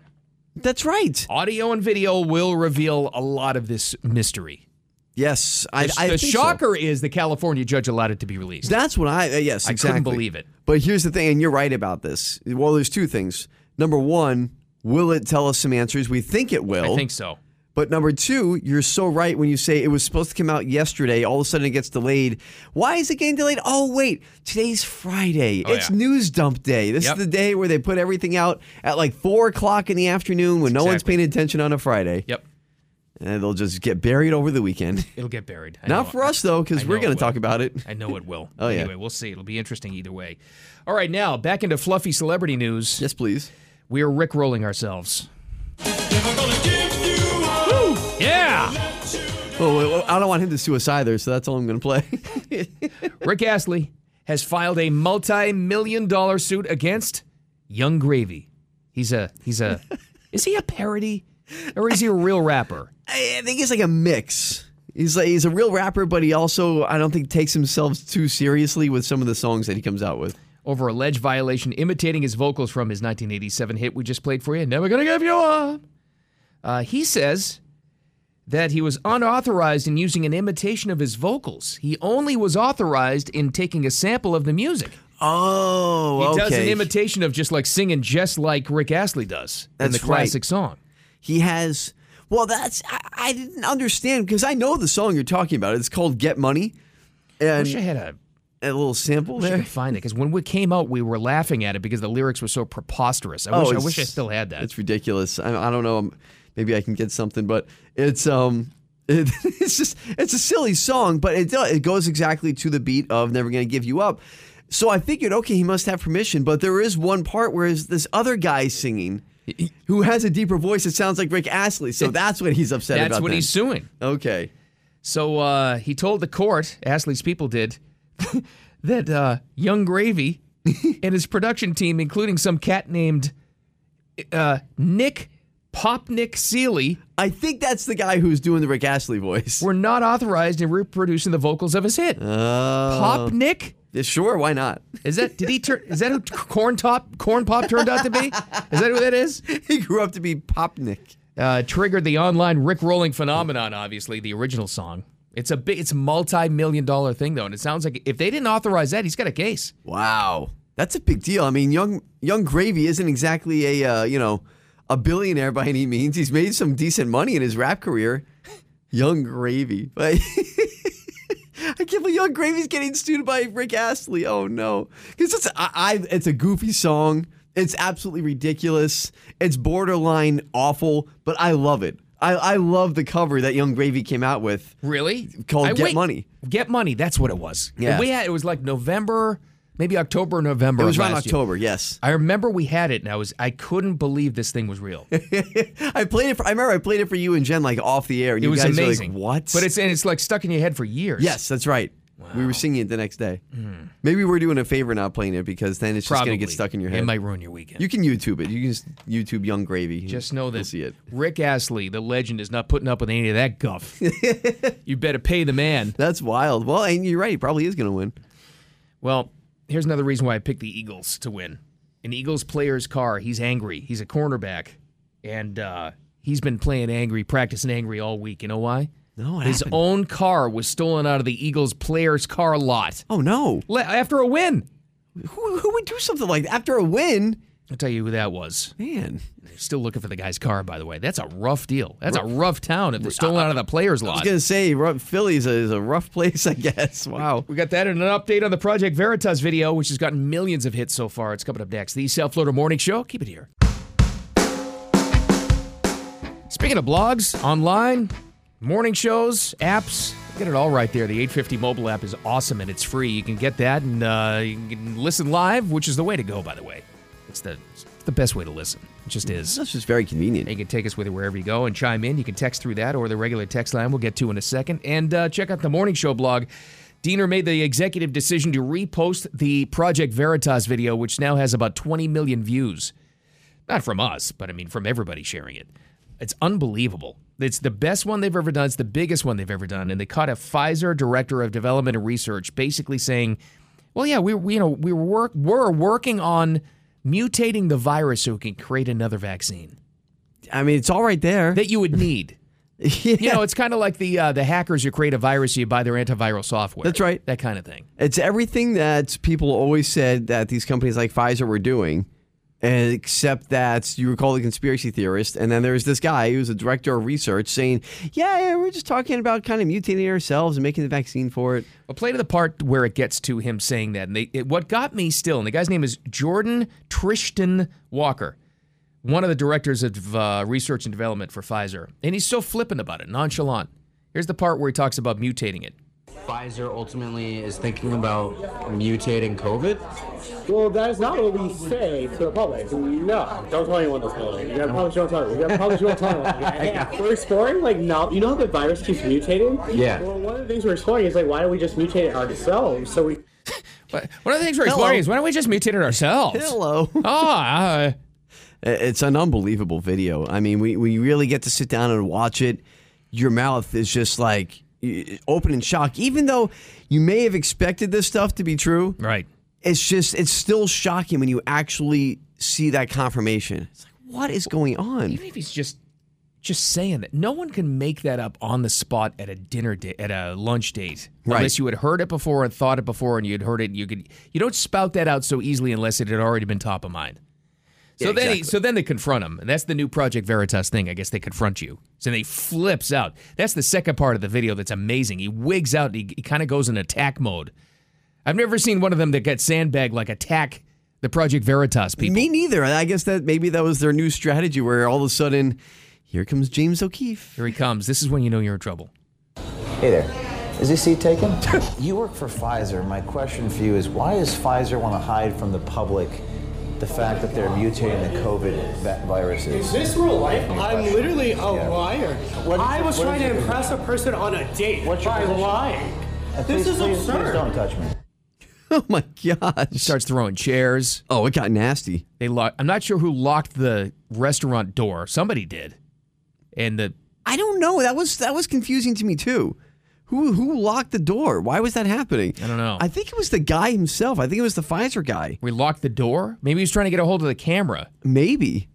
D: That's right.
C: Audio and video will reveal a lot of this mystery.
D: Yes, I,
C: The,
D: I
C: the
D: think so.
C: shocker is the California judge allowed it to be released.
D: That's what I uh, yes,
C: I
D: exactly.
C: couldn't believe it.
D: But here's the thing, and you're right about this. Well, there's two things. Number one, will it tell us some answers? We think it will.
C: I think so.
D: But number two, you're so right when you say it was supposed to come out yesterday. All of a sudden, it gets delayed. Why is it getting delayed? Oh wait, today's Friday.
C: Oh,
D: it's
C: yeah.
D: news dump day. This
C: Yep.
D: is the day where they put everything out at like four o'clock in the afternoon when no one's
C: Exactly.
D: paying attention on a Friday.
C: Yep.
D: And they'll just get buried over the weekend.
C: It'll get buried. I
D: Not
C: know-
D: for us though, because
C: I
D: we're
C: know
D: going
C: it
D: to talk
C: will.
D: about it.
C: I know it will.
D: Oh, yeah.
C: Anyway, we'll see. It'll be interesting either way. All right, now back into fluffy celebrity news.
D: Yes, please.
C: We are Rick rolling ourselves. Woo! Yeah,
D: Oh, wait, well, I don't want him to suicide either, so that's all I'm going to play.
C: Rick Astley has filed a multi-million dollar suit against Young Gravy. He's a he's a is he a parody or is he a real rapper?
D: I I think he's like a mix. He's like he's a real rapper, but he also I don't think takes himself too seriously with some of the songs that he comes out with.
C: over alleged violation imitating his vocals from his 1987 hit we just played for you. Never gonna give you up. Uh, he says that he was unauthorized in using an imitation of his vocals. He only was authorized in taking a sample of the music. He
D: Oh,
C: does an imitation of just like singing just like Rick Astley does in
D: That's
C: the classic
D: right.
C: song.
D: he has. Well, that's I, I didn't understand because I know the song you're talking about. It's called "Get Money,"
C: I
D: and
C: wish I had a
D: a little sample
C: wish I
D: there.
C: could find it because when we came out, we were laughing at it because the lyrics were so preposterous. I wish I
D: Oh, it's-
C: wish I still had that.
D: It's ridiculous. I, I don't know. I'm- Maybe I can get something, but it's um, it, it's just it's a silly song, but it do- it goes exactly to the beat of "Never Gonna Give You Up." So I figured, okay, he must have permission, but there is one part where is this other guy singing, who has a deeper voice that sounds like Rick Astley. So that's what he's upset
C: That's
D: about.
C: what
D: then.
C: he's suing.
D: Okay.
C: So uh, he told the court, Astley's people did, that uh, Young Gravy and his production team, including some cat named uh, Nick Popnick Seeley,
D: I think that's the guy who's doing the Rick Astley voice.
C: were not authorized in reproducing the vocals of his hit.
D: Oh.
C: Popnick?
D: Yeah, Sure, why not?
C: Is that did he turn? Is that who Corn Top Corn Pop turned out to be? Is that who that is?
D: he grew up to be Popnik.
C: uh, triggered the online Rick rolling phenomenon. Obviously, the original song. It's a big, it's multi-million dollar thing though, and it sounds like if they didn't authorize that, he's got a case.
D: Wow, that's a big deal. I mean, young young Gravy isn't exactly a uh, you know a billionaire by any means. He's made some decent money in his rap career. Young Gravy, but I can't believe Young Gravy's getting sued by Rick Astley. Oh no, because it's I, I, it's a goofy song. It's absolutely ridiculous. It's borderline awful, but I love it. I, I love the cover that Young Gravy came out with.
C: Really?
D: Called
C: I-
D: Get
C: wait.
D: Money.
C: Get money. That's what it was.
D: Yeah.
C: We had it was like November, maybe October, November.
D: It was
C: of
D: around
C: last year.
D: October, yes.
C: I remember we had it, and I was I couldn't believe this thing was real. It
D: I played it. For, I remember I played it for you and Jen like off the air. And you
C: was
D: guys
C: amazing.
D: Were like, what?
C: But it's and it's like stuck in your head for years.
D: yes, that's right. We were singing it the next day. Maybe we're doing a favor not playing it because then it's just
C: Hmm. probably
D: gonna get stuck in your
C: It
D: head.
C: might ruin your weekend.
D: you can YouTube it. You can just YouTube Young Gravy.
C: Just know
D: You'll
C: that
D: see it.
C: Rick Astley, the legend, is not putting up with any of that guff. you better pay the man.
D: That's wild. Well, and you're right. He probably is gonna win.
C: Well, here's another reason why I picked the Eagles to win. An Eagles player's car. He's angry. He's a cornerback, and uh, he's been playing angry, practicing angry all week. You know why?
D: No, what
C: His
D: happened?
C: own car was stolen out of the Eagles player's car lot
D: Oh no!
C: Le- after a win.
D: Who, who would do something like that after a win?
C: I'll tell you who that was.
D: Man.
C: Still looking for the guy's car, by the way. That's a rough deal. That's a rough town if they're stolen out of the player's
D: I was
C: lot.
D: gonna say ru- Philly's a, is a rough place, I guess. Wow.
C: We got that and an update on the Project Veritas video, which has gotten millions of hits so far. It's coming up next. The South Florida Morning Show. Keep it here. Speaking of blogs, online, morning shows, apps, get it all right there. The 850 mobile app is awesome and it's free. You can get that and uh, you can listen live, which is the way to go, by the way. It's the, it's the best way to listen. It just is.
D: That's just very convenient.
C: You can take us with you wherever you go and chime in. You can text through that or the regular text line we'll get to in a second. And uh, check out the morning show blog. Diener made the executive decision to repost the Project Veritas video, which now has about 20 million views. Not from us, but I mean from everybody sharing it. It's unbelievable. It's the best one they've ever done. It's the biggest one they've ever done. And they caught a Pfizer director of development and research basically saying, well, yeah, we, we you know we work we're working on mutating the virus so we can create another vaccine.
D: I mean, it's all right there
C: that you would need. You know, it's kind of like the uh, the hackers who create a virus, so you buy their antiviral software.
D: That's right.
C: That kind of thing.
D: It's everything that people always said that these companies like Pfizer were doing, and except that you recall the conspiracy theorist, and then there's this guy who's a director of research saying, "Yeah, yeah we're just talking about kind of mutating ourselves and making the vaccine for it."
C: Well, play to the part where it gets to him saying that. And they, it, what got me still, and the guy's name is Jordan Trishton Walker, one of the directors of uh, research and development for Pfizer. And he's so flippant about it, nonchalant. Here's the part where he talks about mutating it.
H: Pfizer ultimately is thinking about mutating COVID.
I: Well, that is not what we say to the public. No, don't tell anyone this building. You gotta publish your own tunnel. You gotta publish your own tunnel. Yeah. We're exploring like now. You know how the virus keeps mutating?
H: Yeah.
I: Well, one of the things we're exploring is like, why don't we just mutate it ourselves? So we.
C: But one of the things we're exploring is why don't we just mutate it ourselves?
D: Hello.
C: Ah.
D: It's an unbelievable video. I mean, we, we really get to sit down and watch it. Your mouth is just like eh, open in shock, even though you may have expected this stuff to be true.
C: Right.
D: It's just, it's still shocking when you actually see that confirmation. It's like, what is going on?
C: even if he's just just saying that no one can make that up on the spot at a dinner date at a lunch date
D: Right.
C: unless you had heard it before and thought it before and you'd heard it you could you don't spout that out so easily unless it had already been top of mind so
D: Yeah,
C: then he,
D: exactly.
C: so then they confront him and that's the new project veritas thing i guess they confront you so then he flips out that's the second part of the video that's amazing he wigs out and he, he kind of goes in attack mode i've never seen one of them that gets sandbagged like attack the project veritas people
D: Me neither. I guess that maybe that was their new strategy where all of a sudden, here comes James O'Keefe.
C: here he comes this is when you know you're in trouble
J: Hey there. Is this seat taken? you work for Pfizer. My question for you is why does Pfizer want to hide from the public the fact that they're mutating the COVID va- viruses?
I: Is this real life?
J: Any
I: I'm
J: question?
I: literally a
J: Yeah.
I: liar.
J: What-
I: I was
J: what
I: trying to
J: is your-
I: impress a person on a date
J: What's your
I: by
J: position?
I: lying.
J: Uh,
I: This
J: please-
I: is
J: please- Please
I: absurd.
J: don't touch me.
D: Oh my gosh.
C: starts throwing chairs
D: Oh, it got nasty.
C: They locked. I'm not sure who locked the restaurant door. Somebody did. And the
D: I don't know. That was that was confusing to me too. Who who locked the door? Why was that happening?
C: I don't know.
D: I think it was the guy himself. I think it was the Pfizer guy.
C: we locked the door. Maybe he was trying to get a hold of the camera.
D: Maybe.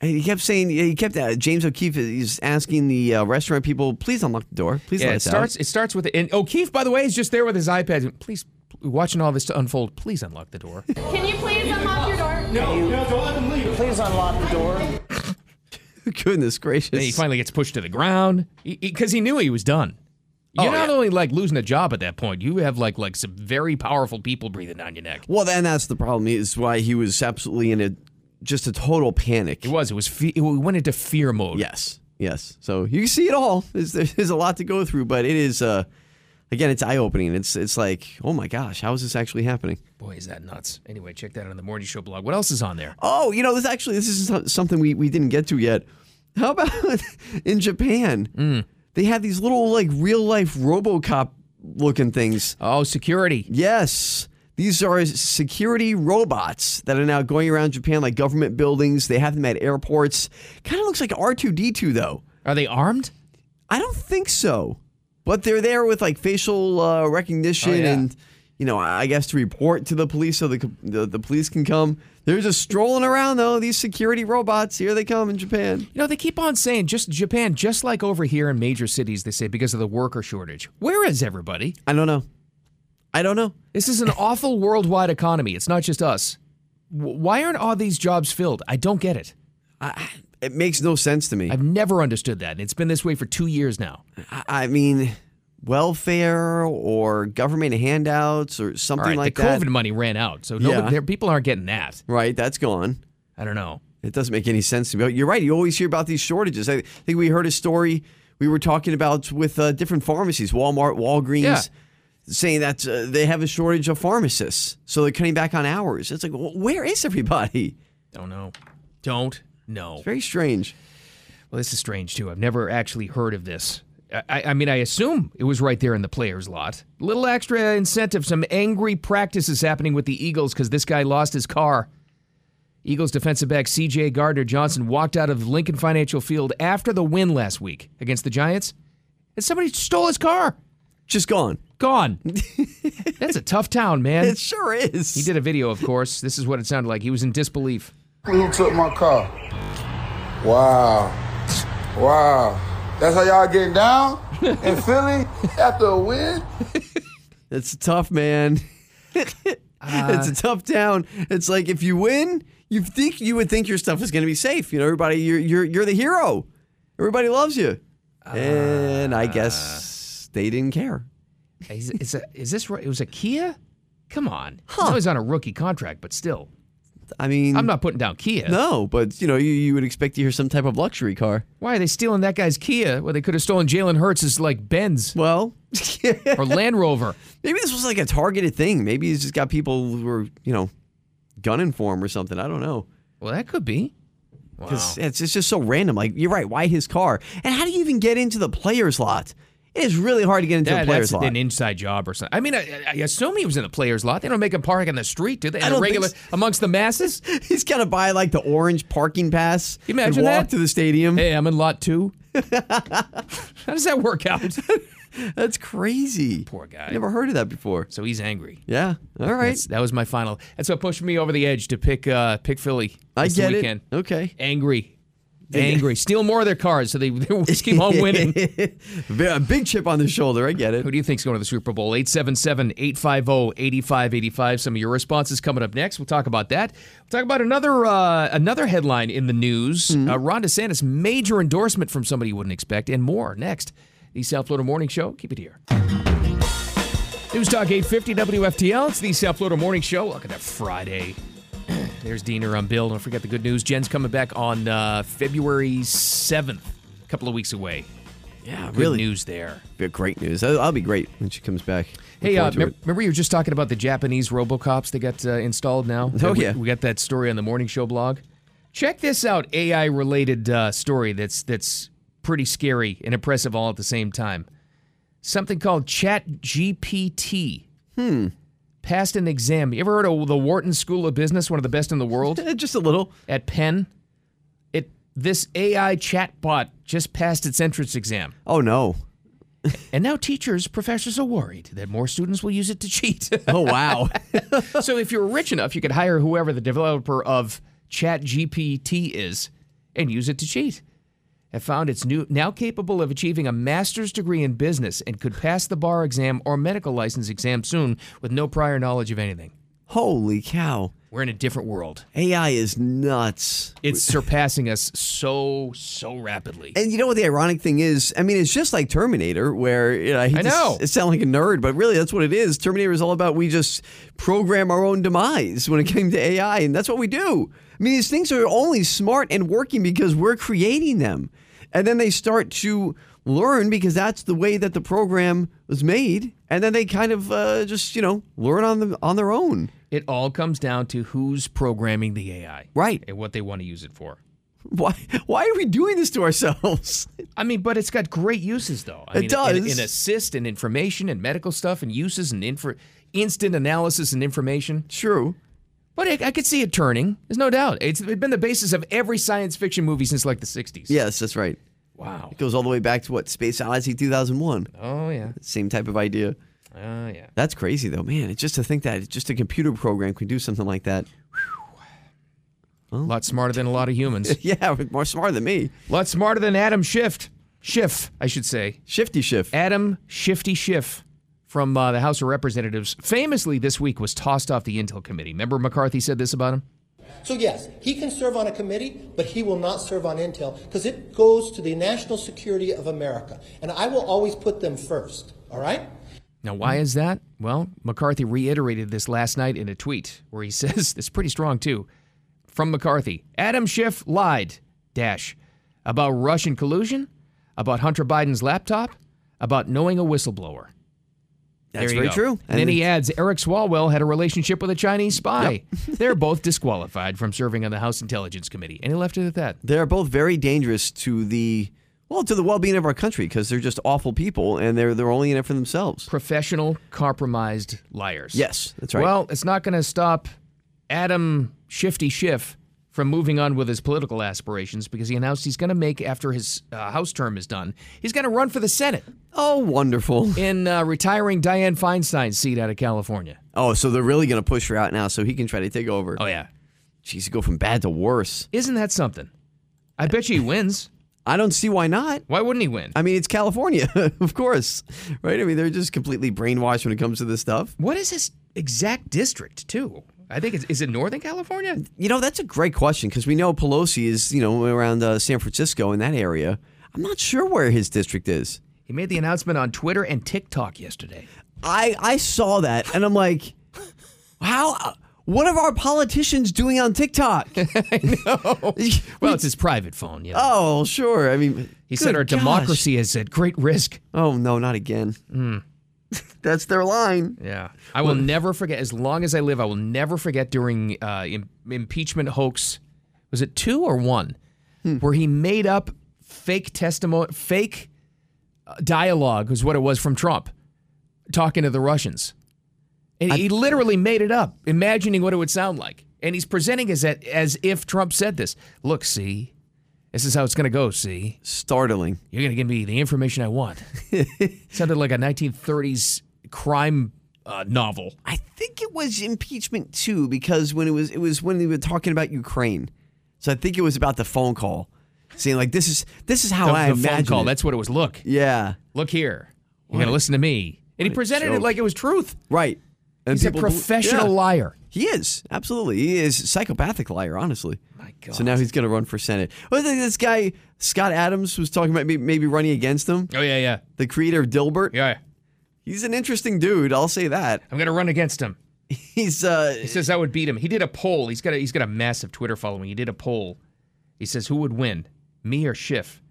D: And he kept saying he kept uh, James O'Keefe is asking the uh, restaurant people, please unlock the door. Please
C: yeah,
D: let
C: it
D: us
C: starts. It starts with and O'Keefe, by the way, is just there with his iPad. Please, watching all this to unfold. Please unlock the door.
K: Can you please unlock your door?
I: No, no, don't let them leave.
J: Please unlock the door.
D: out. Goodness
C: then he
D: gracious.
C: finally gets pushed to the ground because he, knew he was done. You're
D: Oh,
C: not
D: yeah.
C: only like losing a job at that point. You have like like some very powerful people breathing down your neck.
D: well, then that's the problem is why he was absolutely in a just a total panic.
C: It was. It was. Fe- it went into fear mode.
D: Yes, yes. So you can see it all. There's, there's a lot to go through, but it is uh, again, it's eye opening. It's it's like, oh my gosh, how is this actually happening?
C: Boy, is that nuts. Anyway, check that out on the morning show blog. What else is on there?
D: Oh, you know, this actually this is so- something we, we didn't get to yet. How about in Japan? They have these little like real life RoboCop looking things.
C: Oh, security.
D: Yes. These are security robots that are now going around Japan like government buildings. They have them at airports. Kind of looks like R2D2 though.
C: Are they armed?
D: I don't think so. But they're there with like facial uh, recognition
C: Oh, yeah.
D: and you know, I guess to report to the police so the, co- the the police can come. They're just strolling around though. These security robots here they come in Japan.
C: You know, they keep on saying just Japan, just like over here in major cities, they say because of the worker shortage. Where is everybody?
D: I don't know. I don't know.
C: This is an awful worldwide economy. It's not just us. W- Why aren't all these jobs filled? I don't get it.
D: it makes no sense to me.
C: I've never understood that. It's been this way for two years now.
D: I, I mean, welfare or government handouts or
C: All
D: something
C: right,
D: like
C: the
D: that.
C: COVID money ran out, so nobody,
D: Yeah.
C: there, people aren't getting that.
D: Right, that's gone.
C: I don't know.
D: It doesn't make any sense to me. You're right. You always hear about these shortages. I think we heard a story we were talking about with uh, different pharmacies, Walmart, Walgreens,
C: Yeah.
D: saying that uh, they have a shortage of pharmacists, so they're cutting back on hours. It's like, wh- where is everybody?
C: Don't know. Don't know. It's
D: very strange.
C: Well, this is strange too. I've never actually heard of this. I- I, I mean, I assume it was right there in the players' lot. Little extra incentive, some angry practices happening with the Eagles because this guy lost his car. Eagles defensive back C.J. Gardner Johnson walked out of Lincoln Financial Field after the win last week against the Giants, and somebody stole his car.
D: Just gone.
C: Gone. That's a tough town, man.
D: It sure is.
C: He did a video, of course. This is what it sounded like. He was in disbelief.
L: Who took my car? Wow. Wow. That's how y'all getting down in Philly after a win?
D: It's tough, man. it's a tough town. It's like if you win, you think you would think your stuff is going to be safe. You know, everybody, you're you're you're the hero. Everybody loves you, and I
C: Ah.
D: guess they didn't care.
C: Is, is, that- is this right? It was a Kia? Come on. I know he's on a rookie contract, but still.
D: I mean,
C: I'm not putting down Kia.
D: No, but you know, you, you would expect to hear some type of luxury car.
C: Why are they stealing that guy's Kia? Well, they could have stolen Jalen Hurts' like Benz.
D: Well,
C: or Land Rover.
D: Maybe this was like a targeted thing. Maybe he's just got people who are you know gunning for him or something. I don't know.
C: Well, that could be.
D: 'Cause It's, it's just so random. Like you're right. Why his car? And how do you even get into the players lot? It is really hard to get into
C: Yeah,
D: the players
C: that's
D: lot.
C: an inside job or something. I mean, I, I assume he was in the players' lot. They don't make him park in the street, do they?
D: I
C: In the
D: don't think
C: regular
D: so.
C: amongst the masses.
D: He's got to buy like the orange parking pass.
C: You imagine
D: and walk
C: that?
D: to the stadium.
C: Hey, I'm in lot two. How does that work out?
D: That's crazy.
C: Poor guy.
D: Never heard of that before.
C: So he's angry.
D: Yeah. All right.
C: That's- that was my final. That's what pushed me over the edge to pick uh, pick Philly.
D: I
C: this
D: get it.
C: weekend.
D: Okay.
C: Angry. Angry. Steal more of their cars so they, they always keep on winning.
D: A big chip on the shoulder. I get it.
C: Who do you think's going to the Super Bowl? 877 850 8585. Some of your responses coming up next. We'll talk about that. We'll talk about another uh, another headline in the news uh, Ron DeSantis, major endorsement from somebody you wouldn't expect, and more next. The South Florida Morning Show. Keep it here. News Talk 850 WFTL. It's the South Florida Morning Show. Look at that Friday. There's Diener on Bill. Don't forget the good news. Jen's coming back on uh, February 7th, a couple of weeks away.
D: Yeah,
C: Good
D: really.
C: news there.
D: Yeah, Great news. That'll, that'll be great when she comes back. Look
C: Hey, uh,
D: forward to
C: mem-
D: it.
C: remember you were just talking about the Japanese RoboCops that got uh, installed now?
D: Oh,
C: We-
D: yeah.
C: We got that story on the morning show blog. Check this out AI-related uh, story that's that's pretty scary and impressive all at the same time. Something called ChatGPT
D: hmm.
C: passed an exam. You ever heard of the Wharton School of Business, one of the best in the world?
D: Eh, just a little.
C: At Penn, it this AI chatbot just passed its entrance exam.
D: Oh no.
C: And now teachers, professors are worried that more students will use it to cheat.
D: Oh wow.
C: so if you're rich enough, you could hire whoever the developer of ChatGPT is and use it to cheat. Have found it's new now capable of achieving a master's degree in business and could pass the bar exam or medical license exam soon with no prior knowledge of anything.
D: Holy cow.
C: We're in a different world.
D: AI is nuts.
C: It's surpassing us so so rapidly.
D: And you know what the ironic thing is? I mean, it's just like Terminator, where you know, I, hate
C: I
D: to s-
C: know.
D: it sound like a nerd, but really that's what it is. Terminator is all about we just program our own demise when it came to AI, and that's what we do. I mean, these things are only smart and working because we're creating them, and then they start to learn because that's the way that the program was made, and then they kind of uh, just you know learn on them on their own.
C: It all comes down to who's programming the AI.
D: Right.
C: And what they want to use it for.
D: Why why are we doing this to ourselves?
C: I mean, but it's got great uses, though. I
D: It
C: mean, in- In,
D: does.
C: assist and information and medical stuff and uses and infor- instant analysis and information.
D: True.
C: But I, I could see it turning. There's no doubt. It's been the basis of every science fiction movie since like the 60s.
D: Yes, that's right.
C: Wow.
D: It goes all the way back to what Space Odyssey 2001.
C: Oh yeah.
D: Same type of idea.
C: Oh, yeah.
D: That's crazy though, man. It's just to think that just a computer program could do something like that.
C: A lot smarter than a lot of humans.
D: yeah, more smarter than me.
C: A lot smarter than Adam Schiff. Schiff, I should say.
D: Shifty Schiff.
C: Adam Shifty Schiff from uh, the House of Representatives famously this week was tossed off the Intel Committee. Remember McCarthy said this about him?
N: So yes, he can serve on a committee, but he will not serve on intel because it goes to the national security of America. And I will always put them first, all right?
C: Now,
D: Mm-hmm.
C: why is that? Well, McCarthy reiterated this last night in a tweet where he says, it's pretty strong too, from McCarthy Adam Schiff lied, dash, about Russian collusion, about Hunter Biden's laptop, about knowing a whistleblower.
D: That's
C: There you
D: very
C: go.
D: true.
C: And,
D: And
C: then he
D: it's-
C: adds Eric Swalwell had a relationship with a Chinese spy. They're both disqualified from serving on the House Intelligence Committee. And he left it at that.
D: They're both very dangerous to the well, to the well-being of our country because they're just awful people and they're they're only in it for themselves.
C: Professional, compromised liars.
D: Yes, that's right.
C: Well, it's not going to stop Adam Shifty Schiff from moving on with his political aspirations because he announced he's going to make, after his uh, House term is done, he's going to run for the Senate
D: oh, wonderful.
C: in uh, retiring Dianne Feinstein's seat out of California.
D: Oh, so they're really going to push her out now so he can try to take over. Oh
C: yeah.
D: Jeez, you go from bad to worse.
C: Isn't that something? I bet you he wins.
D: I don't see why not.
C: Why wouldn't he win?
D: I mean, it's California, of course, right? I mean, they're just completely brainwashed when it comes to this stuff.
C: What is his exact district, too? I think it's, is it Northern California?
D: You know, that's a great question because we know Pelosi is, you know, around uh, San Francisco in that area. I'm not sure where his district is.
C: He made the announcement on Twitter and TikTok yesterday.
D: I I saw that and I'm like, how? uh, What are our politicians doing on TikTok? I know.
C: Well, it's his private phone. Yeah.
D: Oh, sure. I mean,
C: He said
D: good
C: our
D: gosh.
C: democracy Hmm. is at great risk.
D: Oh no, not again. That's their line.
C: Yeah. I will never forget. As long as I live, I will never forget during uh, im- impeachment hoax. Was it two or one? Where he made up fake testimony, fake uh, dialogue was what it was from Trump talking to the Russians. And he literally made it up, imagining what it would sound like. And he's presenting as that as if Trump said this. Look, see, this is how it's going to go. See,
D: startling.
C: You're going to give me the information I want. Sounded like a 1930s crime uh, novel.
D: I think it was impeachment too, because when it was it was when they were talking about Ukraine. So I think it was about the phone call, saying like this is this is how
C: the,
D: Oh, I
C: the
D: imagine
C: phone call.
D: it.
C: That's what it was. Look,
D: yeah.
C: look here. You're
D: What
C: going to
D: a-
C: listen to me. And he
D: what a
C: presented it
D: joke.
C: like it was truth.
D: Right.
C: He's a
D: people bel-
C: professional
D: Yeah.
C: liar.
D: He is absolutely. He is a psychopathic liar. Honestly. My God. So now he's going to run for senate. Well, th- this guy Scott Adams was talking about may- maybe running against him.
C: Oh yeah, yeah.
D: The creator of Dilbert.
C: Yeah.
D: He's an interesting dude. I'll say that.
C: I'm going to run against him.
D: He's uh
C: He says I would beat him. He did a poll. He's got a, he's got a massive Twitter following. He did a poll. He says who would win, me or Schiff?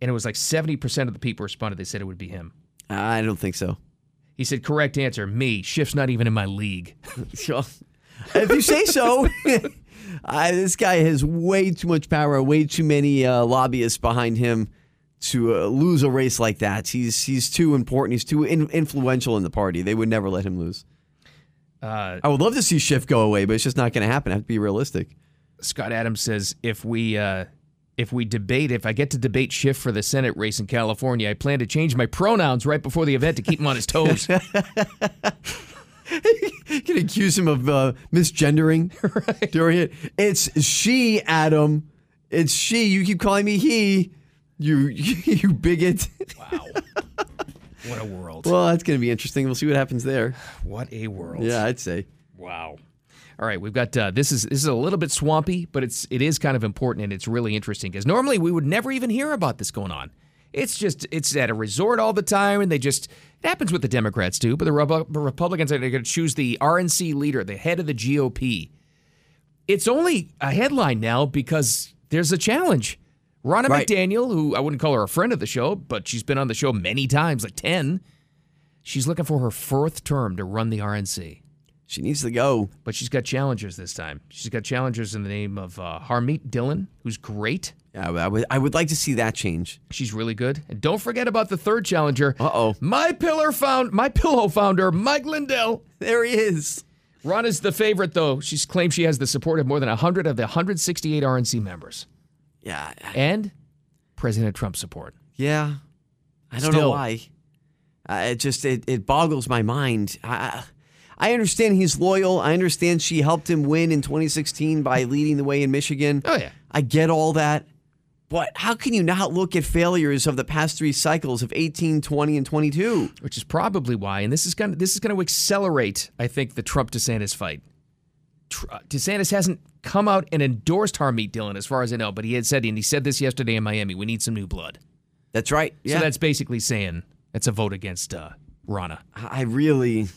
C: And it was like 70% of the people responded they said it would be him.
D: I don't think so.
C: He said correct answer, me. Schiff's not even in my league.
D: if you say so. I, this guy has way too much power, way too many uh, lobbyists behind him to uh, lose a race like that. He's he's too important. He's too in, influential in the party. They would never let him lose.
C: Uh,
D: I would love to see Schiff go away, but it's just not going to happen. I have to be realistic.
C: Scott Adams says if we uh, if we debate, if I get to debate Schiff for the Senate race in California, I plan to change my pronouns right before the event to keep him on his toes.
D: You can accuse him of uh, misgendering during it. It's she, Adam. It's she. You keep calling me he. You you bigot.
C: what a world!
D: Well, that's going to be interesting. We'll see what happens there.
C: What a world!
D: Yeah, I'd say.
C: Wow. All right, we've got uh, this is this is a little bit swampy, but it's it is kind of important and it's really interesting because normally we would never even hear about this going on. It's just it's at a resort all the time, and they just it happens with the Democrats too, but the Rebu- Republicans are going to choose the RNC leader, the head of the GOP. It's only a headline now because there's a challenge. Ronna
D: Right.
C: McDaniel, who I wouldn't call her a friend of the show, but she's been on the show many times, like ten. She's looking for her fourth term to run the RNC.
D: She needs to go.
C: But she's got challengers this time. She's got challengers in the name of uh, Harmeet Dillon, who's great.
D: Yeah, I would, I would like to see that change.
C: She's really good. And don't forget about the third challenger. Uh
D: oh.
C: My pillar found my pillow founder, Mike Lindell.
D: There he is.
C: Ron is the favorite, though. She's claimed she has the support of more than 100 of the 168 RNC members.
D: Yeah.
C: And President Trump's support.
D: Yeah. I don't know
C: Still.
D: why. I, it just it, it boggles my mind. I, I I understand he's loyal. I understand she helped him win in 2016 by leading the way in Michigan.
C: Oh yeah.
D: I get all that. But how can you not look at failures of the past three cycles of 18, 20, and 22?
C: Which is probably why, and this is going to this is going to accelerate, I think, the Trump uh, DeSantis fight. Tr- DeSantis hasn't come out and endorsed Harmeet Dillon, as far as I know. But he had said, and he said this yesterday in Miami, we need some new blood.
D: That's right.
C: So that's basically saying that's a vote against uh, Rana.
D: I really,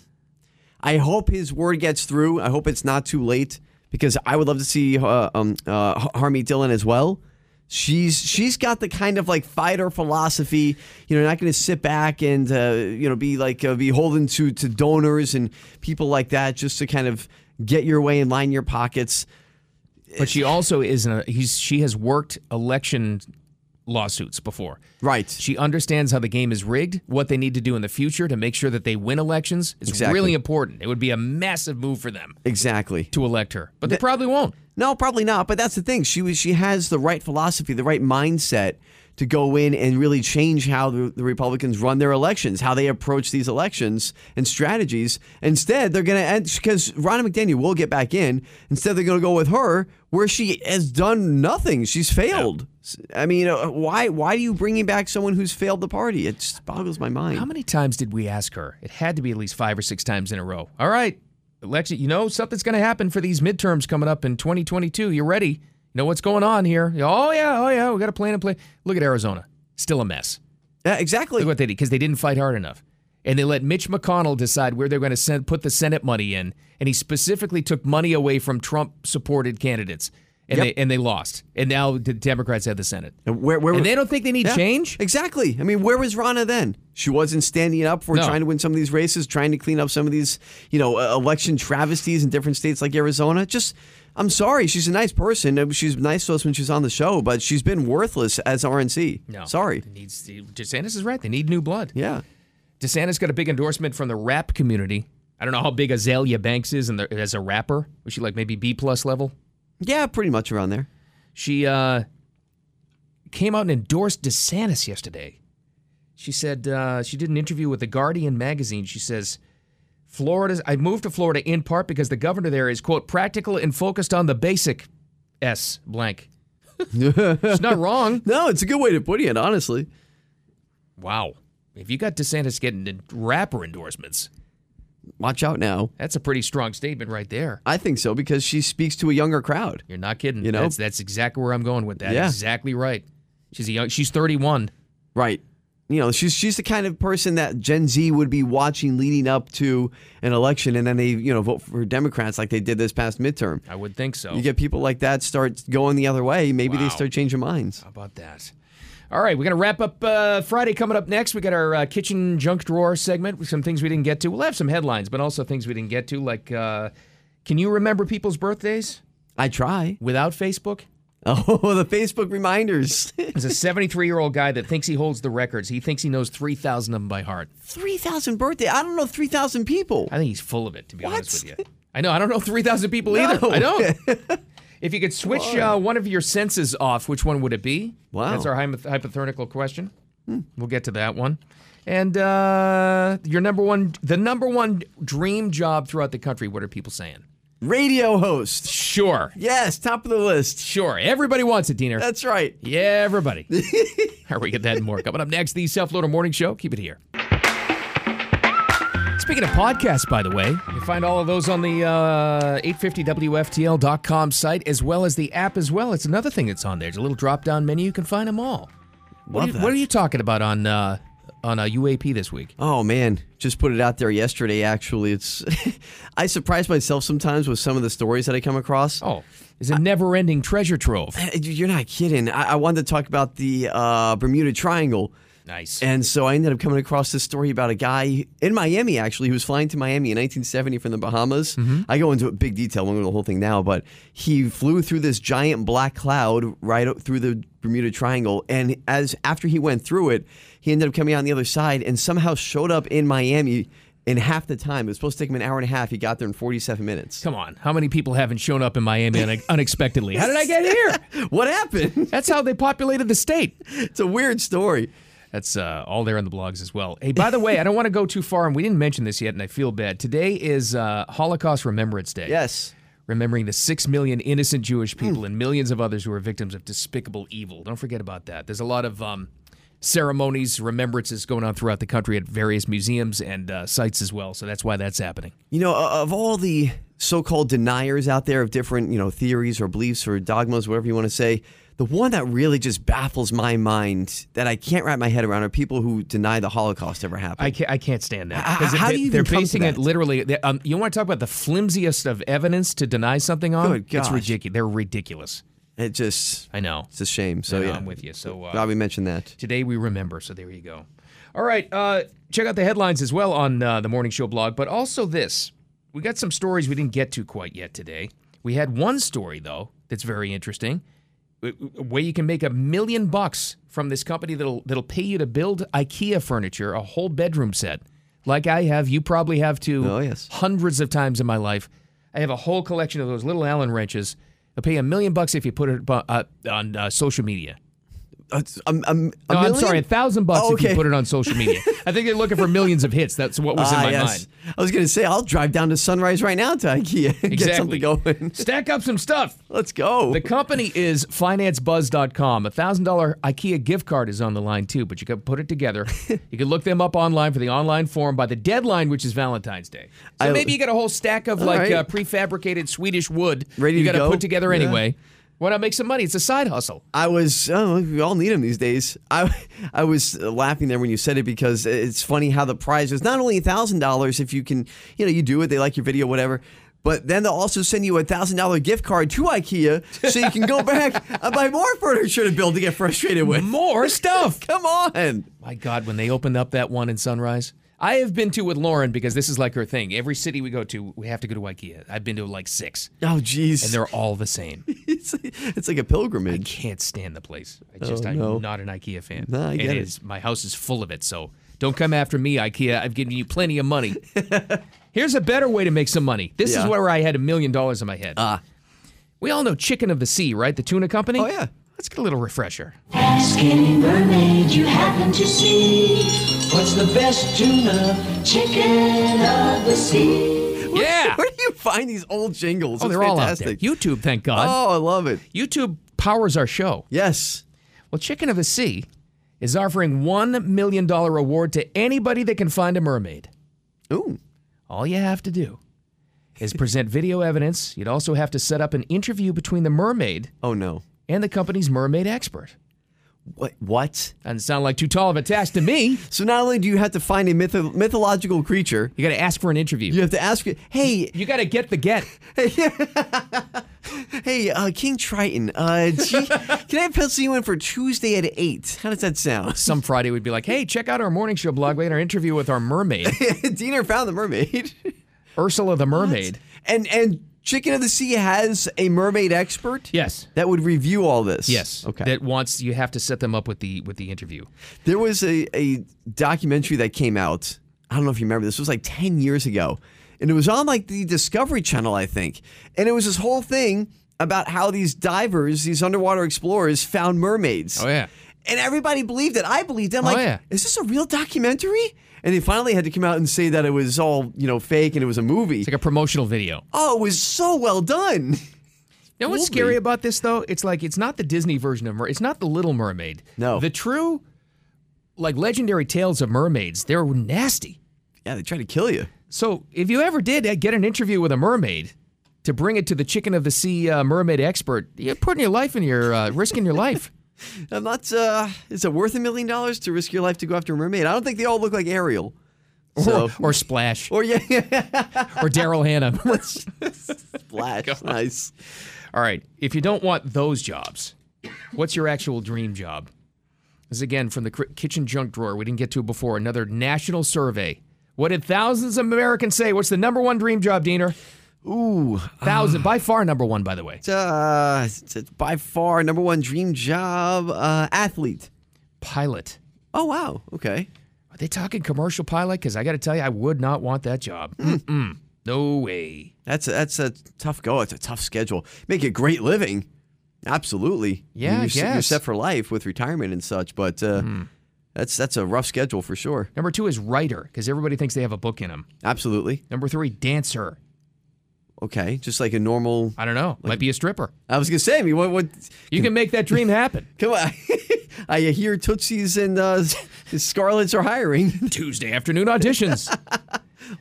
D: I hope his word gets through. I hope it's not too late because I would love to see uh, um, uh, Harmy Dillon as well. She's she's got the kind of like fighter philosophy. You know, not going to sit back and uh, you know be like uh, beholden to to donors and people like that just to kind of get your way and line your pockets.
C: But she also is a, he's she has worked election lawsuits before.
D: Right.
C: She understands how the game is rigged, what they need to do in the future to make sure that they win elections. It's
D: Exactly.
C: really important. It would be a massive move for them
D: Exactly.
C: to elect her. But they probably won't.
D: No, probably not. But that's the thing. She was she has the right philosophy, the right mindset to go in and really change how the, the Republicans run their elections, how they approach these elections and strategies. Instead, they're going to end because Ronna McDaniel will get back in. Instead, they're going to go with her, where she has done nothing. She's failed. I mean, uh, why why do you bringing back someone who's failed the party? It just boggles my mind.
C: How many times did we ask her? It had to be at least five or six times in a row. All right, election. You know something's going to happen for these midterms coming up in 2022. You ready? You know what's going on here? Oh yeah, oh yeah. We got a plan in play. Look at Arizona, still a mess.
D: Yeah, exactly.
C: Look what they did because they didn't fight hard enough, and they let Mitch McConnell decide where they're going to send put the Senate money in, and he specifically took money away from Trump-supported candidates, and
D: Yep.
C: they and they lost, and now the Democrats have the Senate.
D: And where, where
C: And
D: was-
C: they don't think they need change?
D: Exactly. I mean, where was Rana then? She wasn't standing up for
C: No.
D: trying to win some of these races, trying to clean up some of these, you know, uh, election travesties in different states like Arizona. Just, I'm sorry, she's a nice person. Uh, She's nice to us when she's on the show, but she's been worthless as RNC.
C: No.
D: Sorry.
C: Needs DeSantis is right. They need new blood.
D: Yeah.
C: DeSantis got a big endorsement from the rap community. I don't know how big Azalea Banks is in the, as a rapper. Was she like maybe B plus level?
D: Yeah, pretty much around there.
C: She uh, came out and endorsed DeSantis yesterday. She said uh, she did an interview with the Guardian magazine. She says, "Florida's I moved to Florida in part because the governor there is quote practical and focused on the basic s blank."
D: it's
C: not wrong.
D: No, it's a good way to put it, honestly.
C: Wow, if you got DeSantis getting en- rapper endorsements,
D: Watch out now.
C: that's a pretty strong statement right there.
D: I think so because she speaks to a younger crowd.
C: You're not kidding.
D: You know?
C: that's, that's exactly where I'm going with that.
D: Yeah.
C: Exactly right. She's a young. She's 31.
D: Right. You know, she's she's the kind of person that Gen Z would be watching leading up to an election, and then they you know vote for Democrats like they did this past midterm.
C: I would think so.
D: You get people like that start going the other way. Maybe
C: Wow.
D: they start changing minds.
C: How about that? All right, we're gonna wrap up uh, Friday coming up next. We got our uh, kitchen junk drawer segment with some things we didn't get to. We'll have some headlines, but also things we didn't get to. Like, uh, can you remember people's birthdays
D: I try.
C: without Facebook?
D: Oh, the Facebook reminders.
C: There's a 73 year old guy that thinks he holds the records. He thinks he knows 3,000 of them by heart.
D: three thousand birthday. I don't know three thousand people.
C: I think he's full of it, to be honest with you. I know. I don't know 3,000 people either.
D: No.
C: I don't. if you could switch
D: on.
C: uh, one of your senses off, which one would it be?
D: Wow. Hmm.
C: That's our hypo- hypothetical question. We'll get to that one. And uh, your number one, the number one dream job throughout the country. What are people saying?
D: Radio host.
C: Sure.
D: Yes, top of the list.
C: Sure. Everybody wants it, Diener.
D: That's right.
C: yeah, everybody. All right, we get that and more. Coming up next, the Self Loader Morning Show. Keep it here. Speaking of podcasts, by the way, you find all of those on the uh, 850WFTL.com site as well as the app as well. It's another thing that's on there. There's a little drop down menu. You can find them all. What,
D: Love
C: are, you,
D: that.
C: what are you talking about on uh, on uh, UAP this week?
D: Oh man, just put it out there yesterday. Actually, it's I surprise myself sometimes with some of the stories that I come across.
C: Oh, it's a never ending treasure trove.
D: Uh, You're not kidding. I, I wanted to talk about the uh, Bermuda Triangle.
C: Nice.
D: And so I ended up coming across this story about a guy in Miami, actually, who was flying to Miami in 1970 from the Bahamas.
C: Mm-hmm.
D: I go into big detail, I won't go into the whole thing now, but he flew through this giant black cloud right o- through the Bermuda Triangle. And as after he went through it, he ended up coming out on the other side and somehow showed up in Miami in half the time. It was supposed to take him an hour and a half. He got there in 47 minutes.
C: Come on. How many people haven't shown up in Miami un- unexpectedly? How did I get here?
D: What happened?
C: That's how they populated the state.
D: it's a weird story.
C: That's uh, all there in the blogs as well. Hey, by the way, I don't want to go too far, and we didn't mention this yet, and I feel bad. Today is uh, Holocaust Remembrance Day.
D: Yes. Hmm.
C: Remembering the six million innocent Jewish people and millions of others who were victims of despicable evil. Don't forget about that. There's a lot of um, ceremonies, remembrances going on throughout the country at various museums and uh, sites as well. So that's why that's happening.
D: You know, o- of all the so-called deniers out there of different, you know, theories or beliefs or dogmas, whatever you want to say, the one that really just baffles my mind that I can't wrap my head around are people who deny the Holocaust ever happened.
C: I can't, I can't stand that.
D: H-
C: 'Cause
D: how
C: they-
D: do you
C: They're
D: even come to
C: basing
D: that?
C: it literally. they- Um, you want to talk about the flimsiest of evidence to deny something on?
D: Good
C: It's
D: gosh.
C: ridiculous. They're ridiculous.
D: It just
C: I know.
D: It's a shame. So
C: I know,
D: yeah,
C: I'm with you. So, uh,
D: Robbie mentioned that.
C: Today we remember. So there you go. All right. Uh, check out the headlines as well on uh, the Morning Show blog, but also this. We got some stories we didn't get to quite yet today. We had one story, though, that's very interesting. A a way you can make a million bucks from this company that'll that'll pay you to build IKEA furniture, a whole bedroom set, like I have. You probably have too. Oh yes, hundreds of times in my life. I have a whole collection of those little Allen wrenches. They'll pay you a million bucks if you put it bu- uh, on uh, social media.
D: Uh, um, a
C: no, I'm
D: million?
C: sorry, a thousand bucks
D: Oh,
C: if you
D: okay.
C: put it on social media. I think they're looking for millions of hits. That's what was in
D: Ah,
C: my
D: yes.
C: mind.
D: I was going to say I'll drive down to Sunrise right now to IKEA and get
C: Exactly.
D: something going.
C: Stack up some stuff.
D: Let's go.
C: The company is financebuzz.com. A $1,000 IKEA gift card is on the line too, but you can put it together. you can look them up online for the online form by the deadline, which is Valentine's Day. So
D: I-
C: maybe you get a whole stack of
D: All
C: like
D: right.
C: uh, prefabricated Swedish wood
D: Ready
C: you
D: to
C: gotta
D: go?
C: put together
D: Yeah.
C: anyway. Why not make some money? It's a side hustle.
D: I was, oh, we all need them these days. I, I was laughing there when you said it because it's funny how the prize was not only thousand dollars if you can, you know, you do it, they like your video, whatever. But then they'll also send you a thousand dollar gift card to IKEA, so you can go back and buy more furniture to build to get frustrated with.
C: More stuff.
D: Come on.
C: My God, when they opened up that one in Sunrise, I have been to with Lauren because this is like her thing. Every city we go to, we have to go to IKEA. I've been to like six.
D: Oh, jeez.
C: And they're all the same.
D: it's, it's like a pilgrimage.
C: I can't stand the place. I
D: Oh,
C: just,
D: no.
C: I'm not an IKEA fan.
D: No, I
C: It
D: get it.
C: is. My house is full of it. So don't come after me, IKEA. I've given you plenty of money. Here's a better way to make some money. This
D: Yeah.
C: is where I had a million dollars in my head. Ah. We all know Chicken of the Sea, right? The tuna company. Oh yeah. Let's get a little refresher.
O: Ask any mermaid you happen to see. What's the best tuna? Chicken of the sea.
C: Yeah.
D: Where do you find these old jingles?
C: Oh,
D: It's
C: they're all out there.
D: fantastic.
C: YouTube, thank God.
D: Oh, I love it.
C: YouTube powers our show.
D: Yes.
C: Well, Chicken of the Sea is offering $1 million award to anybody that can find a mermaid.
D: Ooh.
C: All you have to do is present video evidence. You'd also have to set up an interview between the mermaid
D: Oh no.
C: and the company's mermaid expert.
D: What? What?
C: Doesn't sound like too tall of a task to me.
D: So not only do you have to find a mytho- mythological creature,
C: you got to ask for an interview.
D: You have to ask it. Hey,
C: you got to get the get.
D: hey, uh, King Triton. Uh, gee, can I pencil you in for Tuesday at eight? How does that sound?
C: Some Friday would be like, hey, check out our morning show blog. We had our interview with our mermaid,
D: Diener found the mermaid.
C: Ursula the mermaid.
D: And and Chicken of the Sea has a mermaid expert.
C: Yes.
D: That would review all this.
C: Yes.
D: Okay.
C: That wants you have to set them up with the with the interview.
D: There was a, a documentary that came out. I don't know if you remember this. It was like 10 years ago. And it was on like the Discovery Channel, I think. And it was this whole thing about how these divers, these underwater explorers, found mermaids.
C: Oh, yeah.
D: And everybody believed it. I believed it. I'm
C: Oh,
D: like,
C: yeah.
D: is this a real documentary? And they finally had to come out and say that it was all, you know, fake and it was a movie. It's
C: like a promotional video.
D: Oh, it was so well done.
C: You know what's
D: Totally.
C: scary about this though? It's like it's not the Disney version of Mer. It's not the Little Mermaid. No, the true, like legendary tales of mermaids. They're nasty.
D: Yeah, they try to kill you.
C: So if you ever did uh, get an interview with a mermaid, to bring it to the Chicken of the Sea uh, mermaid expert, you're putting your life in your uh, risking your life.
D: I'm not, uh, is it worth a million dollars to risk your life to go after a mermaid? I don't think they all look like Ariel.
C: Or,
D: So-
C: or splash.
D: Or Oh, yeah.
C: or Daryl Hannah.
D: Splash. nice.
C: All right. If you don't want those jobs, what's your actual dream job? This is again from the cri- kitchen junk drawer. We didn't get to it before. Another national survey. What did thousands of Americans say? What's the number one dream job, Diener?
D: Ooh,
C: thousand by far number one, by the way.
D: Uh, it's- it's by far number one dream job uh, athlete.
C: Pilot.
D: Oh wow. Okay.
C: Are they talking commercial pilot? Because I got to tell you, I would not want that job. Mm-mm. No way.
D: That's a, that's a tough go. It's a tough schedule. Make a great living. Absolutely.
C: Yeah,
D: you're,
C: I
D: s- you're
C: guess.
D: set for life with retirement and such, but uh, that's that's a rough schedule for sure.
C: Number two is writer, because everybody thinks they have a book in them.
D: Absolutely.
C: Number three, dancer.
D: Okay, just like a normal.
C: I don't know. Might be a stripper.
D: I was gonna say, I mean, what what
C: You can make that dream happen.
D: Come on. I hear Tootsies and uh, Scarlets are hiring.
C: Tuesday afternoon auditions.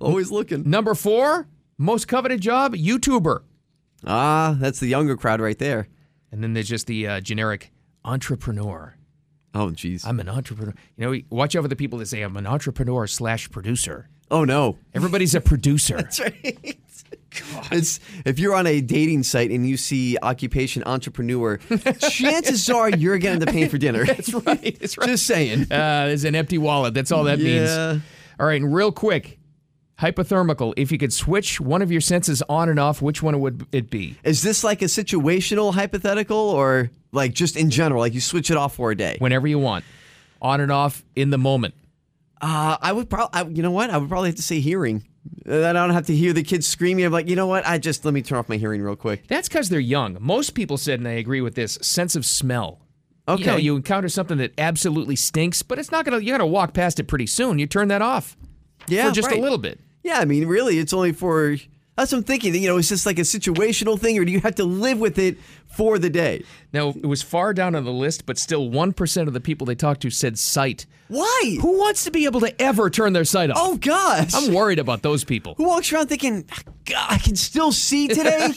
D: Always looking.
C: Number four, Most coveted job, YouTuber.
D: Ah, that's the younger crowd right there.
C: And then there's just the uh, generic entrepreneur.
D: Oh, jeez.
C: I'm an entrepreneur. You know, watch out for the people that say I'm an entrepreneur slash producer.
D: Oh no.
C: Everybody's a producer.
D: That's right. It's if you're on a dating site and you see occupation entrepreneur, chances are you're going to pay for dinner.
C: That's right. That's right.
D: Just saying.
C: Uh, there's an empty wallet. That's all that
D: Yeah.
C: means. All right, and real quick, hypothermical. If you could switch one of your senses on and off, which one would it be?
D: Is this like a situational hypothetical or like just in general? Like you switch it off for a day
C: whenever you want, on and off in the moment.
D: Uh, I would probably, you know what? I would probably have to say hearing. Uh, I don't have to hear the kids screaming. I'm like, you know what? I just let me turn off my hearing real quick.
C: That's because they're young. Most people said, and I agree with this, sense of smell. You, know,
D: Okay.
C: you encounter something that absolutely stinks, but it's not gonna. You gotta walk past it pretty soon. You turn that off.
D: Yeah,
C: for just
D: right.
C: a little bit.
D: Yeah, I mean, really, it's only for. That's what I'm thinking. You know, it's just like a situational thing, or do you have to live with it for the day?
C: Now it was far down on the list, but still one percent of the people they talked to said sight.
D: Why?
C: Who wants to be able to ever turn their sight off?
D: Oh gosh!
C: I'm worried about those people.
D: Who walks around thinking, God, I can still see today?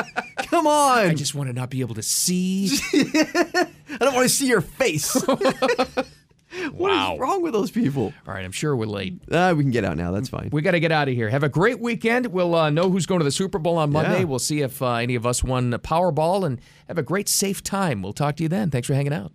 D: Come on!
C: I just want to not be able to see.
D: I don't want to see your face.
C: Wow.
D: What's wrong with those people?
C: All right, I'm sure we're late.
D: Uh, we can get out now. That's fine.
C: We got to get out of here. Have a great weekend. We'll uh, know who's going to the Super Bowl on Monday.
D: Yeah.
C: We'll see if uh, any of us won the Powerball and have a great, safe time. We'll talk to you then. Thanks for hanging out.